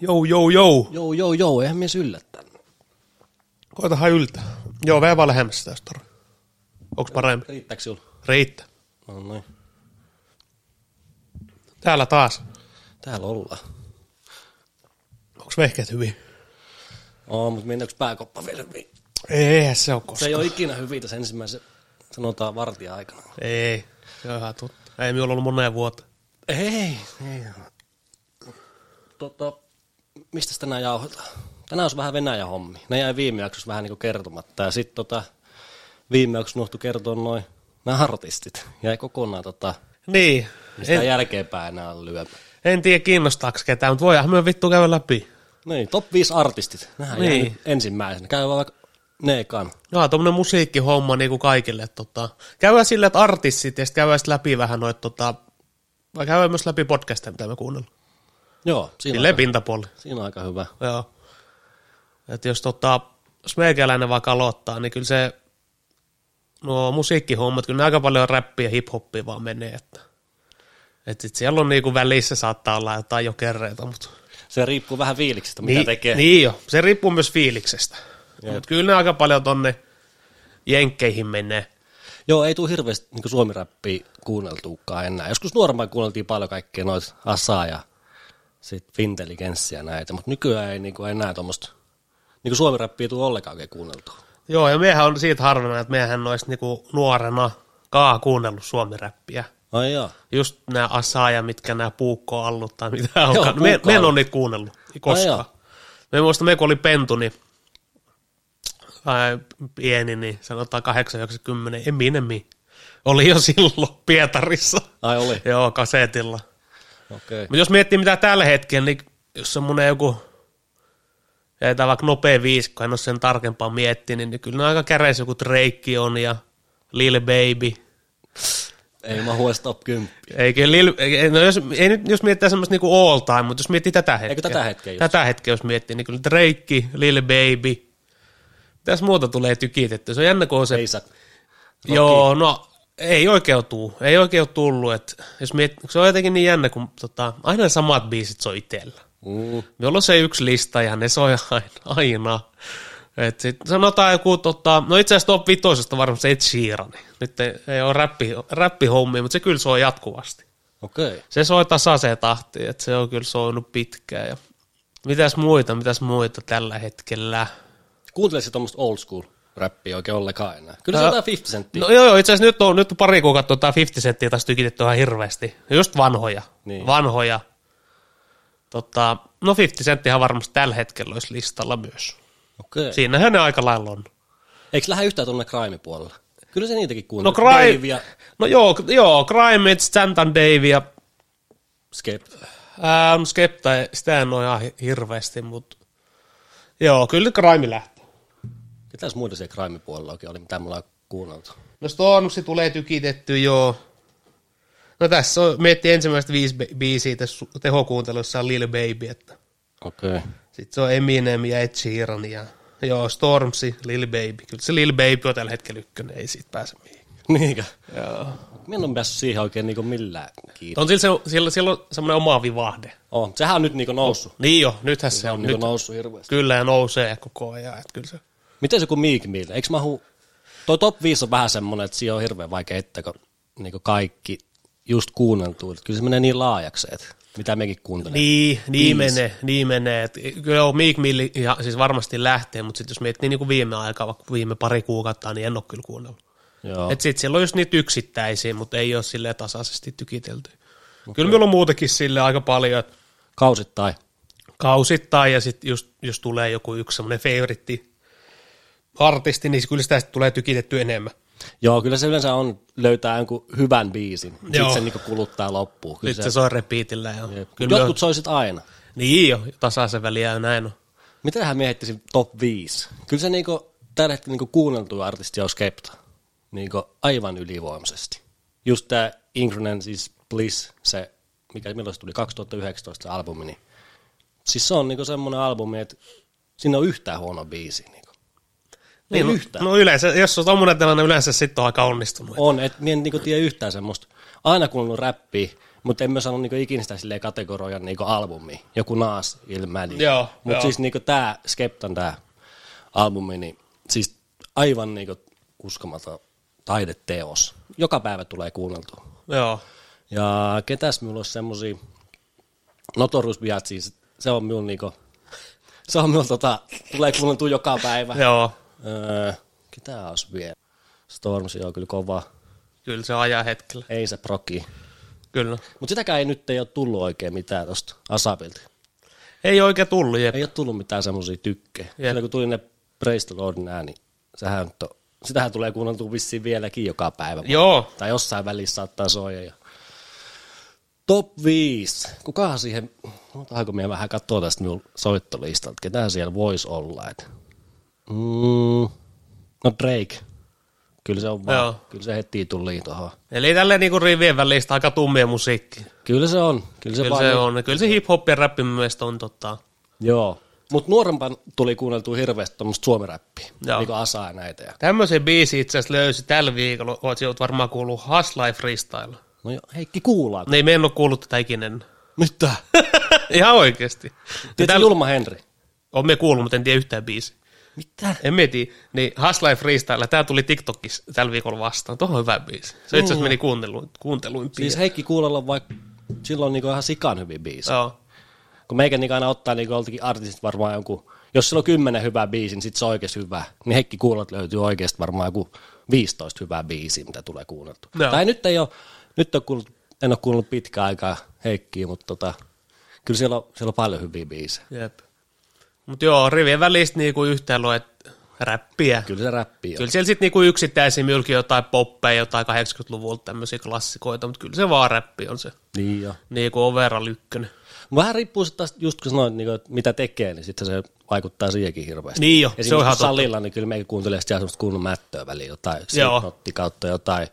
Jou, jou, jou. Joo, joo, joo, eihän mies yllättänyt. Koitahan yltää. Joo, vähän vaan lähemmäs sitä, jos tarvii. Onks parempi? Riittääkö sinulla? Riittää. No noin. Täällä taas. Täällä ollaan. Onks vehkeet hyvin? Oo, mutta mennäänkö pääkoppa vielä hyvin? Eihän se oo Se koskaan. ei ole ikinä hyvin tässä ensimmäisen, sanotaan vartija aikana. Ei. Se on ihan totta. Ei minulla ollut moneen vuotta. Ei, ei. Tota, mistä tänään jauhotaan? Tänään olisi vähän Venäjä hommi. Ne jäi viime jaksossa vähän niinku kertomatta. Ja sitten tota, viime jaksossa nuhtui kertoa noin nämä artistit. Jäi kokonaan tota, Niin. mistä En, jälkeenpäin enää ole lyömään. en tiedä kiinnostaaks ketään, mutta voidaan me vittu käydä läpi. Niin, top 5 artistit. Nähän niin. Niin. nyt ensimmäisenä. Käy vaikka ne ekan. Joo, tommonen musiikkihomma niinku kaikille. Tota. Käydään silleen, että artistit ja sitten käydään sit läpi vähän noita, tota, vai käydään myös läpi podcasteja, mitä me kuunnellaan. Joo, siinä, on Silleen aika, pintapuoli. siinä on aika hyvä. Joo. Et jos tota, smeikäläinen vaikka aloittaa, niin kyllä se, nuo musiikkihommat, kyllä ne aika paljon räppiä ja hiphoppia vaan menee, että et sit siellä on niinku välissä saattaa olla jotain jokereita, mutta... Se riippuu vähän fiiliksistä, mitä tekee. Niin jo, se riippuu myös fiiliksestä. Mutta kyllä ne aika paljon tonne jenkkeihin menee. Joo, ei tule hirveästi niin suomiräppiä kuunneltuukaan enää. Joskus nuorempaan kuunneltiin paljon kaikkea noita Asaa ja sit Fintelligenssiä ja näitä, mutta nykyään ei niin kuin, enää tuommoista niin suomiräppiä tule ollenkaan oikein kuunneltua. Joo, ja miehän on siitä harvinainen, että miehän olisi niinku nuorena kaa kuunnellut suomiräppiä. Ai joo. Just nämä Asaaja, mitkä nämä puukkoallut tai mitä onkaan. Me, puukkoallut. me en ole niitä kuunnellut Ai koskaan. Me muista, me kun oli pentu, niin tai pieni, niin sanotaan 80 Eminemi oli jo silloin Pietarissa. Ai oli. Joo, kasetilla. Okei. Okay. Mutta jos miettii mitä tällä hetkellä, niin jos semmoinen joku, jätetään vaikka nopea viisikko, en ole sen tarkempaa miettinyt, niin kyllä ne on aika käreissä joku Drake on ja Lil Baby. Ei mä huolesta top 10. Ei, kyllä Lil, ei, no jos, ei nyt, jos mietitään semmoista niinku all time, mutta jos miettii tätä hetkeä. tätä hetkeä just? Tätä hetkeä jos miettii, niin kyllä Drake, Lil Baby. Mitäs muuta tulee tykitetty? Se on jännä, kun on se Ei sä. Joo, no ei oikein oo tuu, ei oikein oo tullut, että jos miet, se on jotenkin niin jännä, kun tota, aina samat biisit soi itsellä. Mm. Meillä on se yksi lista ja ne soi aina. aina. Et sit sanotaan joku, tota, no itse asiassa top vitosesta varmasti Ed Sheeran. Nyt ei, ei ole räppi, räppihommi, mutta se kyllä soi jatkuvasti. Okei. Okay. Se soi tasaiseen tahtiin, että se on kyllä soinut pitkään. Ja... Mitäs muita, mitäs muita tällä hetkellä? Kuuntelisitko tuommoista old school räppiä oikein ollenkaan enää? Kyllä se on Ää, jotain 50 senttiä. No joo, joo itse asiassa nyt on, nyt on pari kuukautta tota 50 senttiä taas tykitetty ihan hirveästi. Just vanhoja. Niin. Niin. Vanhoja. Tota, no 50 senttihan varmasti tällä hetkellä olisi listalla myös. No, Okei. Okay. Siinähän ne aika lailla on. Eikö lähde yhtään tuonne crime-puolelle? Kyllä se niitäkin No, kuuntelee. crime, Davea, no joo, k- joo, Crime, It's Stanton Dave ja Skep- ää, no Skepta, sitä en ole ihan hi- hirveästi, mutta joo, kyllä Crime lähtee. Ketäs muita siellä crime-puolella oikein oli, mitä mulla on kuunneltu? No Stormsi tulee tykitetty, joo. No tässä on, miettii ensimmäistä viisi bi- biisiä tässä su- tehokuuntelussa on Lil Baby, että Okei. Okay. Sitten se on Eminem ja Ed Sheeran ja joo, Stormzy, Lil Baby. Kyllä se Lil Baby on tällä hetkellä ykkönen, ei siitä pääse mihinkään. Niinkö? Joo. Minä on päässyt siihen oikein niinku millään kiinni. On sillä, se, sillä, sillä on semmoinen oma vivahde. On. Sehän on nyt niinku noussut. Niin jo, nythän se, Se on on. no- niinku Nyt, noussut hirveästi. kyllä ja nousee koko ajan. Että kyllä se. Miten se kuin Meek Mill? Eikö mahu... Toi top 5 on vähän semmonen, että siihen on hirveän vaikea että kun niinku kaikki just kuunneltuu. Et Kyllä se menee niin laajaksi, että mitä mekin kuuntelee. Niin, niin menee, niin menee. Et, kyllä on Meek Milli ja siis varmasti lähtee, mutta sitten jos miettii niin kuin viime aikaa, vaikka viime pari kuukautta, niin en ole kyllä kuunnellut. Joo. Et sit siellä on just niitä yksittäisiä, mutta ei ole sille tasaisesti tykitelty. Okay. Kyllä meillä on muutenkin sille aika paljon, että Kausittain. kausittain ja sitten just, jos tulee joku yksi semmoinen favoritti artisti, niin kyllä sitä sit tulee tykitetty enemmän. Joo, kyllä se yleensä on löytää jonkun hyvän biisin. Sitten Joo. se niinku kuluttaa loppuun. Kyllä Nyt se, se soi repeatillä. Jo. Kyllä jotkut Jotkut... soisit aina. on, niin jo, tasaisen väliä ja näin on. Mitähän miettisin top 5? Kyllä se niinku, tällä hetkellä niinku kuunneltu artisti on Skepta. Niinku aivan ylivoimaisesti. Just tämä Incronen, siis Bliss, se, mikä milloin se tuli, 2019 se albumi, niin siis se on niinku semmoinen albumi, että siinä on yhtään huono biisi. Niinku. Niin, no- yhtään. No yleensä, jos on tommonen tilanne, yleensä sitten on aika onnistunut. On, että minä en niinku tiedä yhtään semmoista. Aina kuulunut räppiä, mutta en mä sano niinku ikinä sitä silleen kategorian niinku albumi. Joku Naas ilmäli. Joo, joo. Mutta siis niinku tää Skeptan tää albumi, niin siis aivan niinku uskomaton taideteos. Joka päivä tulee kuunneltua. Joo. Ja ketäs minulla olisi semmosia Notorious B.I.G., siis se on minulla niinku, se on minulla tota, tulee kuunneltua joka päivä. Joo. Öö, ketä olisi vielä? Stormzy on kyllä kova. Kyllä se ajaa hetkellä. Ei se proki. Kyllä. Mutta sitäkään ei nyt ei ole tullut oikein mitään tuosta Asapilta. Ei oikein tullut, jep. Ei ole tullut mitään semmoisia tykkejä. Jep. Silloin kun tuli ne Praise the Lordin ääni, sehän nyt on, sitähän tulee kuunneltua vissiin vieläkin joka päivä. Joo. Tai jossain välissä saattaa soida. Ja... Top 5. Kukahan siihen, otaanko minä vähän katsoa tästä minun soittolistalta, ketä siellä voisi olla. Et... Mm. No Drake. Kyllä se on vaan, Joo. kyllä se heti tuli tuohon. Eli tälleen niinku rivien välistä aika tummia musiikki. Kyllä se on. Kyllä se, Kyllä vaan niinku- se on. Kyllä se hip-hop ja rappi mun mielestä on totta. Joo. Mutta nuorempan tuli kuunneltua hirveästi tuommoista suomiräppiä, Joo. niin kuin Asaa ja näitä. Ja... Tämmöisen biisi itse asiassa löysi tällä viikolla. Oot sinä varmaan kuullut Hustle Freestyle. No jo, Heikki kuulaa. Ei, me en ole kuullut tätä ikinä. ennen. Mitä? Ihan oikeasti. Tiedätkö Täällä- Julma Henri? On me kuullut, mutta en tiedä yhtään biisi. Mitä? En mieti, niin Hustle Freestyle, tää tuli TikTokissa tällä viikolla vastaan. Tuohon on hyvä biisi. Se itse asiassa meni kuunteluun, kuunteluun Siis Heikki Kuulalla on vaikka silloin niinku ihan sikan hyvin biisi. Joo. Kun meikä niinku aina ottaa niinku joltakin artistit varmaan jonkun, jos sillä on kymmenen hyvää biisiä, niin sit se on oikeasti hyvä. Niin Heikki Kuulat löytyy oikeasti varmaan joku 15 hyvää biisiä, mitä tulee kuunneltu. Joo. Tai nyt ei ole, nyt on kuullut, en ole kuullut pitkään aikaa Heikkiä, mutta tota, kyllä siellä on, siellä on paljon hyviä biisejä. Jep. Mut joo, rivien välistä niinku yhtään luet räppiä. Kyllä se räppi on. Kyllä siellä sitten niinku yksittäisiä mylki jotain poppeja, jotain 80-luvulta tämmöisiä klassikoita, mutta kyllä se vaan räppi on se. Niin jo. Niinku Overa Lykkönen. Vähän riippuu sitten taas, just kun sanoit, niin kuin, että mitä tekee, niin sitten se vaikuttaa siihenkin hirveästi. Niin jo, se on ihan Esimerkiksi totta. salilla, niin kyllä meikä kuuntelee sitä semmoista kunnon mättöä väliin, jotain Joo. Slipknotti kautta jotain,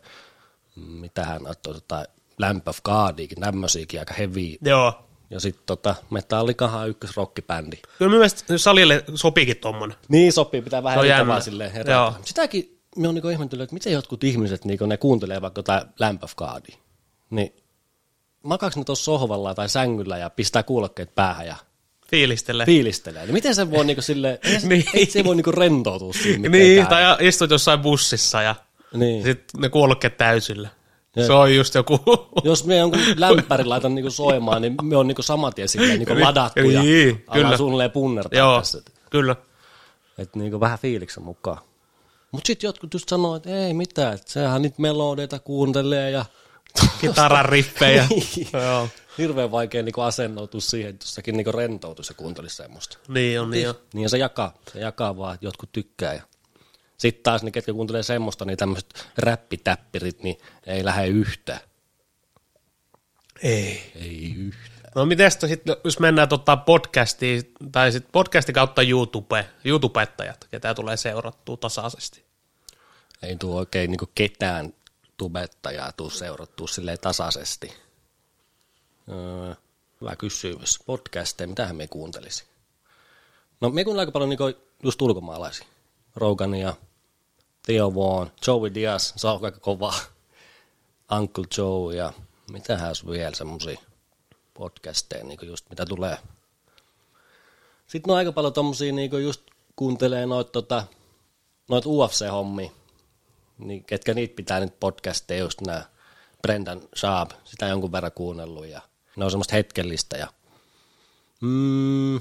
mm, mitä hän on, jotain Lamp of Godiakin, tämmöisiäkin aika heviä. Joo. Ja sitten tota, Metallikahan on ykkösrockibändi. Kyllä mun mielestä salille sopiikin tommonen. Niin sopii, pitää vähän Se on no, jännä. vaan silleen herätä. Joo. Sitäkin me on niinku ihmetellyt, että miten jotkut ihmiset, niinku, ne kuuntelee vaikka jotain Lamp of Godia, niin makaaks ne tuossa sohvalla tai sängyllä ja pistää kuulokkeet päähän ja Fiilistele. fiilistelee. Niin miten se voi niinku sille, niin. ei se voi niinku rentoutua siihen mitenkään. Niin, tai istut jossain bussissa ja niin. sitten ne kuulokkeet täysillä. Se on just joku... Jos me jonkun lämpärin laitan niinku soimaan, niin me on niinku saman tien silleen niinku Niin, ladattu ja niin, kyllä. alkaa suunnilleen punnertaa Joo, tässä. kyllä. Että niinku vähän fiiliksen mukaan. Mutta sitten jotkut just sanoo, että ei mitään, että sehän niitä melodeita kuuntelee ja Kitaran rippejä. Niin. Joo. hirveän vaikea niinku asennoitua siihen, että jossakin niinku rentoutuisi ja kuuntelisi semmoista. Niin on, niin on. Niin ja se jakaa, se jakaa vaan, että jotkut tykkää. Ja. Sitten taas ne, ketkä kuuntelee semmoista, niin tämmöiset räppitäppirit, niin ei lähde yhtään. Ei. Ei yhtään. No mitäs sitten, jos mennään tota podcastiin, tai sitten podcasti kautta YouTube, YouTubettajat, ketä tulee seurattua tasaisesti. Ei tule oikein niinku ketään tubettajaa tuu seurattua silleen tasaisesti. Öö, hyvä kysymys. Podcasteja, mitähän me kuuntelisi? No me kuunnellaan aika paljon niinku just ulkomaalaisia. Rogania, Theo Vaughn, Joey Diaz, se on aika kova. Uncle Joe ja mitähän olisi vielä semmoisia podcasteja, niinku just mitä tulee. Sitten on aika paljon tommosia, niinku just kuuntelee noita tota, noit UFC-hommia, niin ketkä niitä pitää nyt podcasteja, just nämä Brendan Saab, sitä jonkun verran kuunnellut ja ne on semmoista hetkellistä ja mm,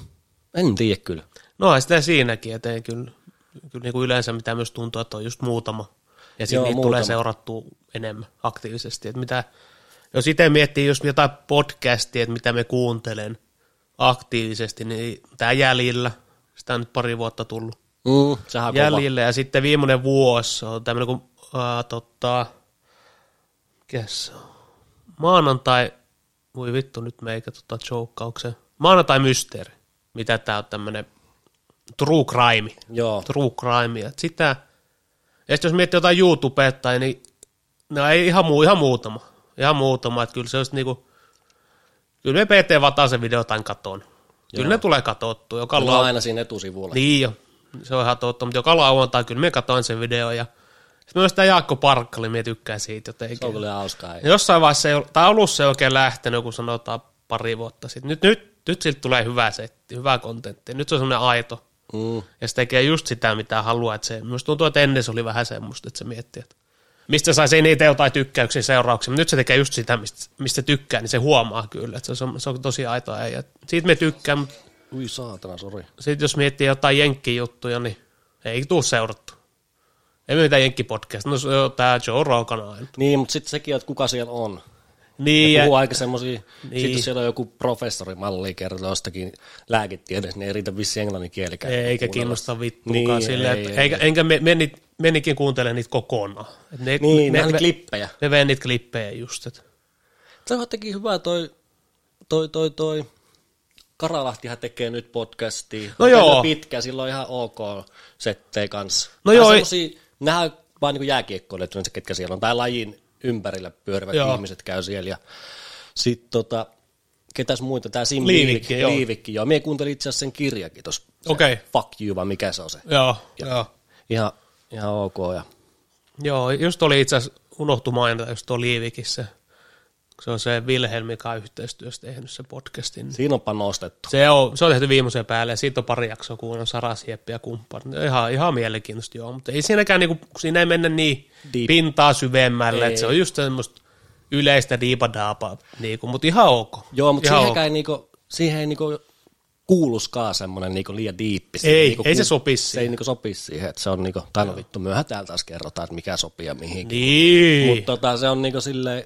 en tiedä kyllä. No ei sitä siinäkin, että ei kyllä, kyllä niin kuin yleensä mitä myös tuntuu, että on just muutama. Ja sitten Joo, niitä muutama. tulee seurattua enemmän aktiivisesti. Että mitä, jos itse miettii just jotain podcastia, että mitä me kuuntelen aktiivisesti, niin tämä jäljillä, sitä on nyt pari vuotta tullut. Mm, sehän on kova. jäljille. Ja sitten viimeinen vuosi on tämmöinen kuin, äh, tota, mikäs se on? maanantai, voi vittu nyt meikä tota joukkauksen, maanantai mysteeri, mitä tää on tämmöinen true crime, Joo, true crime, ja sitä, ja sitten jos miettii jotain YouTubea tai niin, no ei ihan, muu, ihan muutama, ihan muutama, että kyllä se olisi niinku, kyllä me PT Vatasen videotain katoon, kyllä ne tulee katottua, joka ne on lau- aina siinä etusivulla. Niin. niin jo. se on ihan totta, mutta joka lauantai kyllä me katoin sen video ja sitten myös tämä Jaakko Parkkali, me tykkään siitä jotenkin. Se on kyllä hauskaa. Ja Jossain vaiheessa, ei, tai alussa ei oikein lähtenyt, kun sanotaan pari vuotta sitten. Nyt, nyt, nyt siltä tulee hyvä setti, hyvä kontentti. Nyt se on semmoinen aito. Mm. Ja se tekee just sitä, mitä haluaa. Että se, musta tuntuu, että ennen se oli vähän semmoista, että se miettii, että mistä saisi niitä jotain tykkäyksiä seurauksia. Mutta nyt se tekee just sitä, mistä, mistä se tykkää, niin se huomaa kyllä. Että se, on, se on tosi aito äijä. Siitä me tykkään, mutta Ui saatana, sori. sitten jos miettii jotain jenkkijuttuja, niin ei tuu seurattu. Ei me mitään jenkkipodcast. No se on tää Joe Rogan aina. Niin, mutta sitten sekin, että kuka siellä on. Niin, Ja ja- puhuu aika semmoisia, niin. Niin. sitten jos siellä on joku professori malli kertoo jostakin lääketieteestä, niin ei riitä vissi englannin kielikään. Eikä kuunnella. kiinnosta vittuakaan Niin, niin, silleen, ei, että, ei, eikä, enkä me, meni, menikin kuuntelemaan niitä kokonaan. Et ne, Niin, ne, ne, ne, ne, ne, klippejä. ne vei niitä klippejä just, et. Se on jotenkin hyvä toi, toi, toi, toi. Karalahtihan tekee nyt podcastia. No On joo. tehnyt Pitkä, silloin ihan ok settejä kanssa. No Tää on joo, ei- semmosia- Nehän on vaan niin jääkiekkoilijat yleensä, ketkä siellä on, tai lajin ympärillä pyörivät joo. Joo. ihmiset käy siellä. Ja sitten tota, ketäs muita, tämä Sim Liivikki, Liivikki, joo. Liivikki, joo. Mie kuuntelin itse asiassa sen kirjakin tuossa. Okei. Fuck you, vai mikä se on se. Joo, joo. Ihan, ihan ok. Ja Joo, just oli itse asiassa unohtu mainita just tuo Liivikin se, se on se Wilhelm, mikä on yhteistyössä tehnyt se podcastin. siinä on panostettu. Se on, se on tehty viimeisen päälle ja siitä on pari jaksoa kuunnellut Sara Sieppi ja kumppanit. No, Ihan, ihan mielenkiintoista joo, mutta ei siinäkään, niinku, kun siinä ei mennä niin Deep. Deep. pintaa syvemmälle, Ei. että se on just semmoista yleistä diipadaapaa, niinku, mutta ihan ok. Joo, mutta Ihan ok. siihenkään ei niinku, siihen ei niinku kuuluskaan semmoinen niinku liian diippi. Ei, niinku ei se ku- sopi Se ei niinku sopi siihen, että se on niinku, tai no vittu, myöhän täällä taas kerrotaan, että mikä sopii ja mihinkin. Niin. Mutta tota, se on niinku silleen,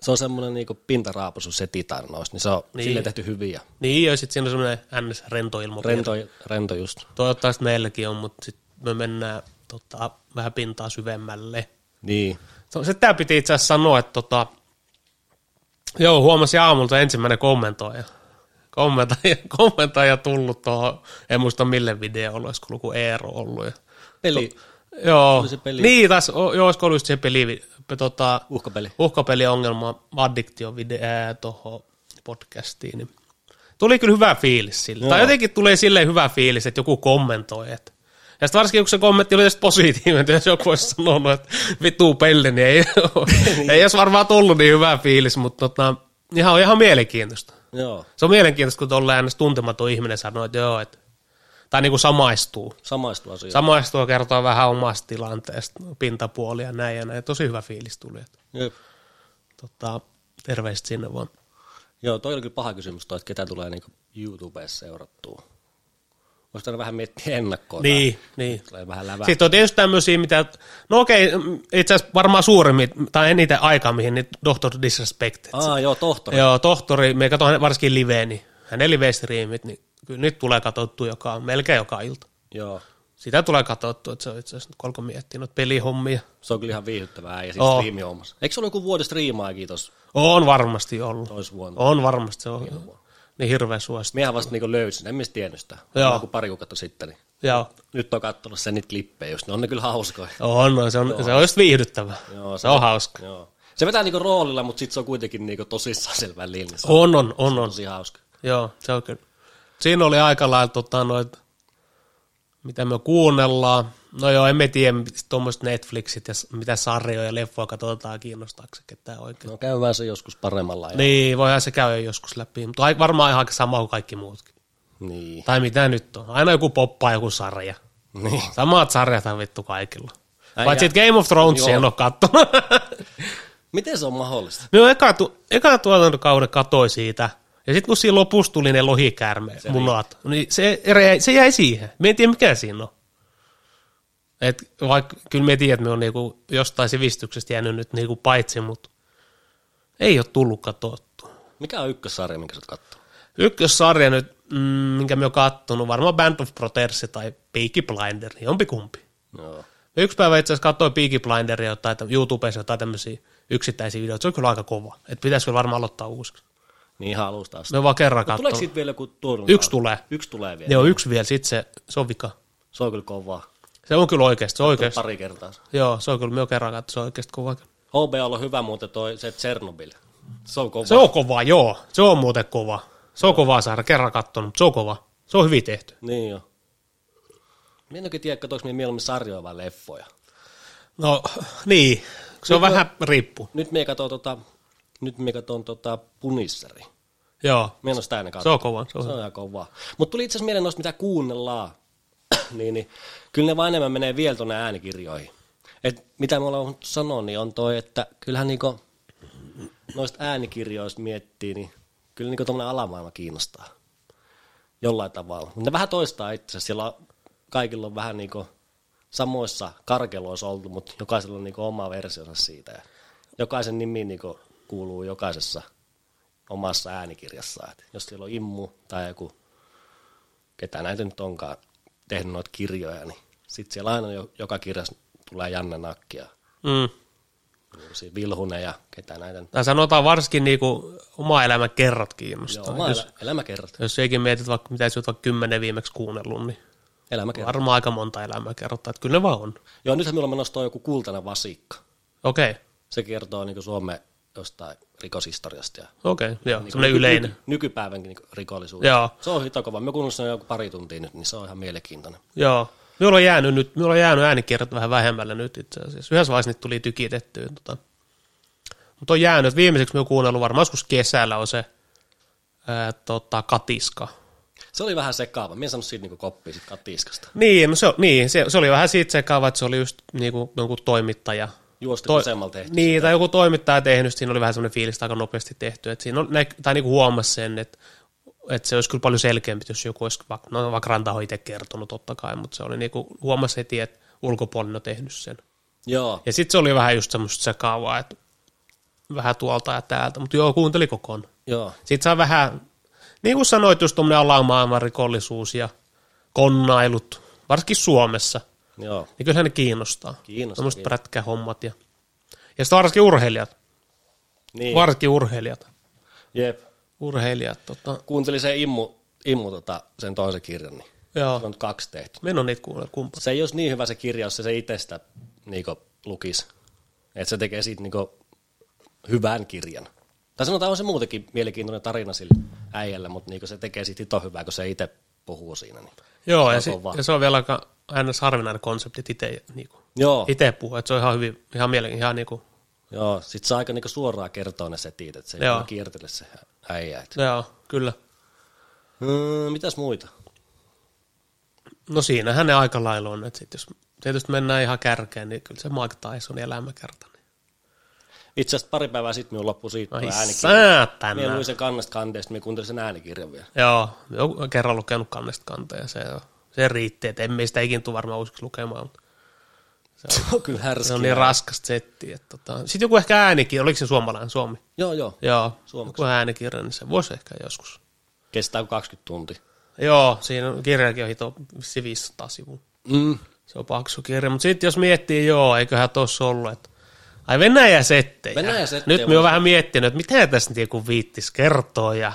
se on semmoinen niinku pintaraapasu se titarnoista, niin se on niin. Niin. silleen tehty hyviä. Niin, ja sitten siinä on semmoinen ns. rento ilmapiiri. Rento, rento just. Toivottavasti meilläkin on, mutta sitten me mennään tota, vähän pintaa syvemmälle. Niin. Se- Se tämä piti itse asiassa sanoa, että tota, joo, huomasin aamulta ensimmäinen kommentoija. Kommentoija, kommentoija tullut tuohon, en muista mille video ollut, olisiko ollut kuin Eero ollut. Ja, Peli, joo, Oli se peli. niin, taas, joo, olisiko ollut just se peli, pe- tota, uhkapeli. uhkapeliongelma, addiktio video tuohon podcastiin, niin tuli kyllä hyvä fiilis sille. Joo. Tai jotenkin tulee silleen hyvä fiilis, että joku kommentoi, että ja sitten varsinkin, kun se kommentti oli edes positiivinen, jos joku olisi sanonut, että vituu pelle, niin ei, ei olisi varmaan tullut niin hyvä fiilis, mutta tota, ihan on ihan mielenkiintoista. Joo, Se on mielenkiintoista, kun tuolla äänestä tuntematon ihminen sanoo, että joo, että, tai niin kuin samaistuu. samaistu asia. Sam- Samaistuu ja kertoo vähän omasta tilanteesta, pintapuolia ja näin ja näin. Tosi hyvä fiilis tuli. Että tota, terveiset sinne vaan. Joo, toi oli kyllä paha kysymys toi, että ketä tulee niinku YouTubessa seurattua. Voisi aina vähän miettiä ennakkoa. Niin, niin. tää. Tulee vähän lävää. Sitten on tietysti tämmöisiä, mitä, no okei, mm, itse asiassa varmaan suurimmin, tai eniten aikaa, mihin niin Doctor Disrespect. Aa, joo, tohtori. Joo, tohtori, me katsoin hänen- varsinkin liveä, niin hänen live-striimit, niin kyllä nyt tulee katsottu joka, melkein joka ilta. Joo. Sitä tulee katsottu, että se on itse asiassa, nyt kun alkoi miettiä noita pelihommia. Se on kyllä ihan viihdyttävää ja siis Oo. striimi omassa. Eikö se ollut joku vuoden striimaakin tuossa On varmasti ollut. tois vuonna? On varmasti, se on niin hirveän suosittu. Miehän vasta niinku löysin, sen, en mistä tiennyt sitä. Joo. Joku pari kuukautta sitten. Niin. Joo. Nyt on kattonut sen niitä klippejä just, ne on ne kyllä hauskoja. On, on, se on, se on just viihdyttävää. Joo, se on hauska. Joo. Se vetää niinku roolilla, mutta sitten se on kuitenkin niinku tosissaan sen välillä. Niin se on On, on, on, on. tosi hauska. Joo, se on kyllä. Siinä oli aika lailla tota, noit, mitä me kuunnellaan. No joo, emme tiedä tuommoiset Netflixit ja s- mitä sarjoja ja leffoja katsotaan kiinnostaako se ketään oikein. No käydään se joskus paremmalla. Ja... Niin, voihan se käydä joskus läpi, mutta ai- varmaan ihan sama kuin kaikki muutkin. Niin. Tai mitä nyt on? Aina joku poppaa joku sarja. niin. Samat sarjat on vittu kaikilla. Ai Paitsi jaa. että Game of Thrones en ole kattonut. Miten se on mahdollista? Minä eka, tu- eka tuotantokauden katoi siitä, ja sitten kun siinä lopussa tuli ne lohikäärme munat, niin se, re- se jäi siihen. Me en tiedä, mikä siinä on. Et vaikka kyllä me tiedän, että me on niinku jostain sivistyksestä jäänyt nyt niinku paitsi, mutta ei ole tullut katsottua. Mikä on ykkössarja, minkä sä oot kattonut? Ykkössarja nyt, mm, minkä me oon kattonut, varmaan Band of Brothers tai Peaky Blinder, jompikumpi. Joo. Me Yksi päivä itse asiassa katsoin Peaky Blinderia tai tä- YouTubessa jotain tämmöisiä yksittäisiä videoita. Se on kyllä aika kova. Että pitäisi kyllä varmaan aloittaa uusiksi. Niin ihan alusta asti. Me vaan kerran No Tuleeko katsoin. siitä vielä joku turnaus? Yksi tulee. Yksi tulee vielä. Ne on yksi vielä, sit se, se on vika. Se on kyllä kovaa. Se on kyllä oikeasti, se on oikeasti. Pari kertaa. Joo, se on kyllä, me on kerran katsoin, se on oikeasti kova. HB on ollut hyvä muuten toi se Chernobyl. Se on kova. Se on kova, joo. Se on muuten kova. Se on kova saada kerran katsonut, mutta se on kova. Se on hyvin tehty. Niin jo. Mä en oikein tiedä, katsoinko minä mieluummin sarjoja vai leffoja. No niin, se on Nyt mä- vähän riippuu. Nyt me katson, tota, nyt me katson tota Punisseri. Joo, Mä en ole sitä aina se on katsonut. kova. Se Se on. on ihan kovaa. Mutta tuli itse asiassa mieleen noista, mitä kuunnellaan. niin, niin, kyllä ne vaan enemmän menee vielä tuonne äänikirjoihin. Et mitä me ollaan sanoa, niin on toi, että kyllähän niinku noista äänikirjoista miettii, niin kyllä niinku tuommoinen alamaailma kiinnostaa jollain tavalla. Mut Ne vähän toistaa itse asiassa. Siellä on- kaikilla on vähän niinku samoissa karkeloissa oltu, mutta jokaisella on niinku oma versionsa siitä. Ja jokaisen nimi niinku kuuluu jokaisessa omassa äänikirjassaan. Et jos siellä on immu tai joku, ketä näitä nyt onkaan tehnyt noita kirjoja, niin sitten siellä aina jo, joka kirjassa tulee Janne Nakki ja Mm. Jussi Vilhunen ja ketä näitä nyt. Tai sanotaan varsinkin niinku oma elämä kerrat Joo, kiinnostaa. oma jos, elä, elämäkerrat. jos sekin mietit vaikka, mitä sinä olet vaikka kymmenen viimeksi kuunnellut, niin elämäkerrat. varmaan aika monta elämää kerrottaa, että kyllä ne vaan on. Joo, nythän minulla menossa toi joku kultainen vasikka. Okei, okay. Se kertoo niin Suomen jostain rikoshistoriasta ja niinku okei, okay. joo, niin semmoinen yleinen. Nyky, nykypäivänkin niin rikollisuudesta. Joo, Se on hito kova. Me kuunnellaan sen joku pari tuntia nyt, niin se on ihan mielenkiintoinen. joo. Minulla on jäänyt, nyt, minulla on jäänyt äänikirjat vähän vähemmällä nyt itse asiassa. Yhdessä vaiheessa niitä tuli tykitettyä. Tota. Mutta on jäänyt, että viimeiseksi minä olen kuunnellut varmaan joskus kesällä on se ää, tota, katiska. Se oli vähän sekaava. Minä en saanut siitä niin koppia sit katiskasta. Niin, no se, on- niin se, se, oli vähän siitä sekaava, että se oli just niinku, jonkun toimittaja. Juosti Toi- Toi, vasemmalta tehtiin. Niin, tai joku toimittaja tehnyt, siinä oli vähän semmoinen fiilis, että aika nopeasti tehty. Että siinä on, nä- tai niinku huomasi sen, että, että se olisi kyllä paljon selkeämpi, jos joku olisi, vaikka, no vaikka Rantaho itse kertonut totta kai, mutta se oli niinku, huomasi heti, että ulkopuolinen on tehnyt sen. Joo. Ja sitten se oli vähän just semmoista sekaavaa, että vähän tuolta ja täältä, mutta joo, kuunteli kokoon. Joo. Sitten saa vähän, niin kuin sanoit, just tuommoinen alamaailman rikollisuus ja konnailut, varsinkin Suomessa, Joo. niin kyllähän ne kiinnostaa. Kiinnostaa, Tuommoiset kiinnostaa. prätkähommat ja, ja sitten varsinkin urheilijat, Niin. Var- varsinkin urheilijat. Jep. Urheilijat, tota, Kuuntelin sen Immu, Immu tota, sen toisen kirjan, niin joo. se on kaksi tehty. Minä on niitä kuunnella kumpaa. Se ei olisi niin hyvä se kirja, jos se, se itsestä niinku, lukisi. Että se tekee siitä niinku, hyvän kirjan. Tai sanotaan, on se muutenkin mielenkiintoinen tarina sille äijälle, mutta niinku, se tekee siitä hito hyvää, kun se itse puhuu siinä. Niin. Joo, ja, on se, kova. ja se on vielä aika aina harvinainen konsepti, että itse niinku, Joo. ite puhuu, että se on ihan hyvin, ihan mielenkiintoinen, ihan niinku, Joo, sit saa aika niinku suoraan kertoa ne setit, että se Joo. ei kiertele se äijä. Et. joo, kyllä. Mm, mitäs muita? No siinähän ne aika lailla on, että sit jos tietysti mennään ihan kärkeen, niin kyllä se Mike Tyson elämäkerta. Niin. Itse asiassa pari päivää sitten minun loppui siitä Ai tuo äänikirja. Minä saatana. luin sen kannesta kanteesta, minä kuuntelin sen äänikirjan vielä. Joo, olen kerran lukenut kannesta kanteen ja se, se riitti, että emme sitä ikin tule varmaan uusiksi lukemaan, mutta Se on kyllä härski. se on niin raskasta settiä. että Tota. Sitten joku ehkä äänikirja, oliko se suomalainen Suomi? Joo, joo. Joo, Suomeksi. joku äänikirja, niin se voisi ehkä joskus. Kestää kuin 20 tuntia. Joo, siinä on- kirjakin on hito vissiin 500 sivua. Mm. Se on paksu kirja, mutta sitten jos miettii, joo, eiköhän tuossa ollut, että ai Venäjä settejä. Venäjä settejä Nyt me oon vähän miettinyt, että mitä tässä nyt joku viittis kertoo ja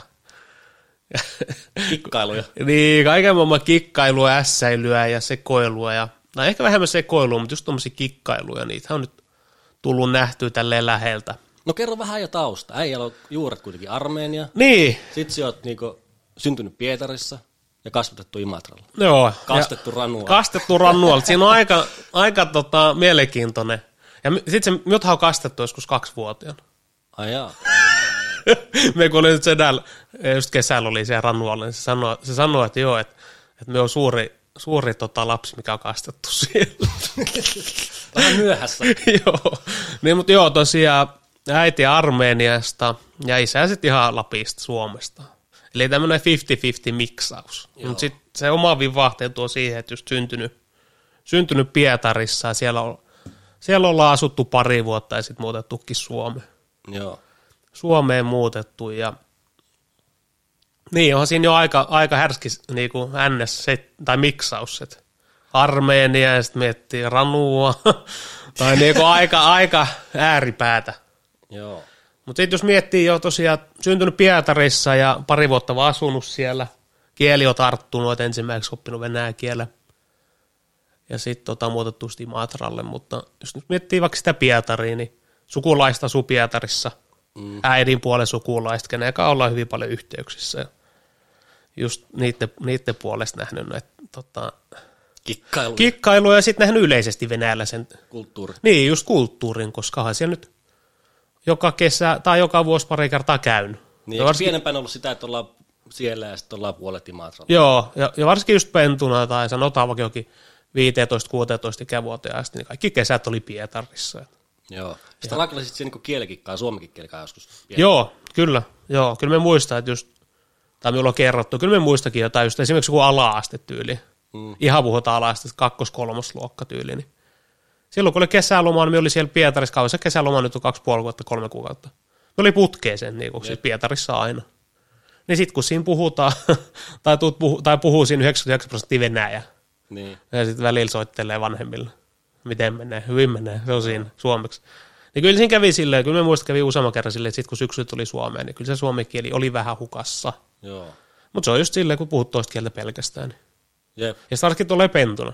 Kikkailuja. niin, kaiken maailman kikkailua, ässäilyä ja sekoilua ja, no ehkä vähemmän sekoilua, mutta just tuommoisia kikkailuja, niitä on nyt tullut nähtyä tälleen läheltä. No kerro vähän jo tausta. Äijällä on juuret kuitenkin Armeenia. Niin, Sit sä oot niinku syntynyt Pietarissa ja kasvatettu Imatralla. joo. Ja- Kastettu ranua. Kastettu rannuolta. Siinä on aika, aika tota, mielenkiintoinen. Ja sitten se, minuthan on kastettu joskus kaksivuotiaana. Ai jaa. me kun olin nyt sedällä, eh, just kesällä oli siellä rannualla, niin se sanoi, se sanoi että joo, että, että me on suuri, suuri tota, lapsi, mikä on kastettu siellä. Vähän myöhässä. joo. Niin, mutta joo, tosiaan äiti Armeniasta ja isä sitten ihan Lapista, Suomesta. Eli tämmöinen 50-50 miksaus. Mutta sitten se oma vivahteen tuo siihen, että just syntynyt, syntynyt Pietarissa ja siellä, on, siellä ollaan asuttu pari vuotta ja sitten muutettukin Suomeen. Joo. Suomeen muutettu ja niin, onhan siinä jo aika, aika härski niin kuin ns. set- tai miksaus, että Armeenia ja sitten miettii ranua, tai niin kuin aika, aika ääripäätä. Joo. Mutta sitten jos miettii jo tosiaan syntynyt Pietarissa ja pari vuotta vaan asunut siellä, kieli on tarttunut, et ensimmäiseksi oppinut venäjä kielä. Ja sitten tota, muutettu sitten Imatralle, mutta jos nyt miettii vaikka sitä Pietaria, niin sukulaista asuu Pietarissa, mm. äidin puolen sukulaista, kenen kanssa ollaan hyvin paljon yhteyksissä. Just niiden, niiden puolesta nähnyt näitä tota, Kikkailu. Kik- Kikkailua ja sitten nähän yleisesti venäläisen, kulttuuri. niin just kulttuurin, koska siellä nyt joka kesä tai joka vuosi pari kertaa käynyt. Niin, ja eikö No varsinkin, pienempään ollut sitä, että ollaan siellä ja sitten ollaan puolet Imatralla? joo, ja, ja, varsinkin just pentuna tai sanotaan vaikka jokin 15-16 ikävuoteen asti, niin kaikki kesät oli Pietarissa. Et. Joo. Sitä rakkailla sitten niin kielikikkaa, suomenkin kielikkaa joskus. Pieni. Joo, kyllä. Joo, kyllä me muistaa, että just, tai minulla on kerrottu, kyllä me muistakin jotain, just esimerkiksi joku ala-astetyyli. Mm. Ihan puhutaan ala-aste, kakkos kolmosluokka tyyli. Niin. Silloin kun oli kesäloma, niin me oli siellä Pietarissa kauan. Se kesäloma nyt on kaksi puoli vuotta, kolme kuukautta. Me oli putkeeseen niin kuin, siis Pietarissa aina. Niin sitten kun siinä puhutaan, tai, tuut puhu, tai puhuu siinä 99 prosenttia Venäjä, Niin. ja sitten välillä soittelee vanhemmille, miten menee, hyvin menee, se on siinä suomeksi. Niin kyllä siinä kävi silleen, kyllä me muista kävi useamman kerran silleen, että sitten kun syksy tuli Suomeen, niin kyllä se suomen kieli oli vähän hukassa. Joo. Mutta se on just silleen, kun puhut toista kieltä pelkästään. Niin. Jep. Ja sitä varsinkin tulee pentuna.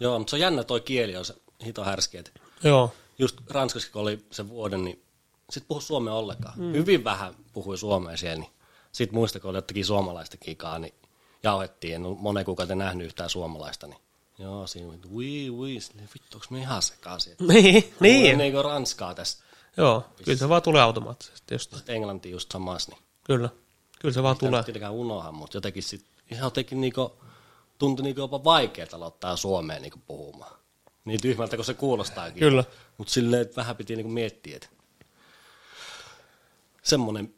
Joo, mutta se on jännä toi kieli, on se hito härski. että Joo. Just Ranskassa, kun oli se vuoden, niin sit puhu suomea ollenkaan. Mm. Hyvin vähän puhui suomea siellä, niin sit muista, kun oli jotakin suomalaista kikaa, niin jauhettiin. En ole monen kuukauden nähnyt yhtään suomalaista, niin joo, siinä oli, ui, ui, Silleen, vittu, onko me ihan sekaisin? että Niin, puhuin niin. Niinku ranskaa tässä, Joo, kyllä se vaan tulee automaattisesti jostain. sit englanti just samassa, niin Kyllä, kyllä se vaan tulee. Tulee. tietenkään unohan, mutta jotenkin sit, ihan jotenkin niinku, tuntui niinku jopa vaikealta aloittaa suomeen niinku puhumaan. Niin tyhmältä kuin se kuulostaakin. Kyllä. Mutta silleen, että vähän piti niinku miettiä, että semmoinen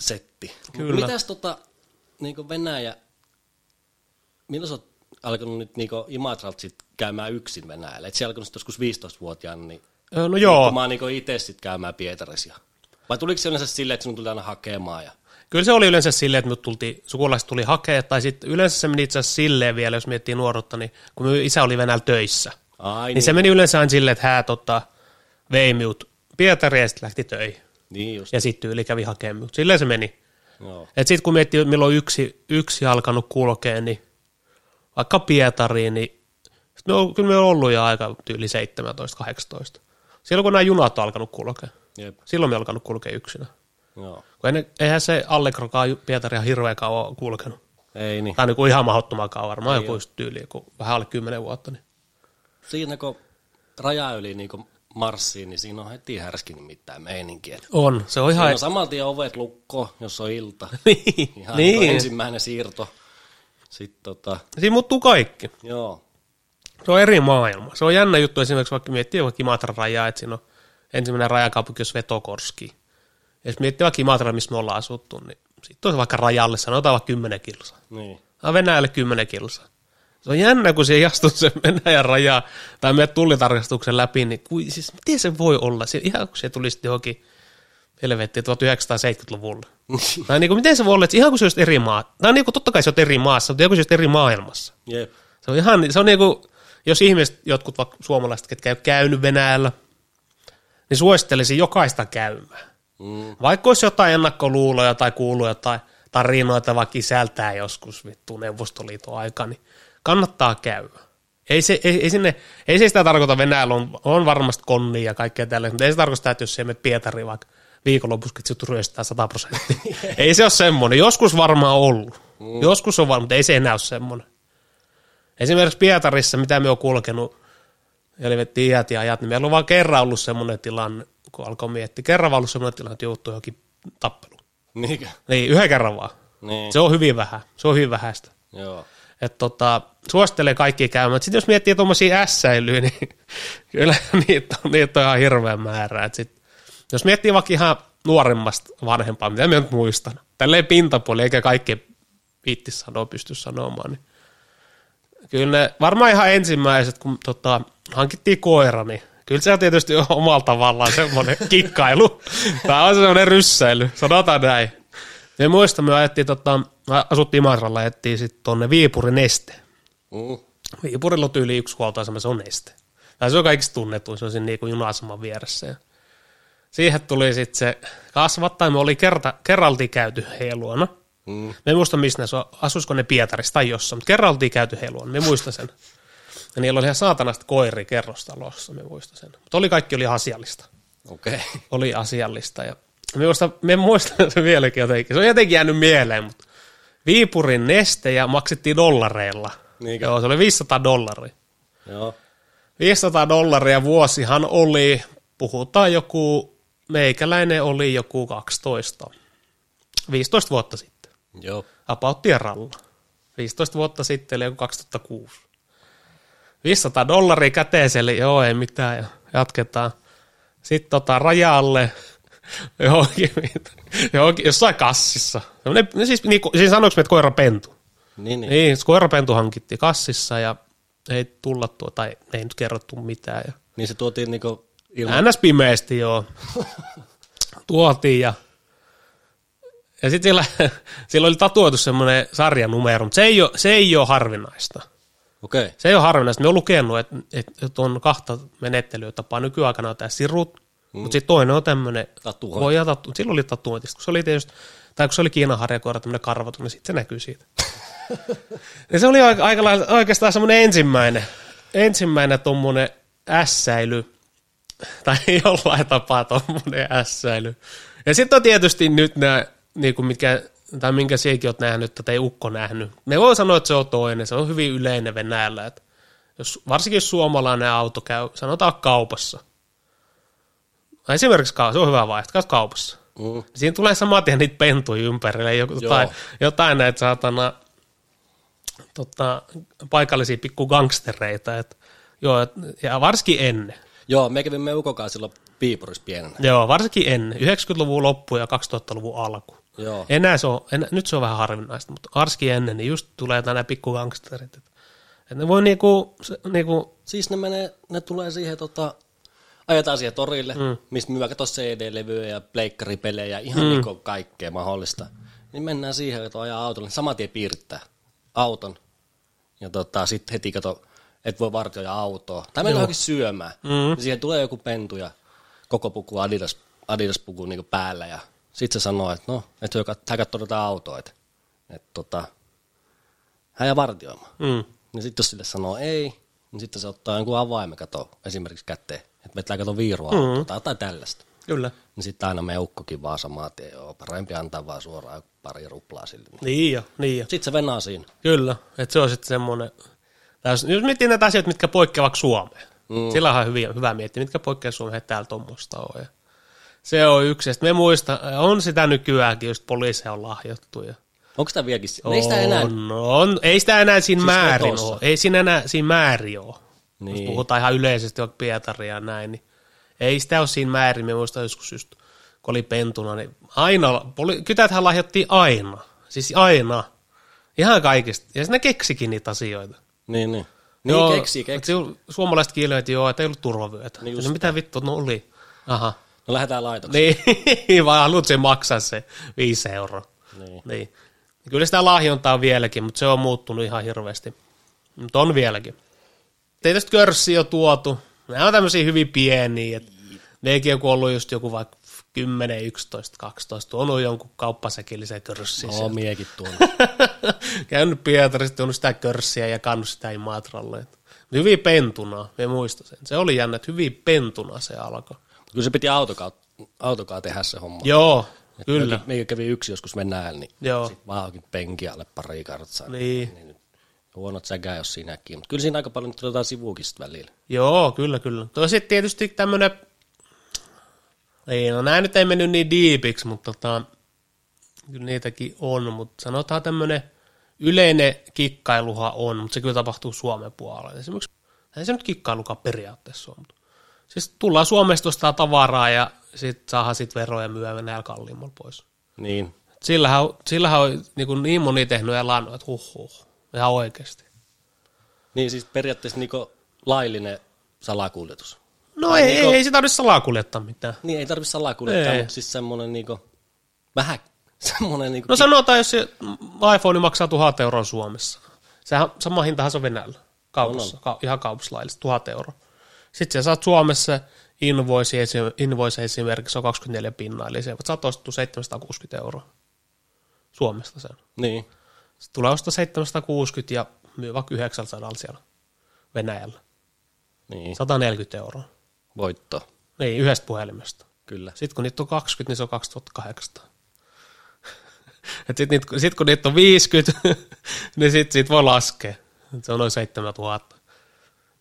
setti. Mut Kyllä. Mitäs tota, niinku Venäjä, milloin sä oot alkanut nyt niinku Imatralta sit käymään yksin Venäjällä? Et sä alkanut sit joskus 15-vuotiaana, niin Öö, No Joo. joo, mä oon niinku itse sit käymään Pietarisia. Vai tuliko se yleensä silleen, että sun tuli aina hakemaan ja Kyllä se oli yleensä silleen, että mut tultiin, sukulaiset tuli hakea, tai sitten yleensä se meni itse asiassa silleen vielä, jos miettii nuoruutta, niin kun minun isä oli Venäjällä töissä, Ai niin, niin se meni yleensä aina silleen, että hää tota, vei minut Pietariin ja sitten lähti töihin, Niin just, ja sitten yli kävi hakemaan minut. Silleen se meni. joo. Et sitten kun miettii, milloin yksi, yksi alkanut kulkea, niin vaikka Pietariin, niin sit me on, kyllä me on ollut jo aika tyyli 17-18. Silloin kun nämä junat on alkanut kulkea, Jep, silloin me on alkanut kulkea yksinä. joo. Kun ennen, eihän se Allegrokaan ju- Pietaria hirveän kauan ole kulkenut. Ei niin. Tai niin kuin ihan mahdottomankaan varmaan joku just tyyli, joku vähän alle 10 vuotta. Niin. Siinä kun raja yli niin marssiin, niin siinä on heti härskin nimittäin meininki. Et On, se on ihan... siinä on saman tien ovet lukko, jos on ilta. niin. Ihan niin. kuin niin. ensimmäinen siirto. Sitten tota, Siinä muuttuu kaikki. joo, Se on eri maailma. Se on jännä juttu esimerkiksi, vaikka miettii vaikka Imatran rajaa, että siinä on ensimmäinen rajakaupunki, jos Vetokorski. Ja jos miettii vaikka Imatra, missä me ollaan asuttu, niin sitten on se vaikka rajalle, sanotaan vaikka 10 kilsaa. niin. Ah, Venäjälle 10 kilsaa. Se on jännä, kun se jastuu sen Venäjän rajaa tai menet tullitarkastuksen läpi, niin kui, siis miten se voi olla? Se, ihan kun se tulisi johonkin helvettiin 1970-luvulle. tai niin kuin, miten se voi olla, että ihan kun se olisi eri maa. Tai niin kuin, totta kai se on eri maassa, mutta ihan kun se olisi eri maailmassa. Jep, Se on ihan, se on niin kuin, jos ihmiset, jotkut vaikka suomalaiset, ketkä ei ole käynyt Venäjällä, niin suosittelisin jokaista käymään. mm, Vaikka olisi jotain ennakkoluuloja tai kuullut jotain tarinoita vaikka isältään joskus vittu Neuvostoliiton aika, niin kannattaa käydä. Ei se, ei, ei, sinne, ei se sitä tarkoita, Venäjällä on, on varmasti konnia ja kaikkea tällaista, mutta ei se tarkoita sitä, että jos ei mene Pietariin vaikka viikonlopussa, että sut ryöstää 100 prosenttia. ei se ole semmoinen. Joskus varmaan ollut. Mm. Joskus on varmaan, mutta ei se enää ole semmoinen. Esimerkiksi Pietarissa, mitä me on kulkenut, eli vetti iät ja ajat, niin meillä on vaan kerran ollut semmoinen tilanne, kun alkoi miettiä, kerran vaan ollut semmoinen tilanne, että joutuu johonkin tappeluun. niinkö? Niin, yhden kerran vaan. Niin, Se on hyvin vähän, se on hyvin vähäistä. joo. Et tota, suosittelen kaikki käymään. Sitten jos miettii tuommoisia ässäilyjä, niin kyllä niitä on, niitä on ihan hirveän määrä. Et sit, jos miettii vaikka ihan nuoremmasta vanhempaa, mitä mä nyt muistan, tälleen pintapuoli, eikä kaikki viitti sanoa, pysty sanomaan, niin kyllä ne, varmaan ihan ensimmäiset, kun tota, hankittiin koira, niin kyllä se on tietysti omalla tavallaan semmoinen kikkailu. Tämä on semmoinen ryssäily, sanotaan näin. Me muista, me ajettiin, tota, asuttiin Imatralla, ajettiin sitten tuonne Viipurin neste. Mm, Viipurilla on tyyli yksi huoltoasema, se on neste. Tai se on kaikista tunnetuin, se on siinä niinku juna-aseman vieressä. Ja siihen tuli sitten se kasvattaja, me oli kerta, kerralti käyty No, heidän luona. mm, Me en muista, missä ne su- asuisiko ne Pietarissa tai jossain, mutta kerran oltiin käyty heluon, me muistan sen. Ja niillä oli ihan saatanasta koiri kerrostalossa, me muistan sen. Mutta oli kaikki oli asiallista. okei. Okay. Oli asiallista ja me muistan, me muistan sen vieläkin jotenkin. Se on jotenkin jäänyt mieleen, mutta Viipurin neste ja maksettiin dollareilla. Niinkö? Joo, se oli 500 dollaria. Joo. 500 dollaria vuosihan oli, puhutaan joku, meikäläinen oli joku 12, 15 vuotta sitten. Joo. About tieralla. 15 vuotta sitten, eli joku 2006. 500 dollaria käteessä, eli joo, ei mitään, ja jatketaan. Sitten tota, rajalle, johonkin, johonkin, jossain kassissa. Semmoinen- No siis, niin, kuin- siis sanoinko me, että koira pentu? Niin, niin. Niin, se koirapentu hankittiin kassissa ja ei tulla tuo, tai ei nyt kerrottu mitään. Ja Niin se tuotiin niinku ilman. ns. pimeästi joo. Tuotiin ja, ja sitten sillä, sillä, oli tatuoitu semmoinen sarjanumero, mutta se ei, ole, se ei ole harvinaista. Okei. Okay. Se ei ole harvinaista. Me on lukenut, että et, et on kahta menettelytapaa. Nykyaikana on tämä sirut, mm. mutta sitten toinen on tämmöinen, Tatuointi. voi ja tatu, silloin oli tatuointista, kun se oli tietysti, tai kun se oli Kiinan harjakoira, tämmöinen karvatu, niin sitten se näkyy siitä. ja se oli aika, aika lailla, oikeastaan semmoinen ensimmäinen, ensimmäinen tuommoinen ässäily, tai jollain tapaa tuommoinen ässäily. Ja sitten on tietysti nyt nämä, niin kuin mitkä, tai minkä siekin oot nähnyt, tai ei ukko nähnyt. Me voi sanoa, että se on toinen, se on hyvin yleinen Venäjällä, että jos, varsinkin jos suomalainen auto käy, sanotaan kaupassa. No Esimerkiksi kaupassa, se on hyvä vaihto, käy kaupassa. Mm. Siinä tulee saman tien niitä pentuja ympärille, joku- jotain, Joo. jotain näitä saatana tota, paikallisia pikku gangstereita. Et, joo, et, ja varsinkin ennen. Joo, me kävimme ukokaa silloin piipurissa pienenä. Joo, varsinkin ennen. 90-luvun loppu ja 2000-luvun alku. Joo. Enää se on, enä, nyt se on vähän harvinaista, mutta varsinkin ennen, niin just tulee jotain nämä pikku gangsterit. Et, et ne voi niinku, se, niinku Siis ne menee, ne tulee siihen tota, ajetaan siihen torille, mm. mistä myy kato CD-levyjä ja pleikkaripelejä, ihan mm. niin kaikkea mahdollista. Niin mennään siihen, että ajaa autolle, niin saman tien piirtää auton. Ja tota, sitten heti kato, et voi vartioida autoa. Tai mennään johonkin syömään. Mm. Siihen tulee joku pentu ja koko puku Adidas, Adidas puku niin päällä. Ja sitten se sanoo, että no, että joka katsoo tätä autoa, että, että tota, hän jää vartioimaan. Mm. Niin sitten jos sille sanoo ei, niin sitten se ottaa jonkun avaimen kato esimerkiksi käteen, että vetää kato viirua mm. tai jotain tällaista. Kyllä. Niin sitten aina me ukkokin vaan samaa tien, joo, parempi antaa vaan suoraan pari ruplaa sille. Niin jo, niin jo. Sitten se venaa siinä. Kyllä, että se on sitten semmoinen, tai jos jos miettii näitä asioita, mitkä poikkeavat Suomeen, mm. sillä on hyvä, hyvä miettiä, mitkä poikkeavat Suomeen, että täällä tuommoista on. Ja se on yksi, ja sitten me muista, on sitä nykyäänkin, just poliiseja on lahjottu. Ja Onko sitä vieläkin? Oh. Ei sitä enää. on, on, ei sitä enää siinä siis määrin vetossa. ole, ei siinä enää siinä määrin ole. Niin. Jos Niin. puhutaan ihan yleisesti vaikka Pietaria ja näin, niin ei sitä ole siinä määrin, me muistan joskus just, kun oli pentuna, niin aina, poli, kytäthän lahjottiin aina, siis aina, ihan kaikista, ja sitten ne keksikin niitä asioita. Niin, niin. Niin Joo, keksii, keksii. että ju- Suomalaiset kielivät, että joo, että ei ollut turvavyötä. Niin Niin just no, mitä vittu, no oli. Aha. No lähdetään laitokseen. Niin, vaan haluat sen maksaa se viisi euroa. Niin. Niin. Kyllä sitä lahjontaa on vieläkin, mutta se on muuttunut ihan hirveästi. Mutta on vieläkin. Tietysti körssi on tuotu. Nämä on tämmöisiä hyvin pieniä. Et nekin on kun ollut just joku vaikka 10, 11, 12, tuonut jonkun kauppasäkillisen körssin. Niin. sieltä. Oo, miekin tuolla. Käynyt Pietarista, tuonut sitä körssiä ja kannut sitä Imatralle. Et Hyvin pentuna, me muistan sen. Se oli jännä, että hyvin pentuna se alkoi. Kyllä se piti autokaa, autokaa tehdä se homma. Joo, kyllä. Mekin- Meikä kävi yksi joskus mennään, niin Joo. sit vaan onkin penki alle pari kartsaa. Niin. niin nyt huonot säkää, jos siinä näkee. Mutta kyllä siinä aika paljon nyt jotain sivuukin sit välillä. Joo, kyllä, kyllä. Tuo sitten tietysti tämmönen, ei, no nää nyt ei mennyt niin diipiksi, mutta tota, kyllä niitäkin on, mutta sanotaan tämmönen yleinen kikkailuhan on, mutta se kyllä tapahtuu Suomen puolella. Esimerkiksi, ei se nyt kikkailukaan periaatteessa ole, mutta siis tullaan Suomesta ostaa tavaraa ja sitten saadaan sit veroja myöhemmin kalliimmalla pois. Niin. Sillähän, on- sillähän on niin, kuin niin moni tehnyt ja lannut, että huh, huh ihan oikeasti. Niin siis periaatteessa niinku laillinen salakuljetus. No ei, ei, ei, sitä nyt salaa kuljettaa mitään. Niin ei tarvi salakuljettaa, Ei. mutta siis semmonen niinku, vähän semmonen niinku, No sanotaan, jos se iPhone maksaa 1000 euroa Suomessa. Sehän sama hintahan se on Venäjällä, kaupassa, ka- ihan kaupassa laillista, 1000 euroa. Sitten sä saat Suomessa invoisi, esi- invoisi esimerkiksi, se on 24 pinnaa, eli se saat ostettu 760 euroa Suomesta sen. niin, Sitten tulee ostaa 760 ja myy vaikka 900 siellä Venäjällä. niin, 140 euroa. voitto, Niin, yhdestä puhelimesta. kyllä. Sitten kun niitä on 20, niin se on 2800. Sitten niit, sit kun niitä on 50, niin sitten siitä voi laskea. Et se on noin 7000.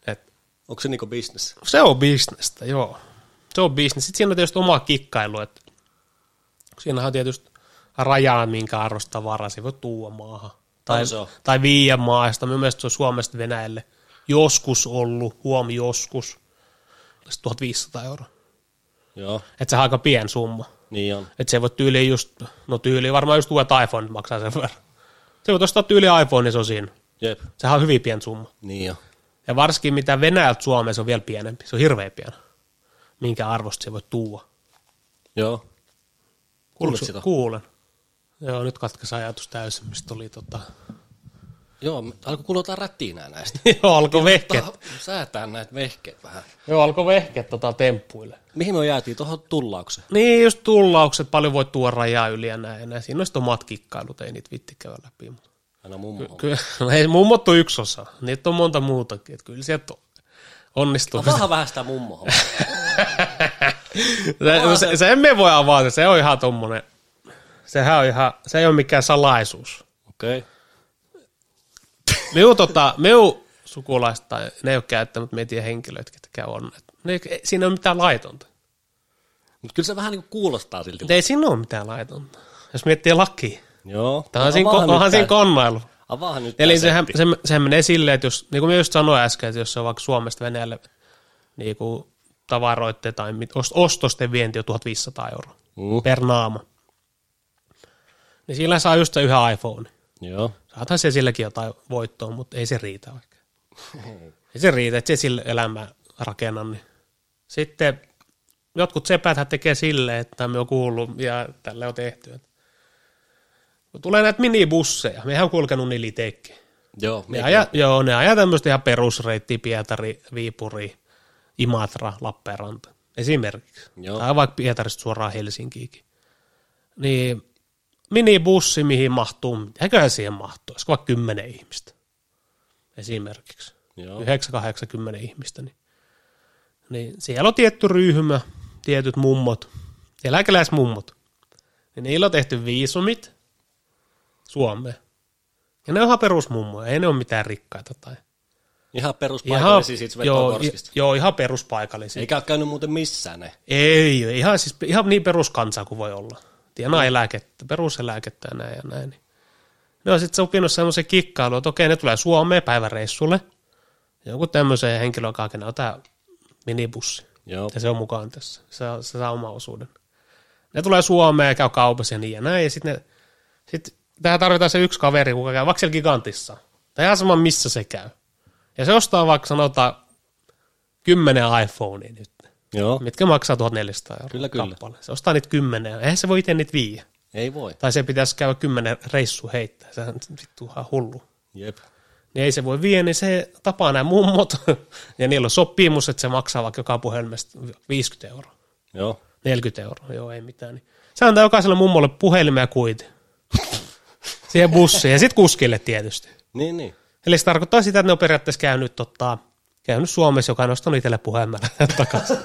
Et Onko se niinku business? se on bisnestä, joo. Se on bisnes. Sitten siinä on tietysti oma kikkailu, että siinähän on tietysti rajaa, minkä arvosta tavaraa se voi tuua maahan. Tai, On se on. tai viiä maasta. Minun mielestä se on Suomesta Venäjälle joskus ollut, huom joskus, Sitten 1500 euroa. Joo, Että se on aika pieni summa. niin on. Että se voi tyyli just, no tyyli varmaan just uudet iPhone maksaa sen verran. Se voi ostaa tyyli iPhone, niin se on siinä. Jep, Sehän on hyvin pieni summa. niin on. Ja varsinkin mitä Venäjältä Suomeen, se on vielä pienempi. Se on hirveän pieni. Minkä arvosta se voi tuua. Joo. Kuulitko sitä? Kuulen. Kuulen. Joo, nyt katkesi ajatus täysin, mistä oli tota... Joo, me- alkoi kuulottaa rätinää näistä. Joo, alkoi vehkeet. Tää- Säätää näitä vehkeet vähän. Joo, alkoi vehkeet tota temppuille. Mihin me jäätiin? Tuohon tullaukseen. Niin, just tullaukset, paljon voi tuoda rajaa yli ja näin. ja näin. Siinä on sitten omat kikkailut, ei niitä vitti käydä läpi. Mutta. Aina mummo. homma. Kyllä, no ei, mummot on yksi osa. Niitä on monta muutakin. Että kyllä sieltä on- onnistuu. Avaahan vähän sitä mummo. hommaa. Se, se, se emme voi avata, se on ihan tommonen, sehän on ihan, se ei ole mikään salaisuus. Okei. Okay. Miu, tota, miu sukulaiset tai ne ei ole käyttänyt, me ei tiedä henkilöitä, ketkä on. Et Ne, ei- ei- siinä ei ole mitään laitonta. Mutta kyllä se vähän niinku kuulostaa silti. Mut ei siinä ole mitään laitonta. Jos miettii lakia. Joo. Tämä on siinä, ko- Avaahan No, nyt onhan siinä tää- konnailu. Avaahan nyt Eli tää sehän, setti. se, sehän menee silleen, että jos, niin kuin minä just sanoin äsken, että jos se on vaikka Suomesta Venäjälle niin kuin tavaroitte tai mit, ost- ostosten vienti on 1500 euroa Mm. per naama, niin sillä saa just se yhden iPhone. Joo. Saathan se silläkin jotain voittoa, mutta ei se riitä vaikka. Ei se riitä, että se sillä elämää rakennan. Niin. Sitten jotkut sepäthän tekee silleen, että me on kuullut ja tällä on tehty. että Kun tulee näitä minibusseja, mehän on kulkenut niillä itsekin. Joo. Ne meikä- aja, joo, ne ajaa tämmöistä ihan perusreitti, Pietari, Viipuri, Imatra, Lappeenranta esimerkiksi. Joo. Tai vaikka Pietarista suoraan Helsinkiinkin. Niin minibussi, mihin mahtuu, eiköhän siihen mahtuu, olisiko vaikka 10 ihmistä esimerkiksi. Joo. 9-80 ihmistä. Niin. niin siellä on tietty ryhmä, tietyt mummot, eläkeläismummot. Niin niillä on tehty viisumit Suomeen. Ja ne on ihan perusmummoja, ei ne ole mitään rikkaita. Tai. Ihan peruspaikallisia siitä joo, i- Svetokorskista. joo, ihan peruspaikallisia. Eikä ole käynyt muuten missään ne. Ei, ei ihan, siis, ihan niin peruskansaa kuin voi olla. Tienaa eläkettä, peruseläkettä ja näin ja näin. niin. Ne on sitten sopinut semmoisen kikkailu, että okei, ne tulee Suomeen päiväreissulle. Joku tämmöisen henkilön kanssa, kenellä on tämä minibussi. Joo. Ja se on mukaan tässä. Se, se saa oman osuuden. Ne tulee Suomeen ja käy kaupassa ja niin ja näin. Ja sitten ne, sit tähän tarvitaan se yksi kaveri, kuka käy vaikka siellä gigantissa. Tai ihan sama, missä se käy. Ja se ostaa vaikka sanotaan kymmenen iPhonea nyt Joo. mitkä maksaa 1400 euroa Kyllä, kyllä. kappale. Se ostaa niitä kymmenen. Eihän se voi itse niitä viiä. Ei voi. Tai se pitäisi käydä kymmenen reissu heittää. Sehän on vittu ihan hullu. Jep. Niin ei se voi viiä, niin se tapaa nämä mummot. ja niillä on sopimus, että se maksaa vaikka joka puhelimesta 50 euroa. Joo. 40 euroa, joo ei mitään. Niin. Se antaa jokaiselle mummolle puhelimen ja kuitin. Siihen bussiin ja sitten kuskille tietysti. Niin, niin. Eli se tarkoittaa sitä, että ne on periaatteessa käynyt, tota, käynyt Suomessa, joka on ostanut itselle puhelimella takaisin.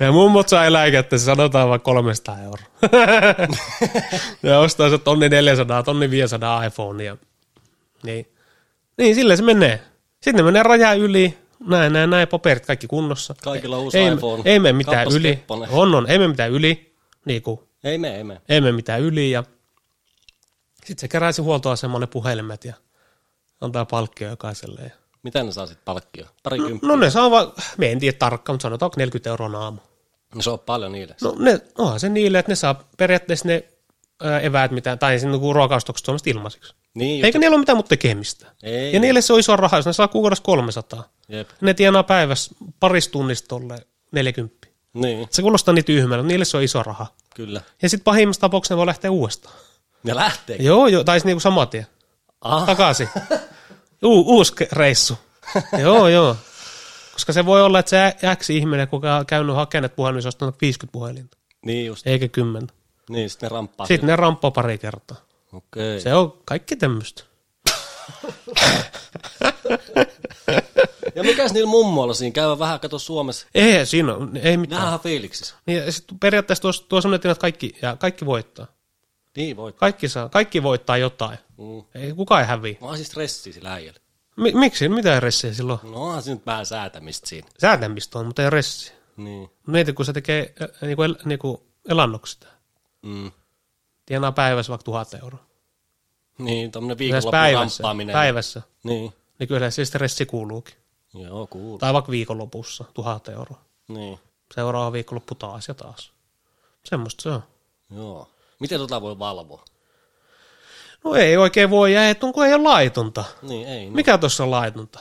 ja mummot saa eläkettä, se sanotaan vaan 300 euroa. ja ostaa se tonni 400, tonni 500 iPhonea. Niin. niin, sillä se menee. Sitten ne menee raja yli, näin, näin, näin, paperit kaikki kunnossa. Kaikilla on uusi ei, iPhone. Ei me mitään Kappas yli. kepponen. On, on, ei me mitään yli. Niin kuin Ei mene, ei mene. ei mene mitään yli ja sitten se keräisi huoltoasemalle ne puhelimet ja antaa palkkia jokaiselle. Ja... Mitä ne saa sitten palkkio? Pari no, No ne saa vaan, me en tiedä tarkkaan, mutta sanotaan 40 euroa aamu. no. Se on paljon niille. No ne, onhan se niille, että ne saa periaatteessa ne ää, eväät, mitä, tai sinne kun ruokaustokset Suomesta ilmaiseksi. Niin, Eikä niillä ole mitään muuta tekemistä. Ei. Ja niin- niille se on iso raha, jos ne saa kuukaudessa 300. Jep. Ne tienaa päivässä parissa tunnista tolle 40. Niin, Se kuulostaa niin tyhmältä, mutta niille se on iso raha. kyllä. Ja sitten pahimmassa tapauksessa ne voi lähteä uudestaan. Ne lähtee. Joo, joo, tai niinku saman tien. Ah, takaisin. U, uusi ke- reissu. joo, joo. Koska se voi olla, että se X-ihminen, kuka on käynyt hakeneet puhelimia, se on ostanut 50 puhelinta, niin just. eikä 10. Niin, sitten ne ramppaa. Sitten ne ramppaa pari kertaa. Okei. Se on kaikki tämmöistä. Ja mikäs niillä mummoilla siinä? Käydä vähän kato Suomessa. Ei, siinä on, ei mitään. Nähdään fiiliksissä. Niin, ja sit periaatteessa tuo, tuo on sellainen tilanne, että kaikki, ja kaikki voittaa. Niin voi. Kaikki, saa, kaikki voittaa jotain. Mm. Ei, kukaan ei häviä. Mä oon siis stressiä sillä äijällä. Mi- miksi? Mitä ressiä silloin? No onhan se nyt vähän säätämistä siinä. Säätämistä on, mutta ei ressiä. Niin. Mieti, kun se tekee äh, niinku, el- niinku elannoksista. Mm. Tienaa päivässä vaikka tuhat euroa. Niin, tommonen Lähes viikonloppu päivässä. kamppaaminen. Päivässä. Niin. Niin kyllä se stressi kuuluukin. Joo, kuuluu. Tai vaikka viikonlopussa tuhat euroa. Niin. Seuraava viikonloppu taas ja taas. Semmoista se on. Joo. Miten tota voi valvoa? No ei oikein voi jää, että kun ei ole laitonta. Niin, ei. Niin. Mikä tuossa on laitonta?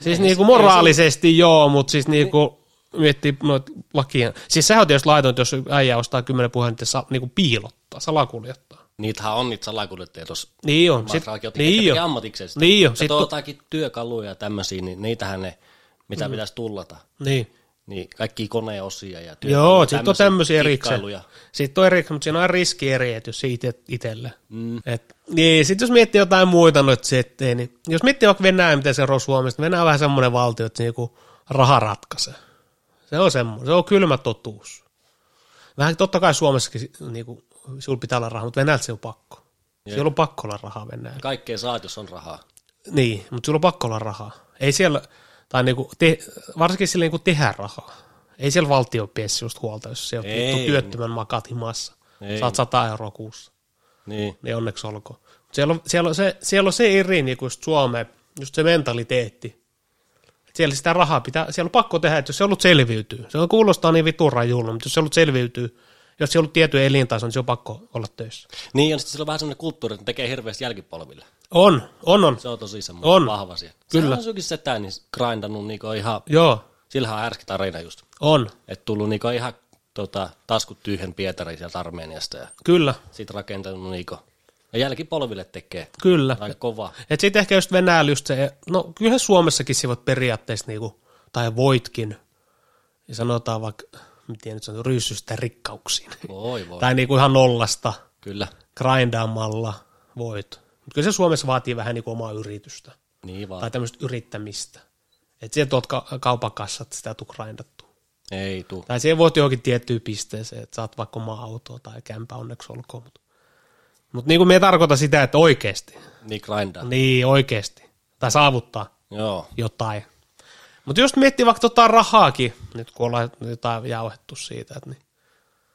Siis niinku moraalisesti joo, mutta siis niinku miettii noita lakia. Siis sehän on tietysti laitonta, jos äijä ostaa kymmenen puhelinta ja sa, niinku piilottaa, salakuljettaa. Niitähän on niitä salakuljettajia tuossa Niin on. Sit, Matraakin otti niin niin on. ammatikseen sitä. Niin on. Sit Sit, Kato jotakin työkaluja ja tämmöisiä, niin niitähän ne, mitä mm. pitäisi tullata. niin. Niin kaikki koneosia ja työkaluja. Joo, sitten on tämmöisiä erikseen. kikkailuja. Sitten on erikseen, mutta siinä on aina riski eri, että jos se itse, itselle. Mm. Et, niin, sitten jos miettii jotain muita noita settejä, niin jos miettii vaikka Venäjä, miten se rosu Suomesta, niin Venäjä on vähän semmoinen valtio, että se niinku raha ratkaisee. Se on semmoinen, se on kylmä totuus. Vähän totta kai Suomessakin niinku, sulla pitää olla rahaa, mutta Venäjältä se on pakko. Siellä on pakko olla rahaa Venäjällä. Kaikkea saat, jos on rahaa. Niin, mutta sulla on pakko olla rahaa. Ei siellä, tai niinku te, varsinkin sillä niinku tehdä rahaa. Ei siellä valtio pidä just huolta, jos se on Ei. työttömän makat himassa. Ei. Saat 100 euroa kuussa, Niin. niin onneksi olkoon. Mut Siellä on, siellä on, se, siellä on se eri niinku just Suomeen, just se mentaliteetti. Et Siellä sitä rahaa pitää, siellä on pakko tehdä, että jos se ollut selviytyy. Se on kuulostaa niin vitun rajulla, mutta jos se ollut selviytyy, jos se ollut tietty elintaso, niin se on pakko olla töissä. Niin, ja sitten sillä on vähän semmoinen kulttuuri, että ne tekee hirveästi jälkipolville. On, on, on. Se on tosi semmoinen On. vahva siellä. Kyllä. Se on sukin setään niin grindannut niinku ihan, Joo, sillähän on ärski tarina just. on, Että tullut niinku ihan tota, taskut tyhjän Pietari sieltä Armeniasta ja kyllä, sit rakentanut niinku. Ja jälkipolville tekee. kyllä. Aika kova. Et sitten ehkä just Venäjällä just se, no kyllähän Suomessakin sivot periaatteessa niinku, tai voitkin, ja sanotaan vaikka, miten nyt sanotaan, ryysystä rikkauksiin. Voi voi. Tai niinku ihan nollasta, Kyllä. grindaamalla voit. Mutta kyllä se Suomessa vaatii vähän niinku omaa yritystä, Niin vaan. tai tämmöistä yrittämistä. Että sieltä tuot ka- kaupakassat sitä tuu grindattua. Ei tuu. Tai siihen voit johonkin tiettyyn pisteeseen, että saat vaikka omaa autoa tai kämpää onneksi olkoon. Mutta mut niinku me ei tarkoita sitä, että oikeasti. Niin grindaa. Niin, oikeasti. Tai saavuttaa. Joo. jotain. Mutta jos miettii vaikka tota rahaakin, nyt kun ollaan jotain jauhettu siitä, että niin,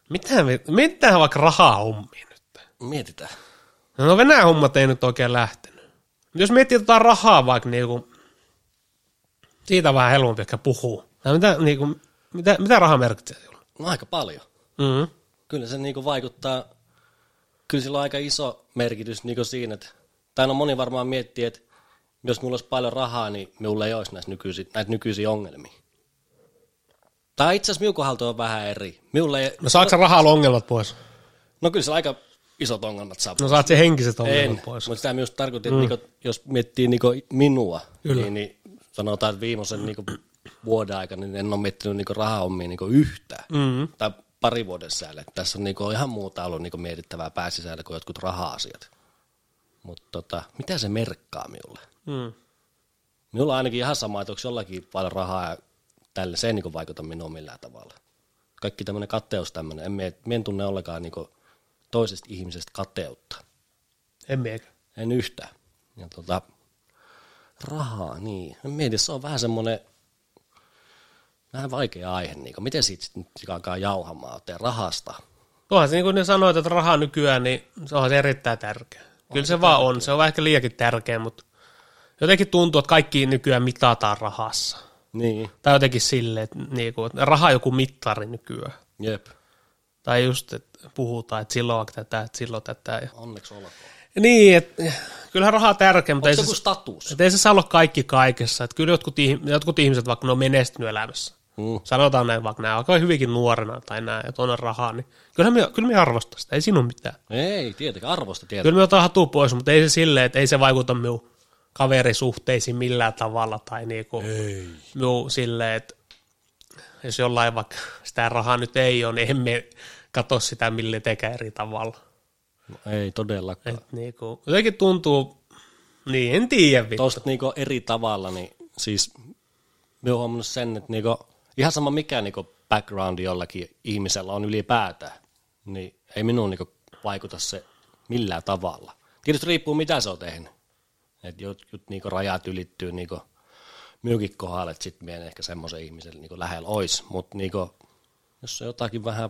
mitähän, vi- mitähän vaikka rahaa hommia nyt? Mietitään. No Venäjän hommat ei nyt oikein lähtenyt. Mut jos miettii tota rahaa vaikka niinku, siitä on vähän helpompi ehkä puhuu. Tai mitä, niinku, mitä, mitä raha merkitsee sinulle? No aika paljon. Mm-hmm. Kyllä se niinku vaikuttaa, kyllä sillä on aika iso merkitys niinku siinä, että, tai no moni varmaan miettii, että jos mulla olisi paljon rahaa, niin minulla ei olisi näitä nykyisiä, näitä nykyisiä ongelmia. Tai itse asiassa minun kohdalta on vähän eri. Minulla ei, No saatko rahalla ongelmat pois? no kyllä se aika isot ongelmat saa. No saat se henkiset ongelmat en, en. pois. mutta sitä myös tarkoitin, että niinku, jos miettii niinku minua, niin, niin, sanotaan, että viimeisen niinku vuoden aikana niin en ole miettinyt niinku rahahommia niinku yhtään. Mm-hmm. Tai pari vuoden sisällä. Et Tässä on niinku ihan muuta ollut niinku mietittävää pääsisällä kuin jotkut raha-asiat. Mutta tota, mitä se merkkaa minulle? Mm. Minulla on ainakin ihan sama, että onko jollakin paljon rahaa ja tälle, se ei niinku vaikuta minuun millään tavalla. Kaikki tämmöinen kateus tämmöinen, en, mie- mie en tunne ollenkaan niinku toisesta ihmisestä kateutta. En miekä. En yhtään. Ja tota, rahaa, niin. Mä Mietin, se on vähän semmoinen vähän vaikea aihe. Niin kuin, miten siitä sit nyt alkaa jauhamaan ottaa rahasta? Tuohan se, niin kuin ne sanoit, että raha nykyään, niin se onhan se erittäin tärkeä. Kyllä se vaan on. Se on vähän ehkä liiankin tärkeä, mutta jotenkin tuntuu, että kaikki nykyään mitataan rahassa. Niin. Tai jotenkin silleen, että, niinku, että raha on joku mittari nykyään. Jep. Tai just, että puhutaan, että silloin on tätä, että silloin tätä. Ja... Onneksi olkoon. Niin, että kyllähän raha on tärkeä, mutta Onko ei se se, joku status? että ei se saa olla kaikki kaikessa. Että kyllä jotkut, ihm- jotkut ihmiset, vaikka ne on menestynyt elämässä, Mm. sanotaan näin, vaikka nämä alkaa hyvinkin nuorena tai näin, että on rahaa, niin kyllähän me, kyllä me arvostaa sitä, ei siinä ole mitään. Ei, tietenkään. Arvosta tietenkin. Kyllä me otan hatu pois, mutta ei se silleen, että ei se vaikuta minun kaverisuhteisiin millään tavalla tai niinku minun silleen, että jos jollain vaikka sitä rahaa nyt ei ole, niin emme katso sitä millekään eri tavalla. No, ei todellakaan. Et niinku, jotenkin tuntuu, niin en tiedä vittu. Tuosta niinku eri tavalla, niin siis me oon huomannut sen, että niinku, ihan sama mikä niinku background jollakin ihmisellä on ylipäätään, niin ei minun niinku vaikuta se millään tavalla. Tietysti riippuu mitä se on tehnyt. Et jotkut niinku rajat ylittyy niinku minunkin kohdalle, että sitten en ehkä semmoisen ihmisen niinku lähellä olisi, mutta niinku, jos on jotakin vähän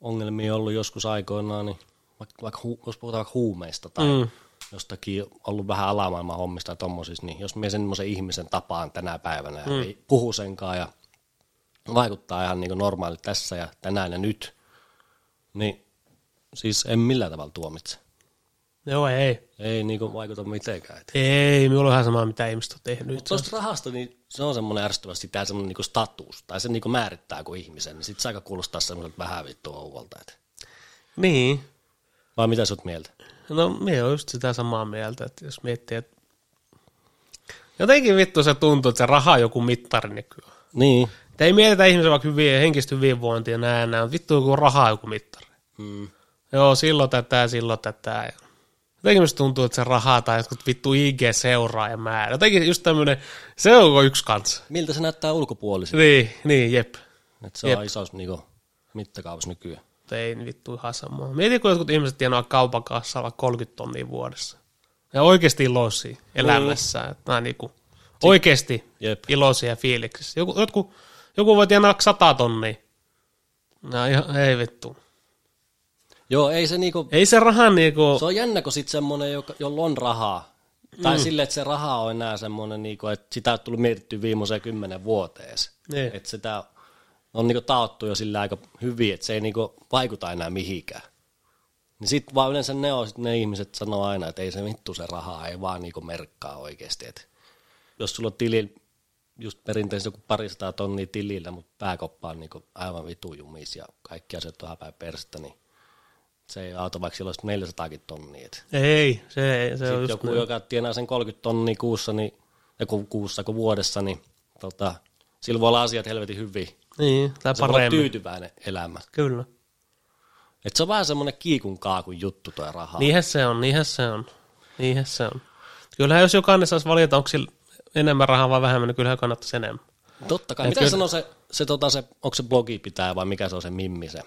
ongelmia ollut joskus aikoinaan, niin vaikka, vaikka hu, jos puhutaan vaikka huumeista tai mm. jostakin ollut vähän alamaailman hommista ja tommosista, niin jos minä semmoisen ihmisen tapaan tänä päivänä ja mm. ei puhu senkaan ja vaikuttaa ihan niin normaali tässä ja tänään ja nyt, niin siis en millään tavalla tuomitse. Joo, ei. Ei niin vaikuta mitenkään. Et. Ei, minulla on ihan sama, mitä ihmiset on tehnyt. Mutta tuosta rahasta, niin se on semmoinen ärsyttävä, sitä semmoinen niin status, tai se niin määrittää kuin ihmisen, niin sitten se aika kuulostaa semmoiselta vähän vittu ouvolta. Et. Niin. Vai mitä sä oot mieltä? No, minä olen just sitä samaa mieltä, että jos miettii, että jotenkin vittu se tuntuu, että se raha on joku mittari nykyään. Niin. Että ei mietitä ihmisen vaikka hyviä, henkistä hyvinvointia ja näin, näin. Vittu joku raha on joku mittari. Mm. Joo, silloin tätä, silloin tätä. Ja Jotenkin musta tuntuu, että se raha tai jotkut vittu IG-seuraa ja määrä. Jotenkin just tämmönen, se on yksi kans. Miltä se näyttää ulkopuolisesti? Niin, niin, jep. Et se Jep. on isos niin mittakaavassa nykyään. Mutta ei niin vittu ihan samaa. Mieti, kun jotkut ihmiset tienaa kaupan kassalla vaikka 30 tonnia vuodessa. Ja oikeasti iloisia elämässään. Mm. Nämä niinku, oikeasti Jep. iloisia ja fiiliksissä. Joku, jotkut, joku voi tienaa vaikka 100 tonnia. No ihan, ei vittu. Joo, ei se niinku, Ei se raha niinku, se on jännä, kun sit semmonen, joka, jolla on rahaa, tai mm. sille, että se raha on enää semmonen, niinku, että sitä on tullut mietitty viimeiseen kymmenen vuoteen. Niin. Että sitä on niinku taottu jo sillä aika hyvin, että se ei niinku vaikuta enää mihinkään. Niin sit vaan yleensä ne, on, sit ne ihmiset sanoo aina, että ei se vittu se rahaa, ei vaan niinku merkkaa oikeesti. Et jos sulla on tili, just perinteisesti joku parisataa tonnia tilillä, mutta pääkoppa on niinku aivan vitu jumis ja kaikki asiat on häpää perstä, niin se ei auta, vaikka sillä olisi 400 tonnia. Et ei, se, ei, se on sitten just joku, näin. joka tienaa sen 30 tonnia kuussa, niin, joku kuussa kuin vuodessa, niin tota, sillä voi olla asiat helvetin hyvin. Niin, tai Se voi olla Ah. paremmin. tyytyväinen elämä. Kyllä. Et se on vähän semmoinen kiikun kaakun juttu tuo raha. Niinhän se on, niinhän se on. Niinhän se on. Kyllähän jos jokainen saisi valita, onko sillä enemmän rahaa vai vähemmän, niin kyllähän kannattaisi enemmän. Totta kai. Et Mitä kyllä- sanoo se, se, tota, se, onko se blogi pitää vai mikä se on se mimmi se?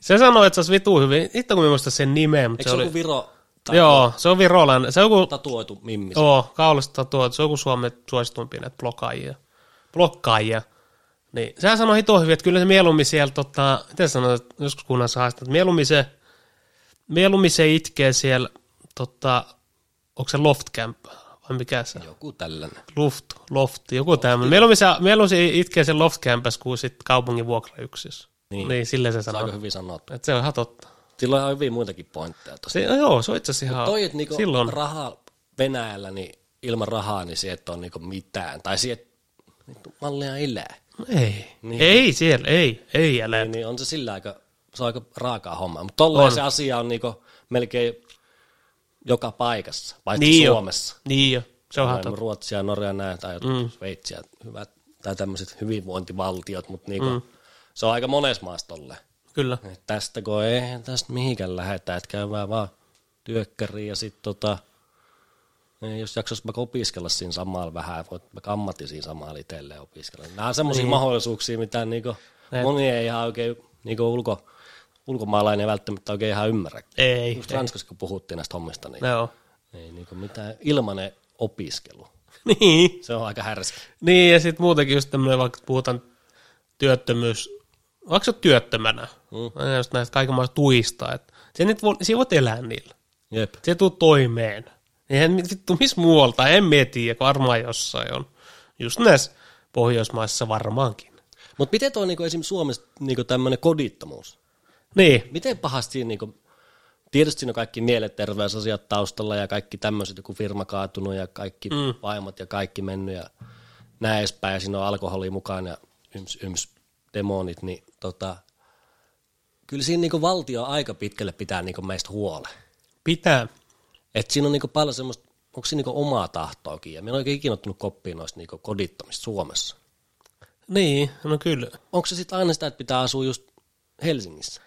Se sanoi, että se olisi vitu hyvin. Itse kun mä muista sen nimen, mutta Eikö se, se, oli... joku Viro tai Joo, se on virolainen. Se on joku, tatuoitu mimmi? Se? joo, kaulasta tuo, että se on joku Suomen suosituimpia näitä blokkaajia. blokkaajia. Niin, sehän sanoi hito hyvin, että kyllä se mieluummin siellä, tota, miten sanoit, joskus kunnassa haastat, että mieluummin se, mieluummin se itkee siellä, tota, onko se loftcamp vai mikä se on? Joku tällainen. Luft, lofti, joku tämmöinen. Mieluummin se, mieluummin se itkee sen loftkämpäs kuin sit kaupungin vuokrayksissä. Niin. Niin, niin sille se Se on aika sanoo. hyvin sanottu. Että se on ihan totta. Sillä on ihan hyvin muitakin pointteja tossa. Se, no joo, se on itse asiassa ihan, Toi, että niinku silloin, raha Venäjällä, niin ilman rahaa, niin se et ole niinku mitään. Tai se, et- vittu, mallia elää. ei, niin. ei siellä, ei, ei älä. Niin, niin on se sillä aika, se on aika raakaa hommaa. Mutta tolleen se asia on niinku melkein joka paikassa, paitsi Niin niin jo. Suomessa. Niin jo, se on ihan On totta. Ruotsia, Norja näin, tai jotkut mm. Sveitsiä, hyvät, tai tämmöiset hyvinvointivaltiot, mutta niinku, mm. se on aika monessa maassa tolleen. Kyllä, Et Tästä kun eihän tästä mihinkään lähetä, että käydään vaan työkkäriin ja sitten tota, niin jos jaksaisi vaikka opiskella siinä samalla vähän, voit vaikka ammatti siinä samalla itselle opiskella. Nämä on semmoisia niin. mahdollisuuksia, mitä niinku Et- moni ei ihan oikein, niinku ulko, ulkomaalainen välttämättä oikein ihan ymmärrä. ei, Just Ranskassa, kun puhuttiin näistä hommista, niin ne on. ei niinku mitään ilmanen opiskelu. Niin. Se on aika härski. Niin, ja sitten muutenkin just tämmöinen, vaikka puhutaan työttömyys, vaikka sä oot työttömänä, mm. aina just näistä kaikenlaista tuista, että sä nyt voi, sä voit elää niillä. Jep. se tuu toimeen. Eihän mit- vittu missä muualta, en mä tiedä, kun varmaan jossain on. Just näissä Pohjoismaissa varmaankin. Mutta miten tuo niinku esimerkiksi Suomessa niinku tämmöinen kodittomuus? Niin, Miten pahasti siinä, niin kuin, tietysti siinä on kaikki mielenterveysasiat taustalla ja kaikki tämmöiset, joku firma kaatunut ja kaikki mm. vaimot ja kaikki mennyt ja näin edespäin ja siinä on alkoholi mukaan ja yms, yms demonit, niin tota, kyllä siinä niin kuin valtio aika pitkälle pitää niin kuin meistä huolen. pitää. Et siinä on niin kuin paljon semmoista, onko siinä niin kuin omaa tahtoakin ja minä en oikein ikinä ottanut koppiin noista niin kuin kodittomista Suomessa. Niin, no kyllä. Onko se sitten aina sitä, että pitää asua just Helsingissä?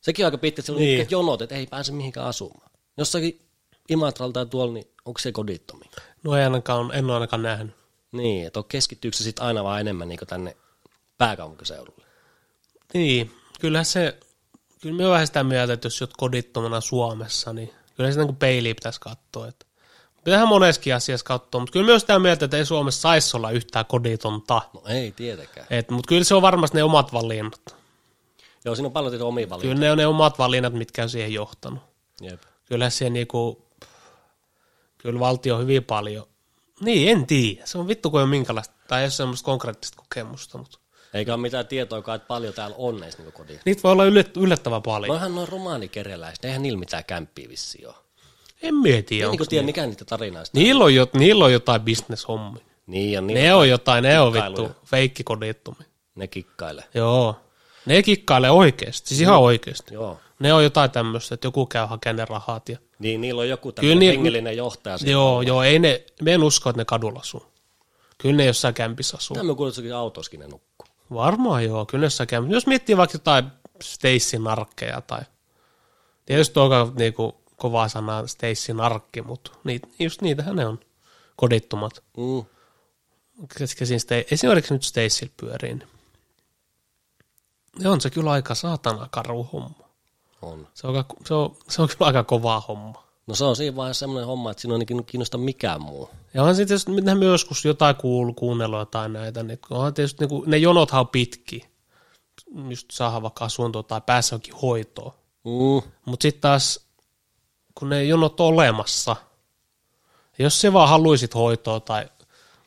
Sekin on aika pitkä, että siellä on niin. pitkät jonot, että ei pääse mihinkään asumaan. Jossakin Imatralla tai tuolla, niin onko se kodittomia? No ei ainakaan, en ole ainakaan nähnyt. Niin, että on keskittyykö se sitten aina vaan enemmän niin tänne pääkaupunkiseudulle? Niin, kyllähän se, kyllä me oon vähän sitä mieltä, että jos sä oot kodittomana Suomessa, niin kyllä se niin peiliin pitäisi katsoa, että Pitäähän moneskin asiassa katsoa, mutta kyllä myös sitä mieltä, että ei Suomessa saisi olla yhtään koditonta. No ei tietenkään. Et, mutta kyllä se on varmasti ne omat valinnat. Joo, siinä on paljon tietysti omia valintoja. Kyllä ne on ne omat valinnat, mitkä on siihen johtanut. Jep. Kyllä se niinku, kyllä valtio hyvin paljon. Niin, en tiedä. Se on vittu kuin minkälaista, tai ei ole semmoista konkreettista kokemusta, mutta Eikä ole mitään tietoakaan, että paljon täällä on näissä niin kodia. niitä voi olla yllät- yllättävän paljon. Noihan noin romaanikerjäläiset, eihän niillä mitään kämppiä vissiin ole. En mieti, Ei onko. niinku tiedä, mikä niitä tarinaa sitten. Niillä on, jo, niillä on jotain bisneshommi. Niin ja niin, ne, Ne on jotain, ne on vittu Kikkailuja. feikkikodittumia. ne kikkailee. Joo. Joo. Ne kikkailee oikeasti, siis ihan oikeasti. Joo. Ne on jotain tämmöistä, että joku käy hakemaan ne rahat. Ja... Niin, niillä on joku Kyllä tämmöinen niillä- hengellinen johtaja. siinä. Joo, joo, ei ne, me en usko, että ne kadulla asuu. Kyllä ne jossain kämpissä asuu. Mitä me kuulet, autoskin ne nukkuu? Varmaan joo, kyllä ne jossain kämpissä. Jos miettii vaikka jotain Stacy Narkkeja tai... Tietysti tuo on niinku kova sana Stacy Narkki, mutta niit, just niitähän ne on kodittomat. Mm. Keskeisiin Sta- esimerkiksi nyt Stacyl pyöriin. Ja on se kyllä aika saatana karu homma. On. Se on, aika- se, on, se on kyllä aika kova homma. No se on siinä vaiheessa semmoinen homma, että siinä on niin kiinnosta mikään muu. Ja onhan sitten, jos mitä me joskus jotain kuul, kuunnellut jotain näitä, niin onhan tietysti niin kuin, ne jonothan on pitki. Just saada vaikka asuntoa tai päässä onkin hoitoon. Mm. Mutta sitten taas, kun ne jonot on olemassa, jos se vaan haluisit hoitoa tai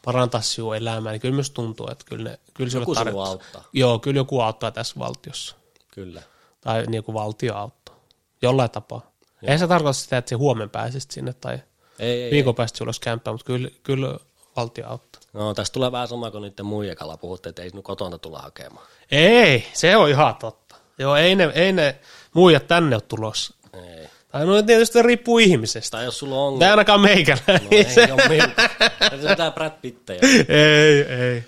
parantaa sinun elämää, niin kyllä myös tuntuu, että kyllä, ne, kyllä Joku sinulle sinua tarjotaan. auttaa. Joo, kyllä joku auttaa tässä valtiossa. Kyllä. Tai niin kuin valtio auttaa. Jollain tapaa. Ei se tarkoita sitä, että se huomenna pääsisit sinne tai Ei, ei, viikon päästä sulla olisi kämppää, mutta kyllä, kyllä valtio auttaa. No, tässä tulee vähän sama kuin niiden muijakalla puhutte, että ei sinun kotona tulla hakemaan. Ei, se on ihan totta. Joo, ei ne, ei ne muijat tänne ole tulossa. Ei. Tai no tietysti riippuu ihmisestä. Tai jos sulla on ongelma, no Tämä ainakaan meikäläinen. ei se ole minun. Se on tää Brad Pittejä. ei, ei.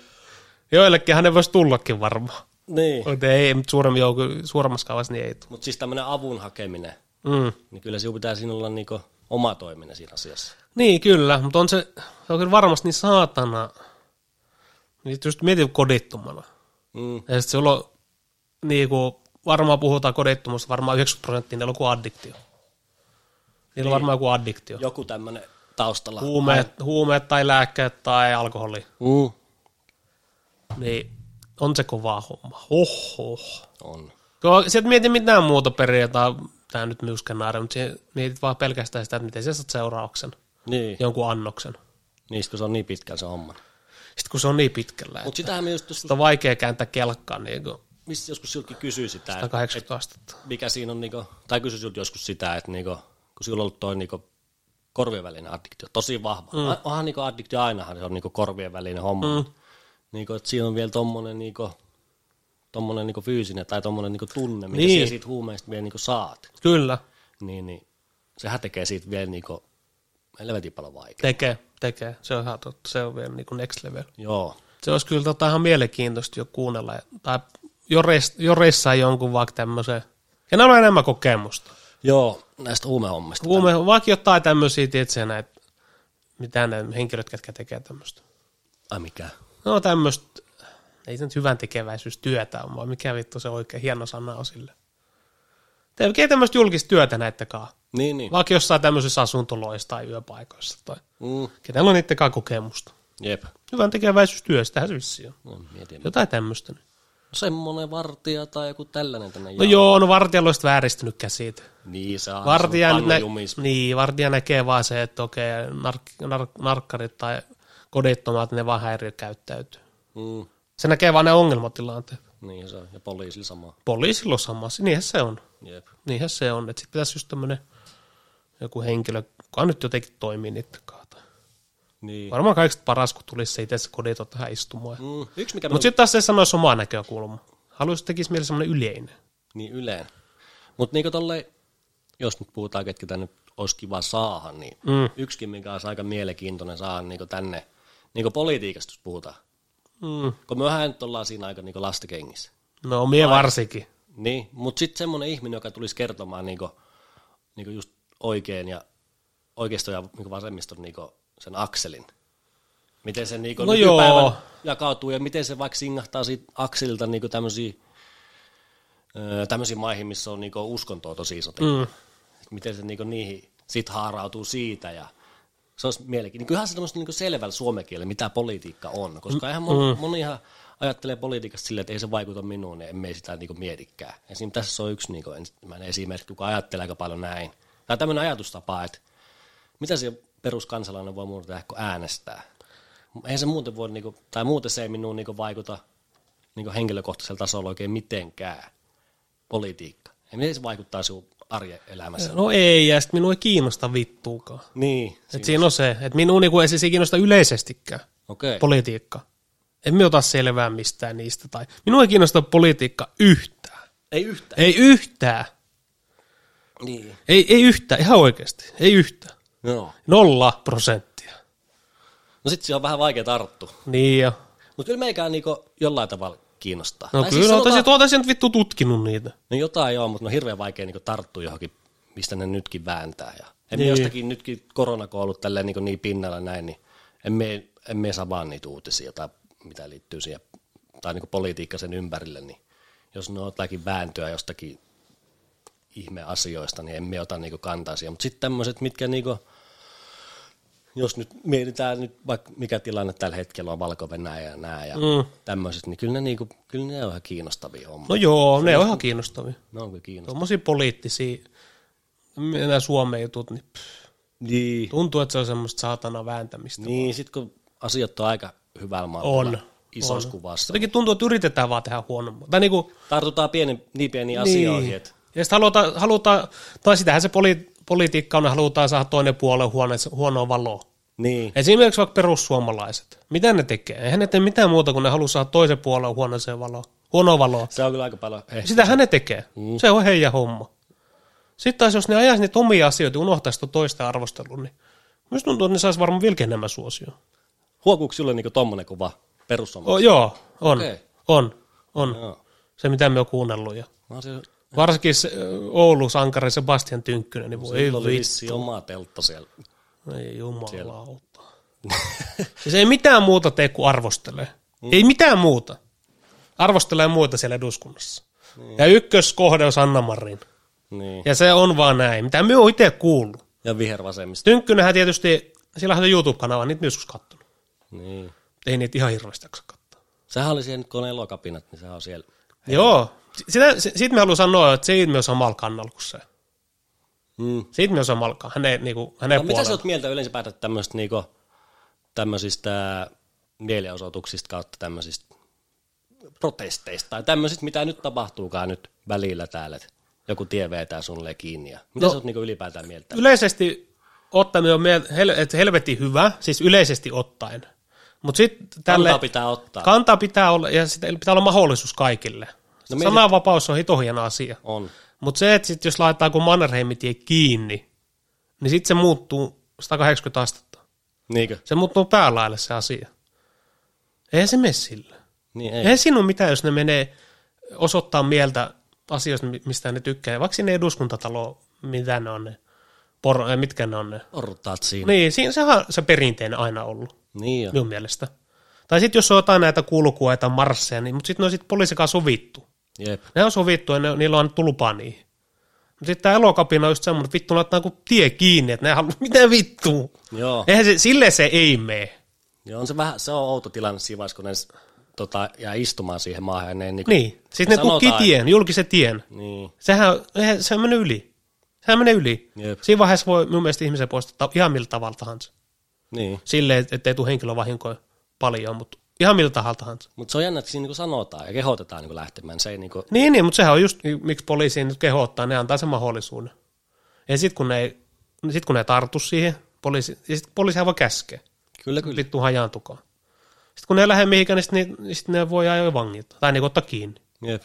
Joillekin hänen voisi tullakin varmaan. Niin. Mutta ei, mutta suuremmin joukko, suuremmassa kaavassa niin ei tule. Mutta siis tämmöinen avun hakeminen, Mm. niin kyllä sinun pitää siinä olla niinku oma toiminen siinä asiassa. Niin, kyllä, mutta on se, se on kyllä varmasti niin saatana. Niin just mietin kodittomana. Mm. Ja sitten sulla on, niin kuin, varmaan puhutaan kodittomuudesta, varmaan 90 prosenttia, niillä on joku addiktio. Niillä on varmaan joku addiktio. Joku tämmöinen taustalla. Huumeet, huumeet tai lääkkeet tai alkoholi. Mm. Niin on se kovaa homma. Oho. On. Sieltä mieti mitään muuta periaatetta, tämä nyt myyskenaario, mutta siihen mietit vaan pelkästään sitä, että miten sä saat seurauksen, Niin. jonkun annoksen. Niistä kun se on niin pitkään se homma. Sitten kun se on niin pitkällä, että Mutta sitähän me just joskus, sitä on vaikea kääntää kelkkaa niin kuin missä joskus siltäkin kysyi sitä, että 180 astetta. mikä siinä on, niinku, tai kysyin sinulta joskus sitä, että niinku, kun sinulla on ollut toi niinku, korvien välinen addiktio, tosi vahva. Mm. Onhan niinku, addiktio ainahan, se on niinku, korvien välinen homma. Mm. Niinku, että siinä on vielä tommonen, niinku, tommonen niinku, fyysinen tai tommonen niinku, tunne, mitä Niin. niin. siitä huumeesta vielä niinku, saat. Kyllä, Niin, niin, sehän tekee siitä vielä niinku, helvetin paljon vaikeaa. tekee, tekee. Se on ihan totta. Se on vielä niin kuin next level. Joo, Se olisi kyllä tota ihan mielenkiintoista jo kuunnella. Tai jo, reis, jo reissaa jonkun vaikka tämmöisen. Ja on enemmän kokemusta. joo, näistä huumehommista. Huume, vaikka jotain tämmöisiä, tietsä näitä, mitä ne henkilöt, ketkä tekee tämmöistä. Ai mikä? No tämmöistä, ei se nyt hyvän tekeväisyystyötä on, vaan mikä vittu se oikein hieno sana on sille. Tekee tämmöistä julkista työtä näittäkaan. Niin, niin. Vaikka jossain tämmöisissä asuntoloissa tai yöpaikoissa tai Mm. ketään on niittenkaan kokemusta. Jep. Hyvän tekeväisyystyö, sitähän se vissiin on. No, mietin. Jotain tämmöistä. nyt. Semmoinen No vartija tai joku tällainen tänne No joo, no vartijaloista vääristynyt käsit. Niin, se on Vartija, nä- nä- niin, vartija näkee vaan se, että okei, nark- nark- narkkarit tai kodittomat, ne vaan häiriökäyttäytyy. mm, Se näkee vaan ne ongelmatilanteet. niin se on. Ja poliisilla sama. Poliisilla on sama, niinhän se on. Jep. Niinhän se on, että sitten pitäisi just tämmöinen joku henkilö, joka nyt jotenkin toimii niiden kautta. Niin. Varmaan kaikista paras, kun tulisi se itse se koditon tähän istumaan. Mm. Mm, yksi mikä Mutta Mut sitten taas se sanoisi omaa näkökulmaa. Haluaisi tekisi mieli semmoinen yleinen. niin yleen. Mutta niinku tolle, jos nyt puhutaan, ketkä tänne olisi kiva saada, niin mm. yksikin, mikä olisi aika mielenkiintoinen saada niinku tänne, niinku politiikasta jos puhutaan. Mm. Kun mehän nyt ollaan siinä aika niinku lastakengissä. No, mie varsinkin. Niin, mutta sitten semmoinen ihminen, joka tulisi kertomaan niinku, niinku just oikein ja oikeisto ja niinku vasemmiston niinku sen akselin. Miten se niinku No no nykypäivän joo. jakautuu ja miten se vaikka singahtaa siitä akselilta niinku tämmöisiä tämmöisiin maihin, missä on niinku uskontoa tosi iso mm. Miten se niinku niihin sit haarautuu siitä ja Se olisi mielenkiintoinen. Kyllähän se tämmöistä niin selvällä suomen kielellä, mitä politiikka on, koska eihän moni, mm. monihan ajattelee politiikasta silleen, että ei se vaikuta minuun, niin emme sitä niin mietikään. Esim. tässä on yksi niin ensimmäinen esimerkki, joka ajattelee aika paljon näin. Tai tämmöinen ajatustapa, että mitä se peruskansalainen voi muuta tehdä kuin äänestää. Eihän se muuten voi, niin kuin, tai muuten se ei minuun niin vaikuta niin henkilökohtaisella tasolla oikein mitenkään politiikka. Ja miten se vaikuttaa sinun arjen elämässä? No ei, ja sitten minua ei kiinnosta vittuukaan. Niin. Et siinä on se, että minua niinku ei siis ei kiinnosta yleisestikään Okei. politiikka. En minä ota selvää mistään niistä. Tai... Minua ei kiinnosta politiikka yhtään. ei yhtään. Ei yhtään. Niin. Ei, ei yhtään, ihan oikeasti. Ei yhtään. No. Nolla prosenttia. No sit se on vähän vaikea tarttua. Niin jo. Mutta kyllä meikään niinku jollain tavalla kiinnostaa. No Tai kyllä, siis sanotaan- sanotaan... nyt vittu tutkinut niitä. No jotain joo, mutta on hirveän vaikea niinku tarttua johonkin, mistä ne nytkin vääntää. Ja en niin. Niin. jostakin nytkin korona, kun on ollut tälleen niin, niin pinnalla näin, niin en me, en me saa vaan niitä uutisia tai mitä liittyy siihen, tai niin politiikka sen ympärille, niin jos ne on jotakin vääntöä jostakin ihmeasioista, niin emme ota niinku kantaa siihen. Mutta sitten tämmöiset, mitkä niinku, jos nyt mietitään nyt vaikka mikä tilanne tällä hetkellä on valko ja nää ja mm. tämmöiset, niin kyllä ne, niinku, kyllä ne on ihan kiinnostavia hommia. No joo, ne on ihan kiinnostavia. Ne on kyllä kiinnostavia. Tuommoisia poliittisia, nämä Suomen jutut, niin pff, Niin, tuntuu, että se on semmoista saatana vääntämistä. niin sitten kun asiat on aika hyvällä maalla On. isossa on. kuvassa. Jotenkin tuntuu, että yritetään vaan tehdä huonommin. Tai niinku, Tartutaan pieni, niin pieniin niin. asioihin, niin. että Ja sitten halutaan, halutaan, tai sitähän se poli, politiikka on, halutaan saada toinen puolue huone, huonoa valoa. niin, Esimerkiksi vaikka perussuomalaiset. Mitä ne tekee? Eihän ne tee mitään muuta, kun ne haluaa saada toisen puolen huonoiseen valoon. Huonoa valoa. se on kyllä aika paljon. Eh. Sitähän ne tekee. Mm. Se on heidän homma. Sitten taas, jos ne ajaisi niitä omia asioita ja unohtaisi tuon toista arvostelun, niin myös tuntuu, että ne saisi varmaan vilkenemään suosioon. Huokuuko sinulle niinku tommonen kuva perussuomalainen? O, joo, on. Okei. Okay. On, on. No. Joo. Se, mitä me on kuunnellut. Ja No, se, varsinkin se, ö, Oulu sankari Sebastian Tynkkynen, niin voi sillä oli vittu. vissiin oma teltta siellä. Ei jumalauta. Ja se ei mitään muuta tee kuin arvostelee. Mm. Ei mitään muuta. Arvostelee muita siellä eduskunnassa. Mm. Ja ykköskohde on Sanna Marin. Niin. Ja, Ja se on vaan näin, mitä me on itse kuullut. ja vihervasemmista. Tynkkynenhän tietysti, sillä on se YouTube-kanava, niitä mä joskus kattonut. Niin. Ei niitä ihan hirveästi jaksa katsoa. Sehän oli siellä nyt, kun on elokapinat, niin sehän on siellä. Joo. Sitä, si- siitä mä haluan sanoa, että siitä me on samalla kannalla kuin se. Mm. Siitä me on samalla kannalla, hänen, niinku, hänen No, mitä sä puolella. oot mieltä yleensä päätät tämmöistä niinku, tämmöisistä mielenosoituksista kautta tämmöisistä protesteista tai tämmöisistä, mitä nyt tapahtuukaan nyt välillä täällä, että joku tie vetää sulle kiinni. Ja mitä no. No. sä oot niinku ylipäätään mieltä? Yleisesti ottaen on miel, hel, et helvetin hyvä, siis yleisesti ottaen. Mutta sitten tälle... Kantaa pitää ottaa. Ka- Kantaa pitää olla, ja sitä pitää olla mahdollisuus kaikille. No, mietit- Sananvapaus on hito hieno asia. on. Mutta se, että sit jos laittaa kun Mannerheimitie kiinni, niin sitten se muuttuu 180 astetta. Niinkö? Se muuttuu päälaille se asia. Eihän se mene sillä. Niin Ei. ei. Eihän siinä ole mitään, jos ne menee osoittaa mieltä asioista, mi- mistä ne tykkää. Vaikka sinne eduskuntatalo, mitä ne on ne, por, äh, mitkä ne on ne. Ortaat siinä. Niin. Niin, siinä, sehän on se perinteinen aina ollut niin jo. minun mielestä. Tai sitten jos on jotain näitä kulkua tai marsseja, niin, mutta sitten ne on sitten poliisikaan sovittu. Jep. Ne on sovittu ja ne, niillä on annettu lupa niihin. Mutta sitten tämä elokapina on just semmoinen, että vittu laittaa kuin tie kiinni, että ne haluaa, mitä vittua. Joo. Eihän se, sille se ei mene. Joo, on se vähän, se on outo tilanne siinä vaiheessa, kun ne s- tota, jää istumaan siihen maahan ja ne ei niinku, Niin, siis ne Sanotaan, tukkii tien, julkisen tien. niin. Sehän, eihän- sehän menee yli. Sehän menee yli. Jep. Siinä vaiheessa voi mun mielestä ihmisen poistaa ihan millä tavalla tahansa. Niin. Silleen, ettei tule henkilövahinkoja paljon, mutta ihan millä tahalla tahansa. Mutta se on jännä, että siinä niinku sanotaan ja kehotetaan niinku lähtemään. Se ei niinku, Niin, niin, mutta sehän on just, miksi poliisi nyt kehottaa, ne antaa sen mahdollisuuden. Ja sitten kun, ne ei- sit kun ne ei tartu siihen, poliisi, ja sit poliisihan voi käskeä, kyllä kyllä. vittu hajaantukaa. Sitten kun ne ei lähde mihinkään, niin sitten ne, sit ne voi ajaa vangita, tai niinku ottaa kiinni. Jep.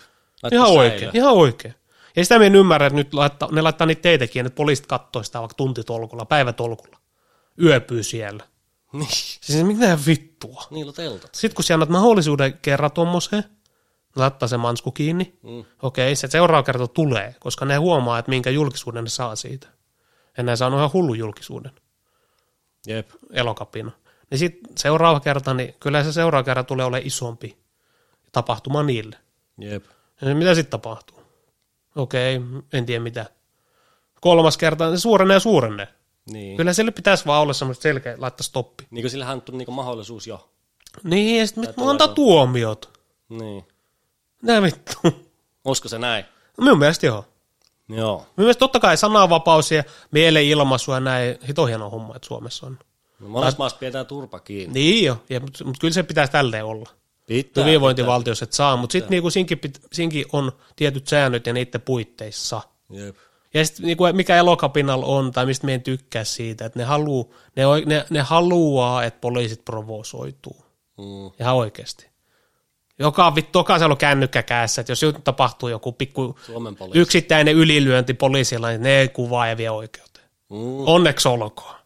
Ihan säilöön. oikein, ihan oikein. Ja sitä minä en ymmärrä, että nyt laittaa, ne laittaa niitä teitäkin, että poliisit kattoo sitä vaikka tuntitolkulla, päivätolkulla. Yöpyy siellä. Niin. Siis mitä vittua? Niillä on teltat. Sitten kun sä annat mahdollisuuden kerran tommoseen, ne laittaa se mansku kiinni. Mm. Okei, se seuraava kerta tulee, koska ne huomaa, että minkä julkisuuden ne saa siitä. Ja ne saa ihan hullu julkisuuden, Jep. elokapina. Niin sitten seuraava kerta, niin kyllä se seuraava kerta tulee olemaan isompi tapahtuma niille. Jep. Ja mitä sitten tapahtuu? Okei, en tiedä mitä. Kolmas kerta, se suurenee ja suurenee. Niin. Kyllä sille pitäisi vaan olla semmoista selkeä, laittaa stoppi. Niin kuin sillähän on tullut niin mahdollisuus jo. Niin, ja sitten vittu antaa tuomiot. Niin. Nää vittu. No Olisiko se näin? Minun mielestä joo. Joo. Minun mielestä totta kai sananvapaus ja mielenilmaisu ja näin, hito hieno homma, että Suomessa on. No monessa maassa pidetään turpa kiinni. Niin jo, ja, mutta mut kyllä se pitäisi tälleen olla. Pitää. Hyvinvointivaltiossa, että saa, mutta sitten niinku sinkin, pit- sinkin, on tietyt säännöt ja niiden puitteissa. Jep. Ja sitten niinku, mikä elokapinnalla on tai mistä me en tykkää siitä, että ne, haluu, ne, oi- ne, ne haluaa, että poliisit provosoituu. Mm. Ihan oikeasti. Joka vittu, jokaisella on kännykkä kädessä, että jos jut- tapahtuu joku pikku Suomen poliisi. yksittäinen ylilyönti poliisilla, niin ne kuvaa ja vie oikeuteen. Mm. Onneksi olkoon.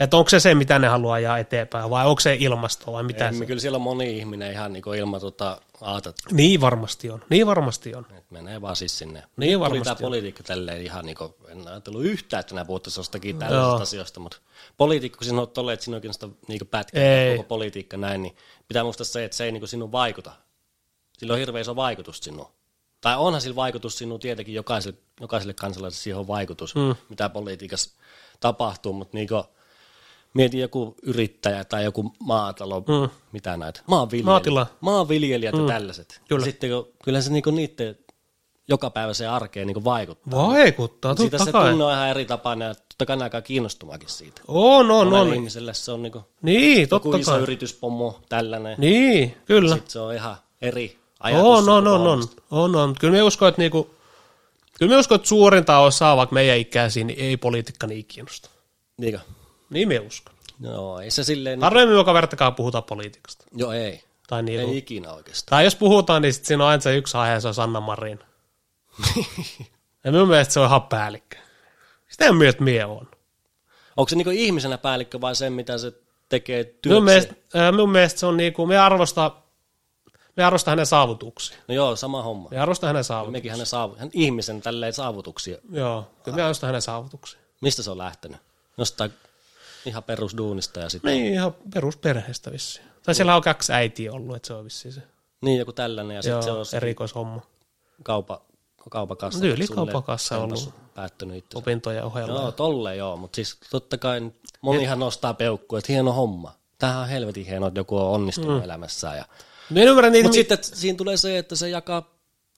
Että onko se se, mitä ne haluaa ajaa eteenpäin, vai onko se ilmasto, vai mitä se? Emme, kyllä siellä on moni ihminen ihan niin kuin ilman tota aatat, Niin varmasti on, niin varmasti on. että menee vaan siis sinne. Niin Tuli tämä varmasti on. poliitikko tälleen ihan niin kuin, en ajatellut yhtään, että nämä puhuttaisiin jostakin tällaisista Joo. asioista, mutta poliitikko, kun sinä olet tolleen, että sinä oikein sitä niin pätkää, Ei. koko politiikka näin, niin pitää muistaa se, että se ei niin sinun vaikuta. Sillä on hirveän iso vaikutus sinuun. Tai onhan sillä vaikutus sinuun tietenkin jokaiselle, jokaiselle kansalaiselle siihen on vaikutus, mm. mitä politiikassa tapahtuu, mutta niin kuin, Mieti joku yrittäjä tai joku maatalo, mm. mitä näitä, maanviljelijät, Maatila. maanviljelijät mm. ja tällaiset. Kyllä. Kyllä. Sitten kun, kyllä se niinku niiden jokapäiväiseen arkeen niinku vaikuttaa. Vaikuttaa, Siitä totta se kai. tunne on ihan eri tapana ja totta kai ne alkaa kiinnostumakin siitä. On, on, Monelle on. ihmiselle se on niinku Niin, joku totta iso kai. yrityspomo, tällainen. Niin. no, Niin, kyllä. Sitten se on ihan eri ajatus. On, on, koko on, on, hommasta. no. on, on. Kyllä me uskon, että niinku, kyllä me uskon, että suurinta osaa vaikka meidän ikäisiä, niin ei politiikka niin kiinnosta. Niinkö? Niin me uskon. No ei se silleen, niin, Harvemmin joka vertakaan puhutaan politiikasta. joo ei, Tai, niinku, ei ei. ikinä oikeastaan. tai jos puhutaan, niin sit siinä on aina se yksi aihe, se on Sanna Marin. ja minun mielestä se on ihan päällikkö. Sitä en myöt mie on. Onko se niinku ihmisenä päällikkö vai se, mitä se tekee Minun työkseen? mielestä, ää, minun mielestä se on niinku, me arvostaa, me arvostaa hänen saavutuksia. No joo, sama homma. Me arvostaa hänen saavutuksia. Mekin hänen, saavu- hän ihmisen tälleen saavutuksia. Joo, kyllä me arvostaa hänen saavutuksia. Mistä se on lähtenyt? Jostain ihan perusduunista ja sitten. Niin, ihan perusperheestä vissiin. Tai siellä on kaksi äitiä ollut, että se on vissiin se. Niin, joku tällainen ja sitten Joo, se se on on erikoishomma. kaupa, kaupakassa. Tyyli Sulle kaupakassa onpas ollut. Päättynyt itse. Opintojen ohella. Joo, tolleen joo, mutta siis totta kai monihan nostaa peukkua, että hieno homma. Tämähän on helvetin hieno, että joku on onnistunut mm. elämässään. Ja... Mä en ymmärrä niitä. Mutta sitten että siinä tulee se, että se jakaa,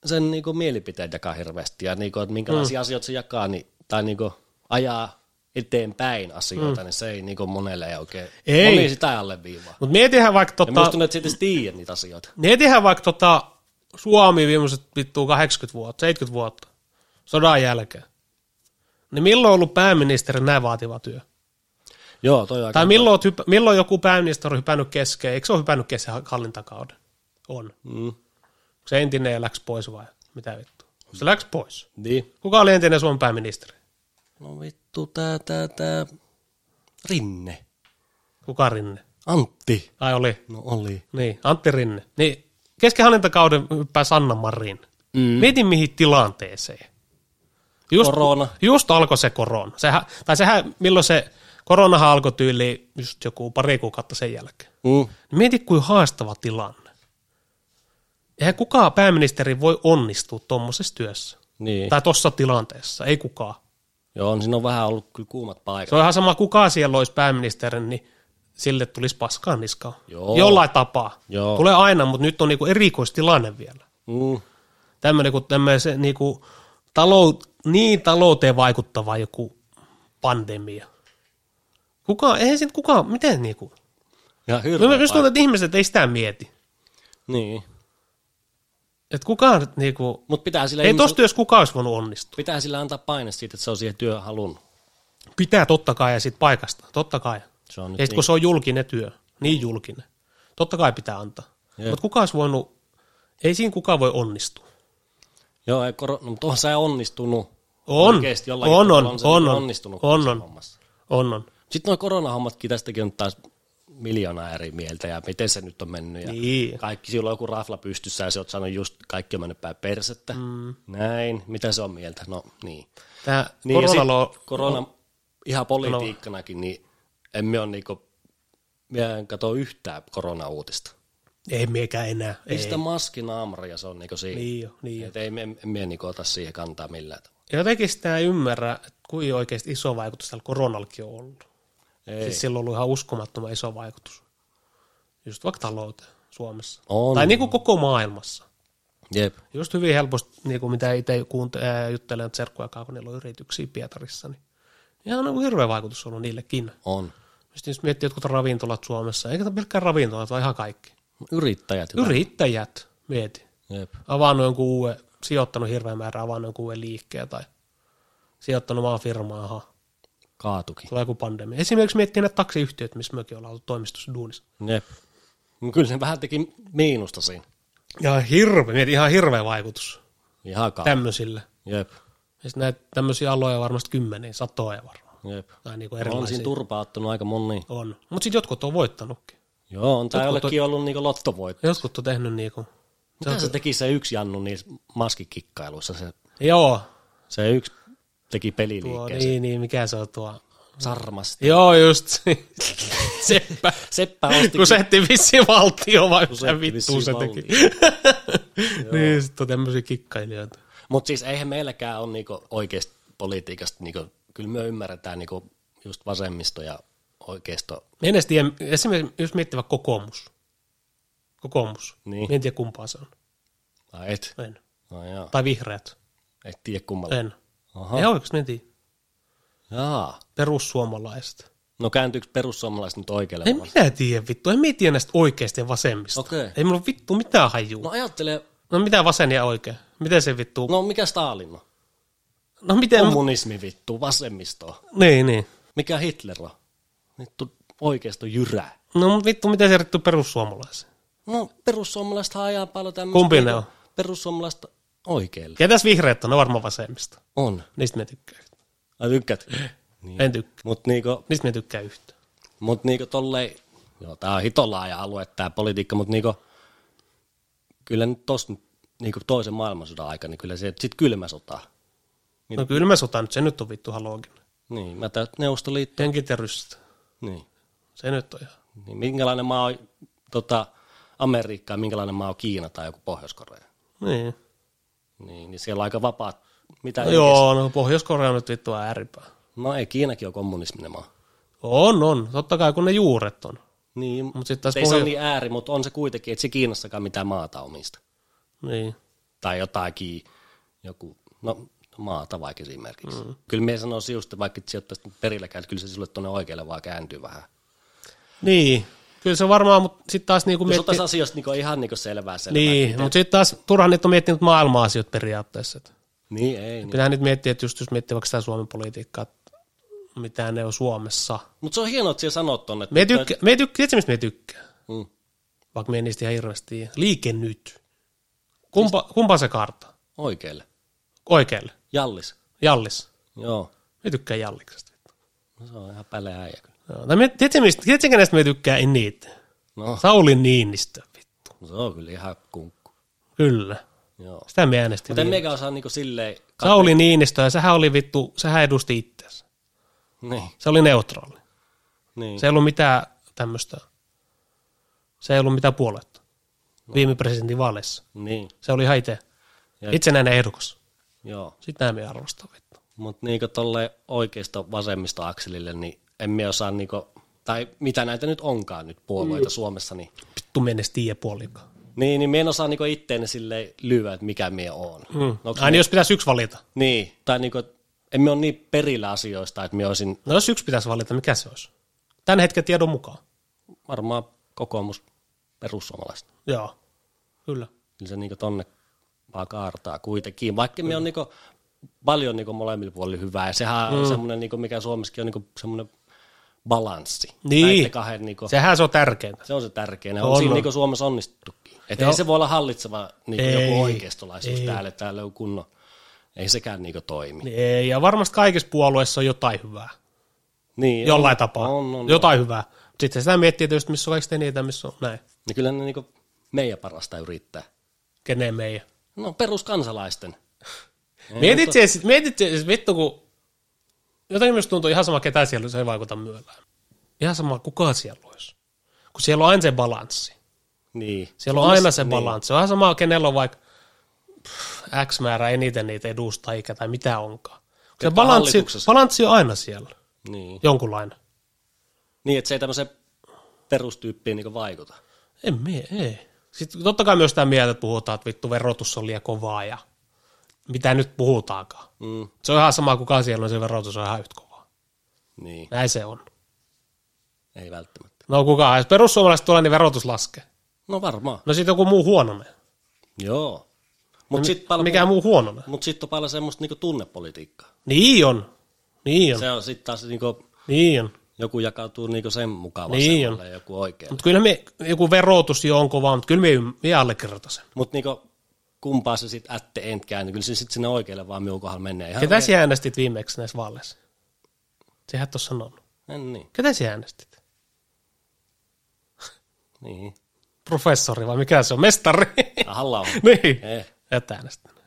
sen niinku mielipiteen jakaa hirveästi ja niinku, että minkälaisia mm. asioita se jakaa niin, tai niinku ajaa eteenpäin asioita, mm. niin se ei niinku monelle ei oikein, Ei. moni sitä ei alleviivaa. Mutta mietihän vaikka Ja tota, musta tuntuu, että sitten tiedät niitä asioita. mietihän vaikka tota Suomi viimeiset vittu 80 vuotta, 70 vuotta, sodan jälkeen. Niin milloin on ollut pääministeri näin vaativa työ? Joo, toi on Tai aika, milloin, oot hyppä, milloin joku pääministeri on hypännyt keskeen? Eikö se ole hypännyt kesken hallintakauden? On. mm, Onko se entinen ja läks pois vai mitä vittu? Se läks pois. niin. Kuka oli entinen Suomen pääministeri? No vittu, tää, tää, tää, Rinne, Kuka Rinne? Antti. Ai oli. No oli. Niin, Antti Rinne. Niin, keskenhallintakauden hyppää Sanna Marin. Mm. Mm. Mieti mihin tilanteeseen. Just, Korona. Just alkoi se korona. Sehän, tai sehän, milloin se koronahan alkoi tyyli just joku pari kuukautta sen jälkeen. Mm. Mieti kuin haastava tilanne. Eihän kukaan pääministeri voi onnistua tuommoisessa työssä. Niin. Tai tuossa tilanteessa, ei kukaan. Joo, on, siinä on vähän ollut kyllä kuumat Se paikat. on ihan sama, kuka siellä olisi pääministerin, niin sille tulisi paskaa niskaan. Joo. Jollain tapaa. Joo. Tulee aina, mutta nyt on niinku erikoistilanne vielä. Mm. Tämmöinen kuin tämmöinen se niinku talou- niin talouteen vaikuttava joku pandemia. Kuka, eihän sit kukaan, miten niinku? Ja No, hirveä mä- Just paikka. tuntuu, että ihmiset ei sitä mieti. Niin. Että kukaan nyt niinku, Mutta pitää sillä ei ihmisellä- tossa työssä kukaan olisi voinut onnistua. Pitää sillä antaa paine siitä, että se on siihen työhön halunnut. Pitää totta kai ja sit paikasta, totta kai. Se on nyt niin. Ja sit, kun se on julkinen työ, niin julkinen. Totta kai pitää antaa. Jep. Mutta kukaan olisi voinut, ei siinä kukaan voi onnistua. Joo, ei koro... no, mutta on sä onnistunut. On, Oikeesti jollakin on, tavalla on, se on, niinku on, onnistunut on, tässä on, hommassa. on, on. Sitten nuo koronahommatkin tästäkin on taas miljoonaa eri mieltä ja miten se nyt on mennyt. Ja Niin. Kaikki, sillä on joku rafla pystyssä ja sä oot sanonut just kaikki on mennyt päin persettä. Mm. Näin, mitä se on mieltä? No niin. Tämä niin ja koronalo sit korona ihan politiikkanakin, niin emme ole niinku, minä en katso yhtään koronauutista. ei miekään enää. Ei. Ei. Pistä maski naamaria, se on niinku siinä. Niin jo, niin jo. Et ei, en, en, en niinku ota siihen kantaa millään tavalla. Ja Jotenkin sitä ei ymmärrä, että kuin oikeasti iso vaikutus tällä koronallakin on ollut. Ei. Siis sillä on ollut ihan uskomattoman iso vaikutus. Just vaikka talouteen Suomessa. On. Tai niin kuin koko maailmassa. Jep. Just hyvin helposti, niin kuin mitä itse kuunt- ää, juttelen serkkuja kanssa, kun niillä on yrityksiä Pietarissa, niin ihan on hirveä vaikutus ollut niillekin. On. Sitten jos miettii jotkut ravintolat Suomessa, eikä tämä pelkkää ravintolat, vaan ihan kaikki. Yrittäjät. jotain. Yrittäjät, mieti. Jep. Avannut jonkun uuden, sijoittanut hirveän määrän, avannut jonkun uuden liikkeen tai sijoittanut vaan firmaa, aha. Kaatukin. Tulee joku pandemia. Esimerkiksi miettii näitä taksiyhtiöt, missä mekin ollaan ollut toimistossa duunissa. Jep. No Kyllä se vähän teki miinusta siinä. Ihan hirveä, mieti, ihan hirveä vaikutus Ihan kaa. tämmöisille. Jep. Ja sit näitä tämmöisiä aloja varmasti kymmeniä, satoja varmaan. Jep. Tai niinku On erilaisia. siinä turpaa ottanut aika moni. On. Mutta sitten jotkut on voittanutkin. Joo, on tää Jotkut jollekin ollut niinku lottovoitto. Jotkut on tehnyt niinku... Mitä se teki se yksi Jannu niissä maskikikkailuissa? Se, Joo. se yksi teki Tuo, peliliikkeen. niin, niin, mikä se on tuo? niin. Sarmasta. Joo, just se. Seppä. Seppä osti Kun se etti vissiin valtio, vai mitä vittu vissiin se valtio. teki. niin, sit on tämmöisiä kikkailijoita. Mutta siis eihän meilläkään ole niinku oikeasta politiikasta, niinku, kyllä me ymmärretään niinku just vasemmisto ja oikeisto. Me en edes tiedä, esimerkiksi jos miettii vaikka kokoomus. Kokoomus. Niin. Niin. En tiedä kumpaa se on. Ai et, En. no joo, Tai vihreät. et tiedä kummalla. En. Aha, Aha. Ei oikeasti, en tiedä. jaa. Perussuomalaiset. No kääntyykö perussuomalaiset nyt oikealle? En vai- minä tiedä vittu, en minä tiedä näistä oikeista ja vasemmista. Okei. Ei mulla vittu mitään hajuu. No No, ajattele, no mitä vasen ja oikea? Miten se vittu? No, no mikä Stalin on? no miten? Kommunismi vittu, vasemmisto. niin, niin. Mikä Hitler on? Vittu oikeisto jyrää. No mut vittu, miten se erittyy perussuomalaisiin? No perussuomalaiset ajaa paljon tämmöistä. Kumpi ne on? Perussuomalaiset oikealle. Ketäs vihreät on? Ne on varmaan vasemmista. On. Niistä me tykkään. Ai tykkäät. Niin. Niin. En tykkää. Mut niinku, Niistä me tykkää yhtään. Mutta niinku tolleen, joo, tää on hitolaaja alue tää politiikka, mutta niinku, kyllä nyt tossa nyt niinku toisen maailmansodan aikana, niin kyllä se sitten kylmä sota. Niin. No kylmä sota nyt, se nyt on vittu haloginen. Niin, mä täyt Neuvostoliitto. Tenkit ja ryssät. Niin. Se nyt on ihan. niin. minkälainen maa on tota, Amerikka ja minkälainen maa on Kiina tai joku Pohjois-Korea. Niin. Niin, niin siellä on aika vapaat. Mitä No, joo. joo, no Pohjois-Korea on nyt vittu ääripää. No ei, Kiinakin on kommunisminen maa. On, on. Totta kai kun ne juuret on. Niin, mutta Mut sit taas ei se ole Pohjo- niin ääri, mutta on se kuitenkin, että se Kiinassakaan mitään maata omista. Niin. tai jotakin, joku, no maata vaikka esimerkiksi. Mm. Kyllä minä sanoisin just, että vaikka et sijoittaisi perilläkään, että kyllä se sulle tuonne oikealle vaan kääntyy vähän. Niin. Kyllä se varmaan, mutta sitten taas niinku Jos miettii... ottaisi asioista niinku ihan niinku selvää selvää. Niin, mutta sitten taas turhan niitä on miettinyt maailma-asiat periaatteessa. Et Niin, ei. Niin. Pitää nyt miettiä, että just jos miettii vaikka sitä Suomen politiikkaa, että mitä ne on Suomessa. Mutta se on hienoa, että siellä sanot tuonne. Me ei tykkää, me ei tykkää, tiedätkö mistä me ei tykkää? Mm. Vaikka me ei niistä ihan hirveästi tiedä. Liike nyt. Kumpa, kumpa se karta? Oikealle. Oikealle. Jallis. Jallis. Joo. Me tykkää Jalliksesta. No, se on ihan päleä äijä kyllä. Joo, tai me- Tiedätkö, mistä- tiedätkö näistä me ei tykkää eniten? No, Sauli Niinistö, vittu. se on kyllä ihan kunkku. Kyllä. Joo. Sitä me äänestin. Mutta en mekään osaa niinku silleen... Ka- Sauli Niinistö, ja sähän oli vittu, sähän edusti itseänsä. niin, Se oli neutraali. niin. Se ei ollut mitään tämmöistä, se ei ollut mitään puoluetta no. viime presidentin vaaleissa. Niin, Se oli ihan itse, Jep. itsenäinen ehdokas. joo. Sitä me arvostaa vittu. Mutta niinku tolle oikeisto vasemmista akselille, niin en mä osaa niinku, tai mitä näitä nyt onkaan nyt puolueita mm. Suomessa, niin, Vittu me en edes tiedä puolikaan. niin, niin mä en osaa niinku itteeni silleen lyödä, että mikä mie oon. Mm. No, Aina jos pitäisi yksi valita. niin, tai niinku, et en mä ole niin perillä asioista, että mä olisin No jos yksi pitäisi valita, mikä se olisi? Tämän hetken tiedon mukaan. varmaan kokoomus perussuomalaiset. Joo, kyllä. Kyllä se niinku tonne vaan kaartaa kuitenkin, vaikka me on niinku paljon niinku molemmilla puolilla hyvää, ja sehän Mm. on semmoinen, niinku, mikä Suomessakin on niinku semmoinen balanssi. Niin. Näitten kahden niinku, Sehän se on tärkeintä. Se on se tärkein. On, On siinä on. niin Suomessa onnistuttukin. Että Joo. ei se voi olla hallitseva niin Ei. joku oikeistolaisuus Ei. ei. täällä, että täällä on kunnon. Ei sekään niin toimi. Niin, Ei, Ja varmasti kaikissa puolueissa on jotain hyvää. niin Jollain on, tapaa. On, on, jotain hyvää. Sitten sitä miettii tietysti, missä on kaikista eniten, missä on näin. Niin kyllä ne niin meidän parasta yrittää. Kenen meidän. No peruskansalaisten. Mietit siis, mietit siis, vittu kun, jotenkin myös tuntuu ihan sama, ketä siellä on, se ei vaikuta myöllään. Ihan sama, kuka siellä olisi. Kun siellä on aina se balanssi. Niin. Siellä on aina se balanssi. Se on ihan sama, kenellä on vaikka pff, X määrä eniten niitä edustajia tai mitä onkaan. Se Ketkä on balanssi, hallituksessa? balanssi on aina siellä, Niin. jonkunlainen. Niin, että se ei tämmöiseen perustyyppiin niin vaikuta. En mie, ei. Sitten totta kai myös tämä mieltä, että puhutaan, että vittu verotus on liian kovaa ja mitä nyt puhutaankaan. Mm. Se on ihan sama, kuka siellä on, se verotus on ihan yhtä kovaa. Niin, Näin se on. ei välttämättä. No kuka, jos perussuomalaiset tulee, niin verotus laskee. No varmaan. No sitten joku muu huononee. Joo. No Mutta sitten Pal- paljon, Mikä muu huononee? mut sit on paljon semmoista niinku tunnepolitiikkaa. Niin on. Niin on. Se... Se on sitten taas niinku, Niin on. joku jakautuu niinku sen mukaan Niin niin ja joku oikealle. Mutta kyllä me, joku verotus jo on kova, mutta kyllä me, me allekirjoitan sen. Mutta niinku, kumpaa se sitten at the end kääntyy. Kyllä se sitten sinne oikealle vaan minun kohdalla menee. Ihan Ketä sinä äänestit viimeksi näissä vaaleissa? Sehän tuossa sanonut. En niin. Ketä sinä äänestit? Niin. Professori vai mikä se on? Mestari? Halla on. niin. Eh, Et äänestänyt.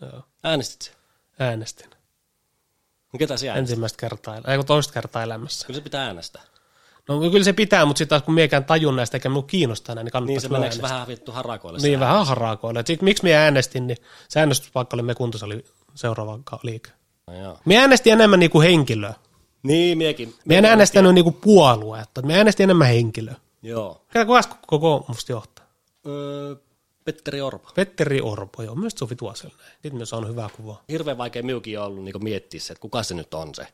Joo, äänestit se. äänestin. No ketä sinä äänestit? Ensimmäistä kertaa, ei kun toista kertaa elämässä. Kyllä se pitää äänestää. No kyllä se pitää, mutta sitten taas kun miekään tajun näistä eikä minun kiinnostaa näin, niin Niin kannattaa se meneekö vähän vittu harakoille? Niin, vähän harakoille. Sitten miksi minä äänestin, niin se äänestyspaikka oli me kuntosali seuraava ka- liike. No, joo. Minä äänestin enemmän niinku henkilöä. Niin, miekin. Minä en äänestänyt niinku puoluetta, minä äänestin enemmän henkilöä. Joo. Ketä kukas kokoomusta johtaa? Öö, Petteri Orpo. Petteri Orpo, joo, myös Suvi Tuosel näin. Nyt myös on hyvä kuva. Hirveän vaikea miukin on ollut niin miettiä se, että kuka se nyt on se.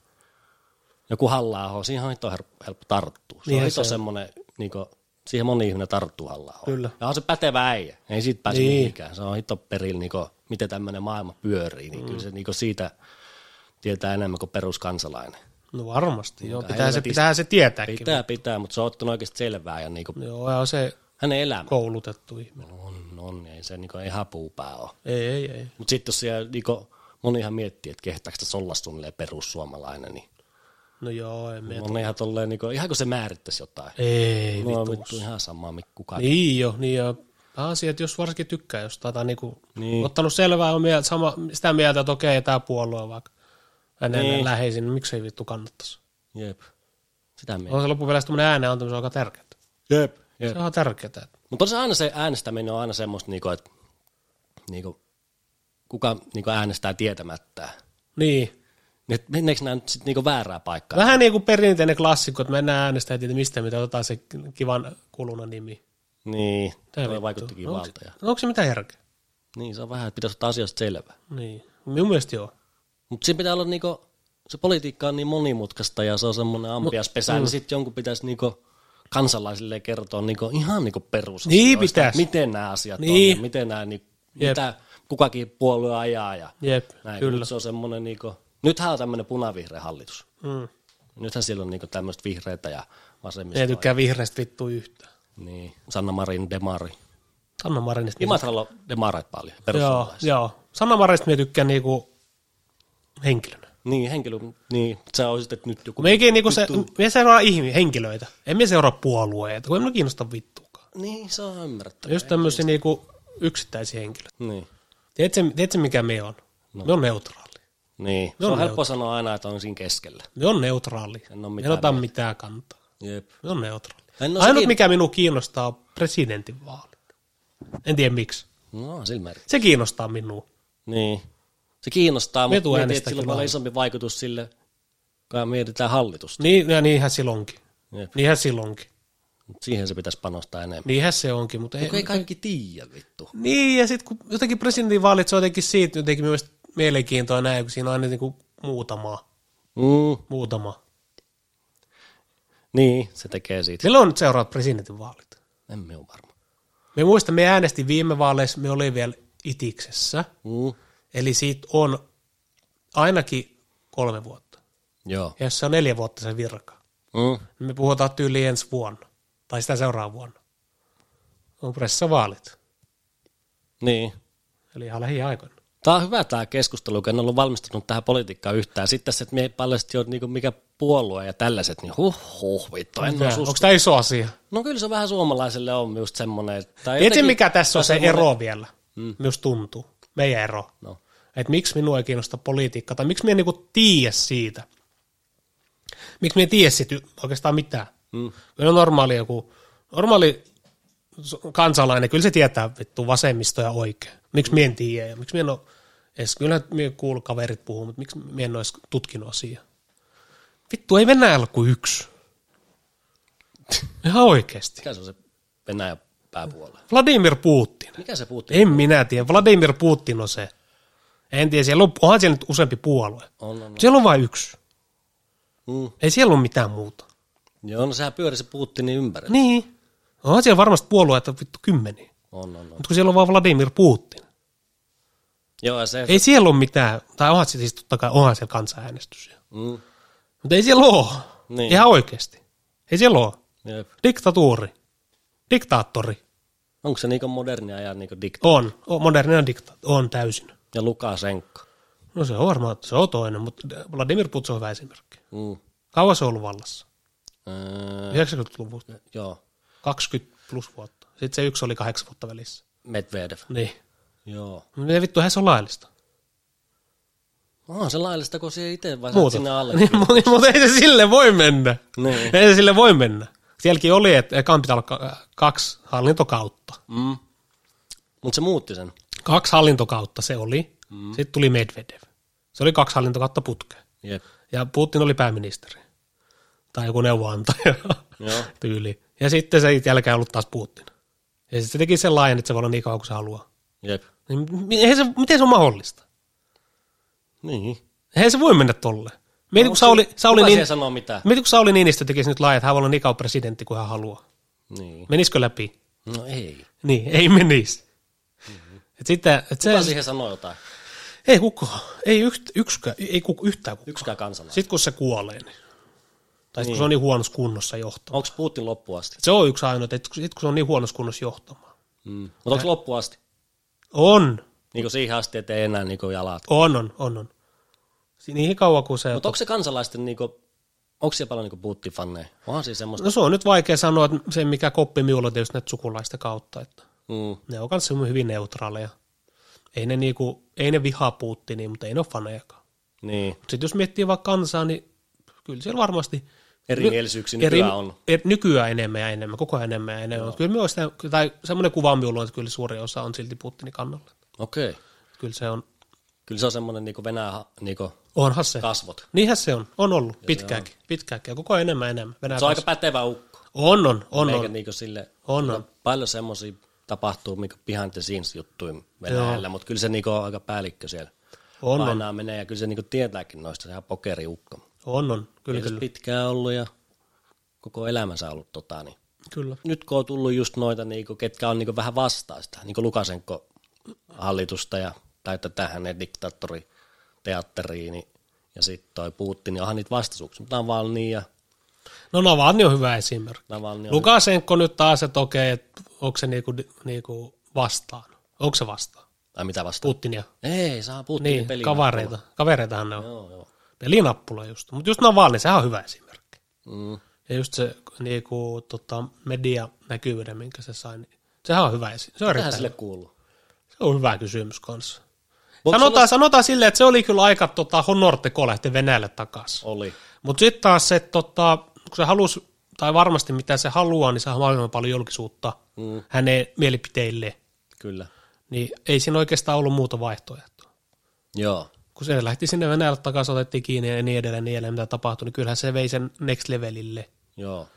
Joku halla siihen on hito helppo, helppo tarttua. Se Niinhän on hito se on. semmoinen, niin kuin, siihen moni ihminen tarttuu halla Kyllä. Ja on se pätevä äijä. Ei siitä pääse Niin. niin. mihinkään. Se on hito perillä, niin kuin, miten tämmöinen maailma pyörii. Niin Mm. kyllä se niin kuin siitä tietää enemmän kuin peruskansalainen. No varmasti, joo, Kuinka pitää se, helvetistä. pitää se tietääkin. Pitää, pitää, mutta se on ottanut oikeasti selvää ja niin kuin, Joo, ja on se hänen elämä. koulutettu ihminen. On, on, ei se niin kuin, ei hapuupää ole. Ei, ei, ei. Mutta sitten jos siellä niinku, monihan miettii, että kehtääkö tässä olla suunnilleen perussuomalainen, niin No joo, en mene. on ihan tolleen, niinku, ihan kun se määrittäisi jotain. Ei, no, vittu. vittu, ihan samaa, mikä kukaan. Niin. Niin jo, niin jo. Pääasia, että jos varsinkin tykkää jostain tai niinku niin. Niin. ottanut selvää, on mieltä, sama, sitä mieltä, että okei, tämä puolue on vaikka hänen niin. Niin. läheisin, niin miksei vittu kannattaisi. Jep. Sitä mieltä. On se loppupeleissä tämmöinen äänen antaminen on aika tärkeää. Jep. Se Jep. on ihan tärkeää. Mutta on se aina se äänestäminen on aina semmoista, niinku, että niinku, kuka niinku, äänestää tietämättä. Niin. Niin, et Meneekö nämä nyt sitten niinku väärää paikkaa? Vähän niin kuin perinteinen klassikko, että mennään äänestämään tietä mistä, mitä otetaan se kivan kuluna nimi. Niin, Tää toi vittu. No, vaikutti Onko kivalta. se, Ja... onko se mitään järkeä? Niin, se on vähän, että pitäisi ottaa asioista selvää. Niin. Minun mielestä joo. Mutta siinä pitää olla niinku, se politiikka on niin monimutkaista ja se on semmoinen ampias pesä, mm. niin sitten jonkun pitäisi niinku kansalaisille kertoa niinku ihan niinku perusasioista. Niin pitäisi. Miten nämä asiat Niin. on ja miten nämä, niinku, Jep. mitä kukakin puolue ajaa ja Jep, näin. kyllä. Mut Se on semmoinen niinku, nythän on tämmöinen punavihreä hallitus. Mm. Nythän siellä on niinku tämmöistä vihreitä ja vasemmista. Ei tykkää vihreästä vittu yhtään. Niin, Sanna Marin demari. Sanna Marinista. Imatralla on demareet paljon, Joo, perussuomalaiset. joo. Sanna Marista minä tykkään niinku henkilönä. Niin, henkilö, niin, sä olisit, että nyt joku... Meikin niinku se, me seuraa ihmi, henkilöitä. En me seuraa puolueita, kun ei minua kiinnosta vittuakaan. Niin, se on ymmärrettävää. Just tämmöisiä niinku yksittäisiä henkilöitä. Niin. Tiedätkö, tiedätkö mikä me on? No. Me on neutraali. Niin, se on on helppo sanoa aina, että on siinä keskellä. Me on neutraali. En oo me mitään en ota mitään kantaa. Jep. Me on neutraali. En oo Ainut sekin- mikä minua kiinnostaa on presidentinvaalit. En tiedä miksi. No, silmäri. Se kiinnostaa minua. Niin. Se kiinnostaa, Me mutta tuun mietin, äänestää että sillä on kyllä paljon aina. isompi vaikutus sille, kun mietitään hallitusta. Niin, ja niinhän silloinkin. Jep. Niinhän silloinkin. Mut Siihen se pitäisi panostaa enemmän. Niinhän se onkin, mutta ei, Niin. Ei kaikki tiedä, vittu. Niin, ja sitten kun jotenkin presidentinvaalit, se on jotenkin siitä jotenkin myös mielenkiintoa näin, kun siinä on aina niin kuin muutama, Mm. muutama. Niin, se tekee siitä. Milloin on nyt seuraavat presidentinvaalit? En minä ole varma. Me muistan, me äänestin viime vaaleissa, me oli vielä itiksessä, Mm. eli siitä on ainakin kolme vuotta. Joo. Ja jos se on neljä vuotta se virka, Mm. niin me puhutaan tyyli ensi vuonna, tai sitä seuraavana vuonna. On pressavaalit, Niin. eli ihan lähiaikoina. Tämä on hyvä tämä keskustelu, kun en ollut valmistunut tähän politiikkaan yhtään. Sitten se, että me ei paljasti ole niin mikä puolue ja tällaiset, niin huh, huh vittu, en osu Onko tämä iso asia? No kyllä se vähän suomalaiselle on just semmoinen. että- tai Tiedätkö jotenkin- mikä tässä on se semmoinen- ero vielä, mm. myös tuntuu, meidän ero. No. Että miksi minua ei kiinnosta politiikka, tai miksi minä en niinku tiedä siitä. Miksi minä en tiedä siitä y- oikeastaan mitään. Mm. Kyllä normaali joku, normaali so- kansalainen, kyllä se tietää vittu vasemmisto ja oikein. Miksi minä en tiedä, ja miksi minä en ole Edes kyllä minä kuullut kaverit puhuu, mutta miksi minä en ole edes tutkinut asiaa. Vittu, ei Venäjällä kuin yksi. Ihan oikeasti. Mikä se on se Venäjän pääpuolella? Vladimir Putin. Mikä se puutti? En minä tiedä. Vladimir Putin on se. En tiedä, siellä on, onhan siellä nyt useampi puolue. On, on, Siellä on vain yksi. on. Mm. Ei siellä ole mitään muuta. Joo, no sehän pyöri se Putinin ympäri. Niin. Onhan siellä varmasti puolueita vittu kymmeniä. On, on, on. Mutta kun siellä on vaan Vladimir Putin. Joo, ja se... Ei siellä ole mitään, tai onhan siellä siis totta kai, onhan siellä kansanäänestys. Mm. Mutta ei siellä ole. Niin. Niin. Ihan oikeasti. Ei siellä ole. Jep. Diktatuuri. Diktaattori. Onko se niinku moderni ajan niinku dikta? On. on modernina diktaattori. On täysin. Ja Lukasenka. No se on varmaan, se on toinen, mutta Vladimir Putin on hyvä esimerkki. Mm. Kauan se on ollut vallassa? Öö, 90-luvulta. joo. 20 plus vuotta. Sitten se yksi oli kahdeksan vuotta välissä. Medvedev. Niin. Joo. Miten vittu, eihän se on laillista. Onhan se laillista, kun se itse vai saat Muuta. sinne alle. Niin, mu- niin, mutta ei se sille voi mennä. Niin. Ei se sille voi mennä. Sielläkin oli, että ekan pitää olla ka- äh, kaksi hallintokautta. Mm. Mutta se muutti sen. Kaksi hallintokautta se oli. Mm. Sitten tuli Medvedev. Se oli kaksi hallintokautta putkeen. Jep. Ja Putin oli pääministeri. Tai joku neuvoantaja Joo. tyyli. Ja sitten se jälkeen ollut taas Putin. Ja sitten se teki sen laajan, että se voi olla niin kauan kuin se haluaa. Jep. Niin, mi- eihän se, miten se on mahdollista? Niin. Eihän se voi mennä tolle. Mieti, kun Sauli, Sauli, No, Kuka niin, siihen sanoo mitään? mieti, kun Sauli Niinistö tekisi nyt laajat, hän voi olla niin kauan presidentti kuin hän haluaa. Niin. Menisikö läpi? No ei. Niin, ei menisi. Et sitten, et se, Mm-hmm. Kuka siihen sanoo jotain? ei kukaan, ei, yht, yksikään, ei kuka, yhtään kukaan. Yksikään kansalainen. Sitten kun se kuolee, niin. tai niin. kun se on niin huonossa kunnossa johtamaan. Onko Putin loppuun asti? Se on yksi ainoa, että sitten kun se on niin huonossa kunnossa johtamaan. Mm. Mutta onko loppuun asti? On, Niinku siihen asti, ettei enää niinku jalat. on, on, on. on. Si- Niin kauan kuin se... Mutta onko se kansalaisten niinku... Onko siellä paljon niinku Putin-fanneja? Onhan siinä semmoista. No se on nyt vaikea sanoa, että se mikä koppi minulla on tietysti näitä sukulaista kautta, että Mm. ne on kanssa hyvin neutraaleja. Ei ne, niinku, ei ne vihaa Putinia, mutta ei ne ole fanejakaan. Niin. Sitten jos miettii vaikka kansaa, niin kyllä siellä varmasti Erimielisyyksiä nykyään on. Er, nykyään enemmän ja enemmän, koko ajan enemmän ja enemmän. No. Kyllä me on sitä, tai semmoinen kuva minulla on, että kyllä suuri osa on silti Putinin kannalla. Okei. Okay. Kyllä se on, Kyllä se on semmoinen niinku Venäjä niinku onhan se. kasvot. Niinhän se on, on ollut pitkäänkin, pitkäänkin ja koko ajan enemmän ja enemmän. Venäjä Se on on, aika pätevä ukko. on, on, on, Eikä on, niinku sille, on, on. paljon semmoisia tapahtuu niinku behind the scenes juttuja Venäjällä, mutta kyllä se niinku on aika päällikkö siellä. On, on. Painaa menee ja kyllä se niinku tietääkin noista, sehän pokeriukko. on, on. Kyllä, Kyllä. kyllä, pitkään ollut ja koko elämänsä ollut tota, niin kyllä. nyt kun on tullut just noita, niinku, ketkä on niinku vähän vastaan sitä, niin kuin Lukasenko hallitusta ja, tai tätä hänen diktaattoriteatteriin, niin, ja sitten toi Putin, niin onhan niitä vastaisuuksia, mutta Navalny niin ja No Navalny on hyvä esimerkki. Navalny on, niin Lukasenko nyt taas, että okei, että onko se niinku, niinku vastaan? Onko se vastaan? tai mitä vastaan? Putinia. Ei, saa Putinin Niin, peliin. kavereita. Kavereitahan ne on. Joo, joo. Pelinappula just. Mutta just Navalny, sehän on hyvä esimerkki. Mm. Ja just se niinku, tota, medianäkyvyyden, minkä se sai, niin sehän on hyvä esimerkki. Se on, Tähän erittäin, sille kuuluu. se on hyvä kysymys kanssa. Voiko Sanotaan, sanotaan silleen, että se oli kyllä aika tota, honorte, kun lähti Venäjälle takaisin. Oli. Mutta sitten taas se, tota, kun se halusi, tai varmasti mitä se haluaa, niin saa maailman paljon julkisuutta Mm. hänen mielipiteille, Kyllä. niin ei siinä oikeastaan ollut muuta vaihtoehtoa. Joo. Kun se lähti sinne Venäjälle takaisin, otettiin kiinni ja niin edelleen, niin edelleen, mitä tapahtui, niin kyllähän se vei sen next levelille. Joo.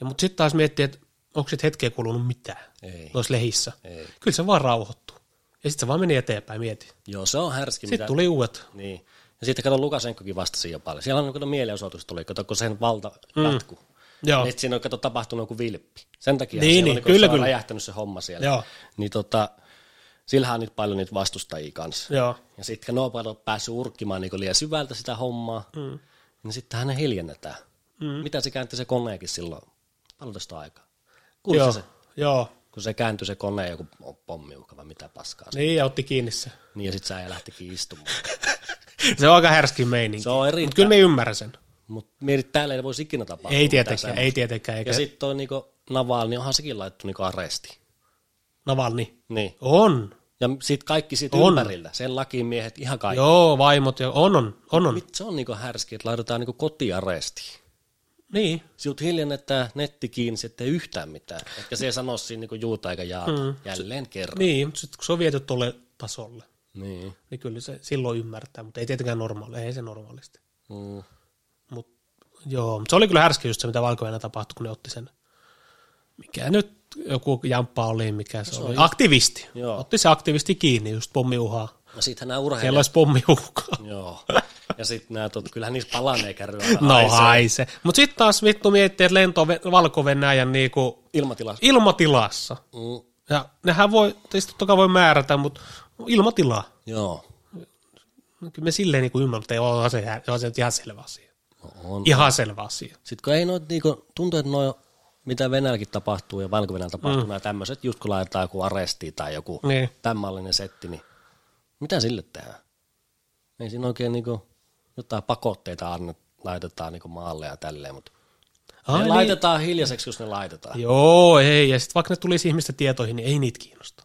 Ja mutta sitten taas miettii, että onko sitten hetkeä kulunut mitään Ei. noissa lehissä. Ei. Kyllä se vaan rauhoittuu. Ja sitten se vaan meni eteenpäin, mieti. Joo, se on härski. Sitten tuli uudet. Niin. Ja sitten kato Lukasenkokin vastasi jo paljon. Siellä on kato mielenosoitus tuli, kato kun sen valta mm. jatkuu. Joo. Niin sit siinä on kato tapahtunut joku vilppi. Sen takia Niin, siellä niin, on, niinku, kyllä, se on kyllä. räjähtänyt se homma siellä. Joo. Niin tota, sillähän on nyt paljon niitä vastustajia kanssa. Joo. Ja sitten kun ne on päässyt urkkimaan niin liian syvältä sitä hommaa, mm. niin sitten hänen hiljennetään. Mm. Mitä se käänti se koneekin silloin? Paljon tästä aikaa. Kuulitko Joo. se? Joo. Kun se kääntyi se kone joku pommiukka vai mitä paskaa. Niin, Niin, ja otti kiinni se. niin ja sitten sä lähtikin istumaan. Se on aika härski meininki. Se on Mutta erittäin. kyllä me ymmärrän sen. Mutta mietit, täällä ei voisi ikinä tapahtua. Ei mitään tietenkään, semmoista. ei tietenkään. Eikä Ja sit... sitten toi niinku Naval, niin onhan sekin laittu niinku aresti. Navalni. Niin. On. Ja sitten kaikki siitä On. ympärillä, sen lakimiehet, ihan kaikki. Joo, vaimot. Jo. On, on, on, on. Mit, se on niinku härski, että laitetaan niinku kotiarestiin. Niin. Sinut hiljennetään netti kiinni, se ettei yhtään mitään. Etkä se ei sano siinä niinku juuta eikä jaata. Mm. Jälleen kerran. Niin, mutta sitten kun se on viety tuolle tasolle, Niin. niin kyllä se silloin ymmärtää, mutta ei tietenkään normaali, ei se normaalisti. Mm. Mut, joo, mut se oli kyllä härski just se, mitä valko tapahtui, kun ne otti sen, mikä nyt joku jamppa oli, mikä se, se oli, aktivisti. Joo. Otti se aktivisti kiinni just pommiuhaa. No sittenhän nämä Siellä urheilijat. olisi pommiuhkaa. Joo. Ja sitten nämä, tot, kyllähän niissä palanee kärryä. No haise. Mutta sitten taas vittu miettii, että lento Valko-Venäjän niinku Ilmatilas. ilmatilassa. Mm. Ja nehän voi, tietysti totta kai voi määrätä, mutta ilmatilaa. Joo. Kyllä me silleen niinku ymmärrän, että on se, on se nyt ihan selvä asia. No On. Ihan selvä asia. Sitten kun ei noit, niinku, tuntuu, että noi, mitä Venäjälläkin tapahtuu ja valko tapahtuu, mm. nämä tämmöiset, just kun laitetaan joku aresti tai joku Niin. tämän mallinen setti, niin mitä sille tehdään? Ei siinä oikein niinku, jotain pakotteita annet, laitetaan niinku maalle ja tälleen, mutta ne Ai niin. laitetaan hiljaiseksi, jos ne laitetaan. Joo, ei. Ja sitten vaikka ne tulisi ihmisten tietoihin, niin ei niitä kiinnosta.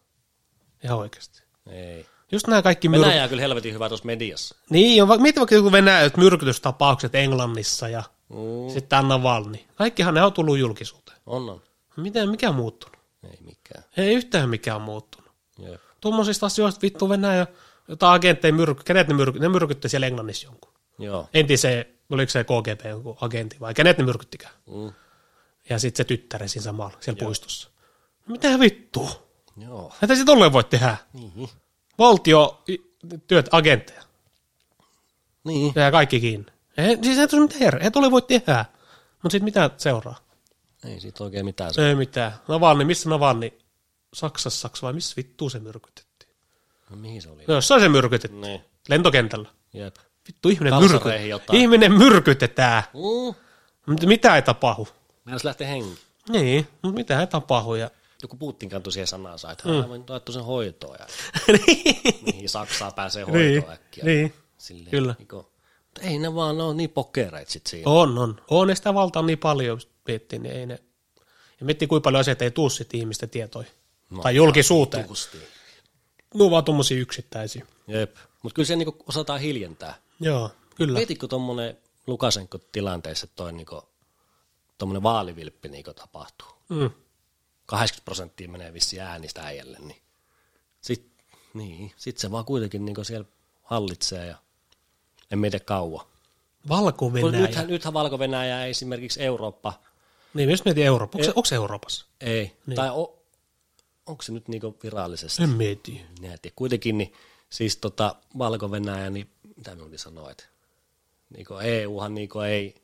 Ihan oikeasti. Ei. Just nämä kaikki myrkyt. Venäjä on kyllä helvetin hyvä tuossa mediassa. Niin, on, va- mieti vaikka joku Venäjät myrkytystapaukset Englannissa ja Mm. sitten Anna Valni. Kaikkihan ne on tullut julkisuuteen. On, on. Miten, mikä on muuttunut? Ei mikään. Ei yhtään mikään on muuttunut. Jep. Tuommoisista asioista vittu Venäjä, jotain agentteja myrky, kenet ne, myrky, ne myrkytti siellä Englannissa jonkun. Joo. Entiseen, oliko se KGB jonkun agentti vai kenet ne myrkyttikään? Mm. Ja sitten se tyttäre siinä samalla, siellä Joo. puistossa. Mitä vittu? Joo. Mitä se tolleen voi tehdä? Niin. Valtio i- työt agentteja. Niin. Ja kaikki kiinni. Ei, siis ei tule mitään järkeä. Ei tule voi tehdä. Mutta sitten mitä seuraa? Ei siitä oikein mitään. Se. Ei mitään. Navalni, missä Navalni? Saksassa, Saksa vai missä vittu se myrkytettiin? No, mihin se oli? No jossain se myrkytettiin. Niin. Lentokentällä. Jep. Vittu ihminen, myrky... Kalsareihin jotain. ihminen myrkytetään. Mm. Mut mitä ei tapahdu? Meidän lähtee henki. Niin, mutta mitä ei tapahdu. Ja... Joku Putin kantoi siihen sanaan, että Mm. hän on laittu sen hoitoon ja mihin Saksaa pääsee hoitoon niin, äkkiä. niin. Silleen, Kyllä. Niin kuin, mutta ei ne vaan ne on niin pokereet sit siinä. On, on. On, ne sitä valtaa niin paljon, jos miettii, niin ei ne. Ja miettii, kuinka paljon asioita ei tuu sitten ihmisten tietoihin. No, tai julkisuuteen. Tustiin. Ne on vaan tuommoisia yksittäisiä. Jep. Mutta kyllä se niinku osataan hiljentää. Joo, kyllä. Mietitkö tuommoinen Lukasenko tilanteessa, että toi niinku, tuommoinen vaalivilppi niinku tapahtuu? Mm. 80 prosenttia menee vissiin äänistä äijälle, niin sitten niin, sit se vaan kuitenkin niinku siellä hallitsee ja en mieti kauan. Kun Valko-Venäjä. Nythän, nythän Valko-Venäjä ei esimerkiksi Eurooppa, Niin, jos mietin Eurooppa. Onko, se, onko se Euroopassa? ei, niin. tai o, onko se nyt niinku virallisesti, En mieti. minä en tiedä. kuitenkin niin, siis tota, Valko-Venäjä, niin mitä minä olin sanoa, että niinku EUhan niinku ei,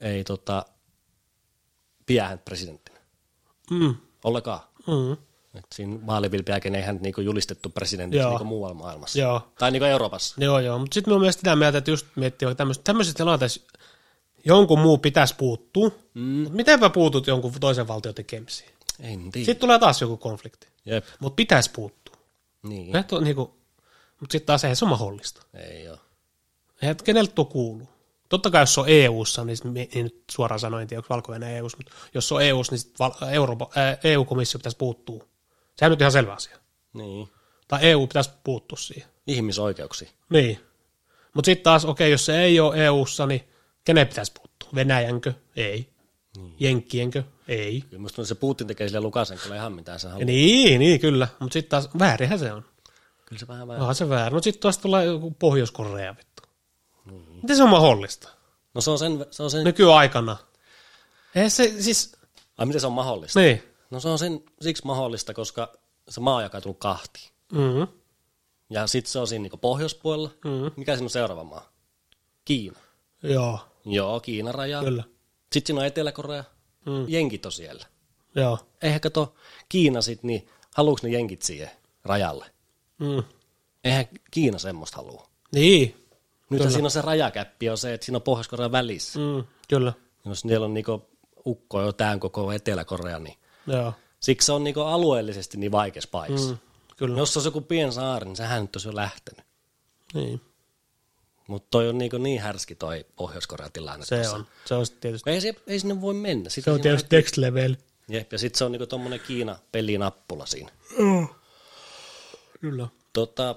ei tota, pidä häntä presidenttinä, Mm. ollenkaan. Mm. Et siinä vaalivilpiäkin ei hän niinku julistettu presidentiksi Joo. niinku muualla maailmassa. Joo. Tai niinku Euroopassa. Joo, joo. Mutta sitten mä oon myös sitä mieltä, että just miettii vaikka tämmöistä, tämmöisessä tilanteessa jonkun muu pitäisi puuttua. Mm. Mitenpä puutut jonkun toisen valtion tekemisiin? En niin tiedä. Sitten tulee taas joku konflikti. Jep. Mutta pitäisi puuttua. Niin. Mm. Niinku, mutta sitten taas eihän se ole mahdollista. Ei oo. Eihän, että kenelle tuo kuuluu? Totta kai jos se on EU-ssa, niin, sit mi- niin nyt suoraan sanoin, en tiedä, onko valko eu mutta jos se on EU-ssa, niin sit val- Euroopan, ää, EU-komissio pitäisi puuttua. Sehän nyt ihan selvä asia. Niin. Tai EU pitäisi puuttua siihen. Ihmisoikeuksia. Niin. Mutta sitten taas, okei, jos se ei ole EU-ssa, niin kenen pitäisi puuttua? Venäjänkö? Ei. Niin. Jenkkienkö? Ei. Kyllä musta tuntuu, että se Putin tekee sille Lukasenkolle ihan mitään se Ja haluaa. niin, niin kyllä. Mutta sitten taas, väärinhän se on. Kyllä se vähän vähän. Onhan se väärin. Mutta sitten taas tulee joku Pohjois-Korea vittu. Niin. Miten se on mahdollista? No se on sen, se on sen, Nykyaikana. Ei se siis, ai miten se on mahdollista? niin. No se on sen siksi mahdollista, koska se maa on jakautunut kahtiin. Mm-hmm. Ja sitten se on siinä niinku pohjoispuolella. Mm. Mikä siinä on seuraava maa? Kiina. Joo, Joo, Kiina raja. kyllä. Sitten siinä on Etelä-Korea. Mm. Jenkit on siellä. Joo. eihän kato Kiina sit, niin haluuks ne jenkit siihen rajalle? Mm. Eihän Kiina semmoista halua. Niin. Nyt siinä on se rajakäppi on se, että siinä on Pohjois-Korea välissä. Mm. Kyllä. Jos niillä on niinku ukko jo tämän koko Etelä-Korea, niin Joo. siksi se on niinku alueellisesti niin vaikeassa paikassa. Mm. Kyllä. Mm. Jos se olisi joku piensaari, niin sehän nyt olisi jo lähtenyt. Niin. Mutta toi on niinku niin härski toi Pohjois-Korean tilanne. Se tässä. on. Se on sit tietysti. Ei, se, ei sinne voi mennä. Sitä Se on siinä tietysti next level. Jep, ja sitten se on niinku tommonen Kiina-pelinappula siinä. Kyllä. Tota,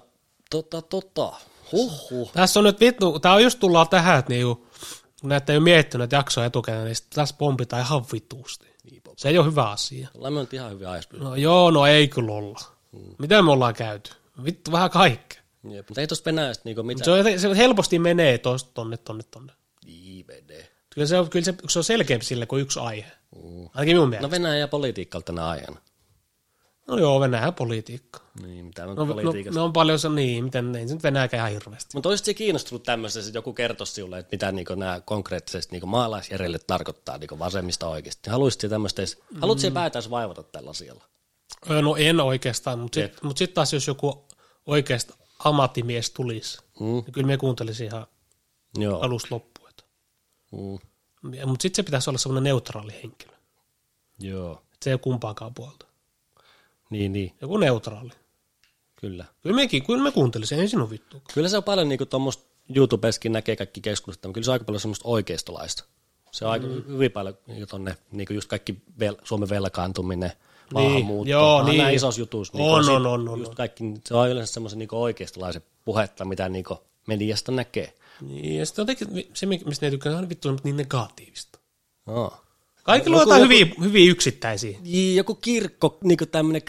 tota, tota. Huh, huh. Tässä on nyt vittu, tää on just tullaan tähän, että niinku, kun näitä ei ole miettinyt että jaksoa etukäteen, niin sit tässä pompitaan ihan vituusti. Se ei ole hyvä asia. Ollaan me nyt ihan hyviä aispyy. Mm. No joo, no ei kyllä olla. Mitä me ollaan käyty? vittu vähän kaikkea. Jep. Mutta ei tuosta Venäjästä niinku Mut mitään. Se, on joten- se helposti menee tosta tonne, tonne, tonne. IVD. Kyllä se on, kyllä se, se on selkeämpi sille kuin yksi aihe. Ainakin minun mielestä. No Venäjä ja politiikka on tänä aiheena. No, no joo, Venäjä politiikka. Niin, mitä on No, no, politiikasta. no, on paljon se niin, miten ei se nyt Venäjäkään ihan hirveästi. Mutta olisitko se kiinnostunut tämmöisestä, että joku kertoisi sinulle, että mitä niinku nämä konkreettisesti niinku maalaisjärjelle tarkoittaa niinku vasemmista oikeasti? Haluaisitko tämmöistä, mm. haluaisitko päätänsä vaivata tällä asialla? Öö, No en oikeastaan, mutta Jep. sitten mut sit taas jos joku oikeasta ammattimies tulisi, mm. niin kyllä me kuuntelisin ihan Joo. alusta loppuun. Mm. Mutta sitten se pitäisi olla semmoinen neutraali henkilö. Joo. Et se ei ole kumpaakaan puolta. Niin, niin, Joku neutraali. kyllä. Kyllä, mekin, kyllä me kuuntelisin, ei sinun vittu. Kyllä se on paljon niin tuommoista, YouTubeskin näkee kaikki keskustelua, kyllä se on aika paljon semmoista oikeistolaista. Se on Mm. aika hyvin paljon niin tonne, niin just kaikki vel, Suomen velkaantuminen, maahanmuutto, Niin, joo, onhan niin. nämä isossa jutussa. On, niinku sit on, on, on, just on. Kaikki, se on yleensä semmoisen niin oikeistolaisen puhetta, mitä niin mediasta näkee. Niin, ja sitten jotenkin se, mi- mistä ne tykkää, on vittu semmoista niin negatiivista. No. Kaikilla on Joku- jotain hyviä, hyviä yksittäisiä. Joku kirkko, niin tämmöinen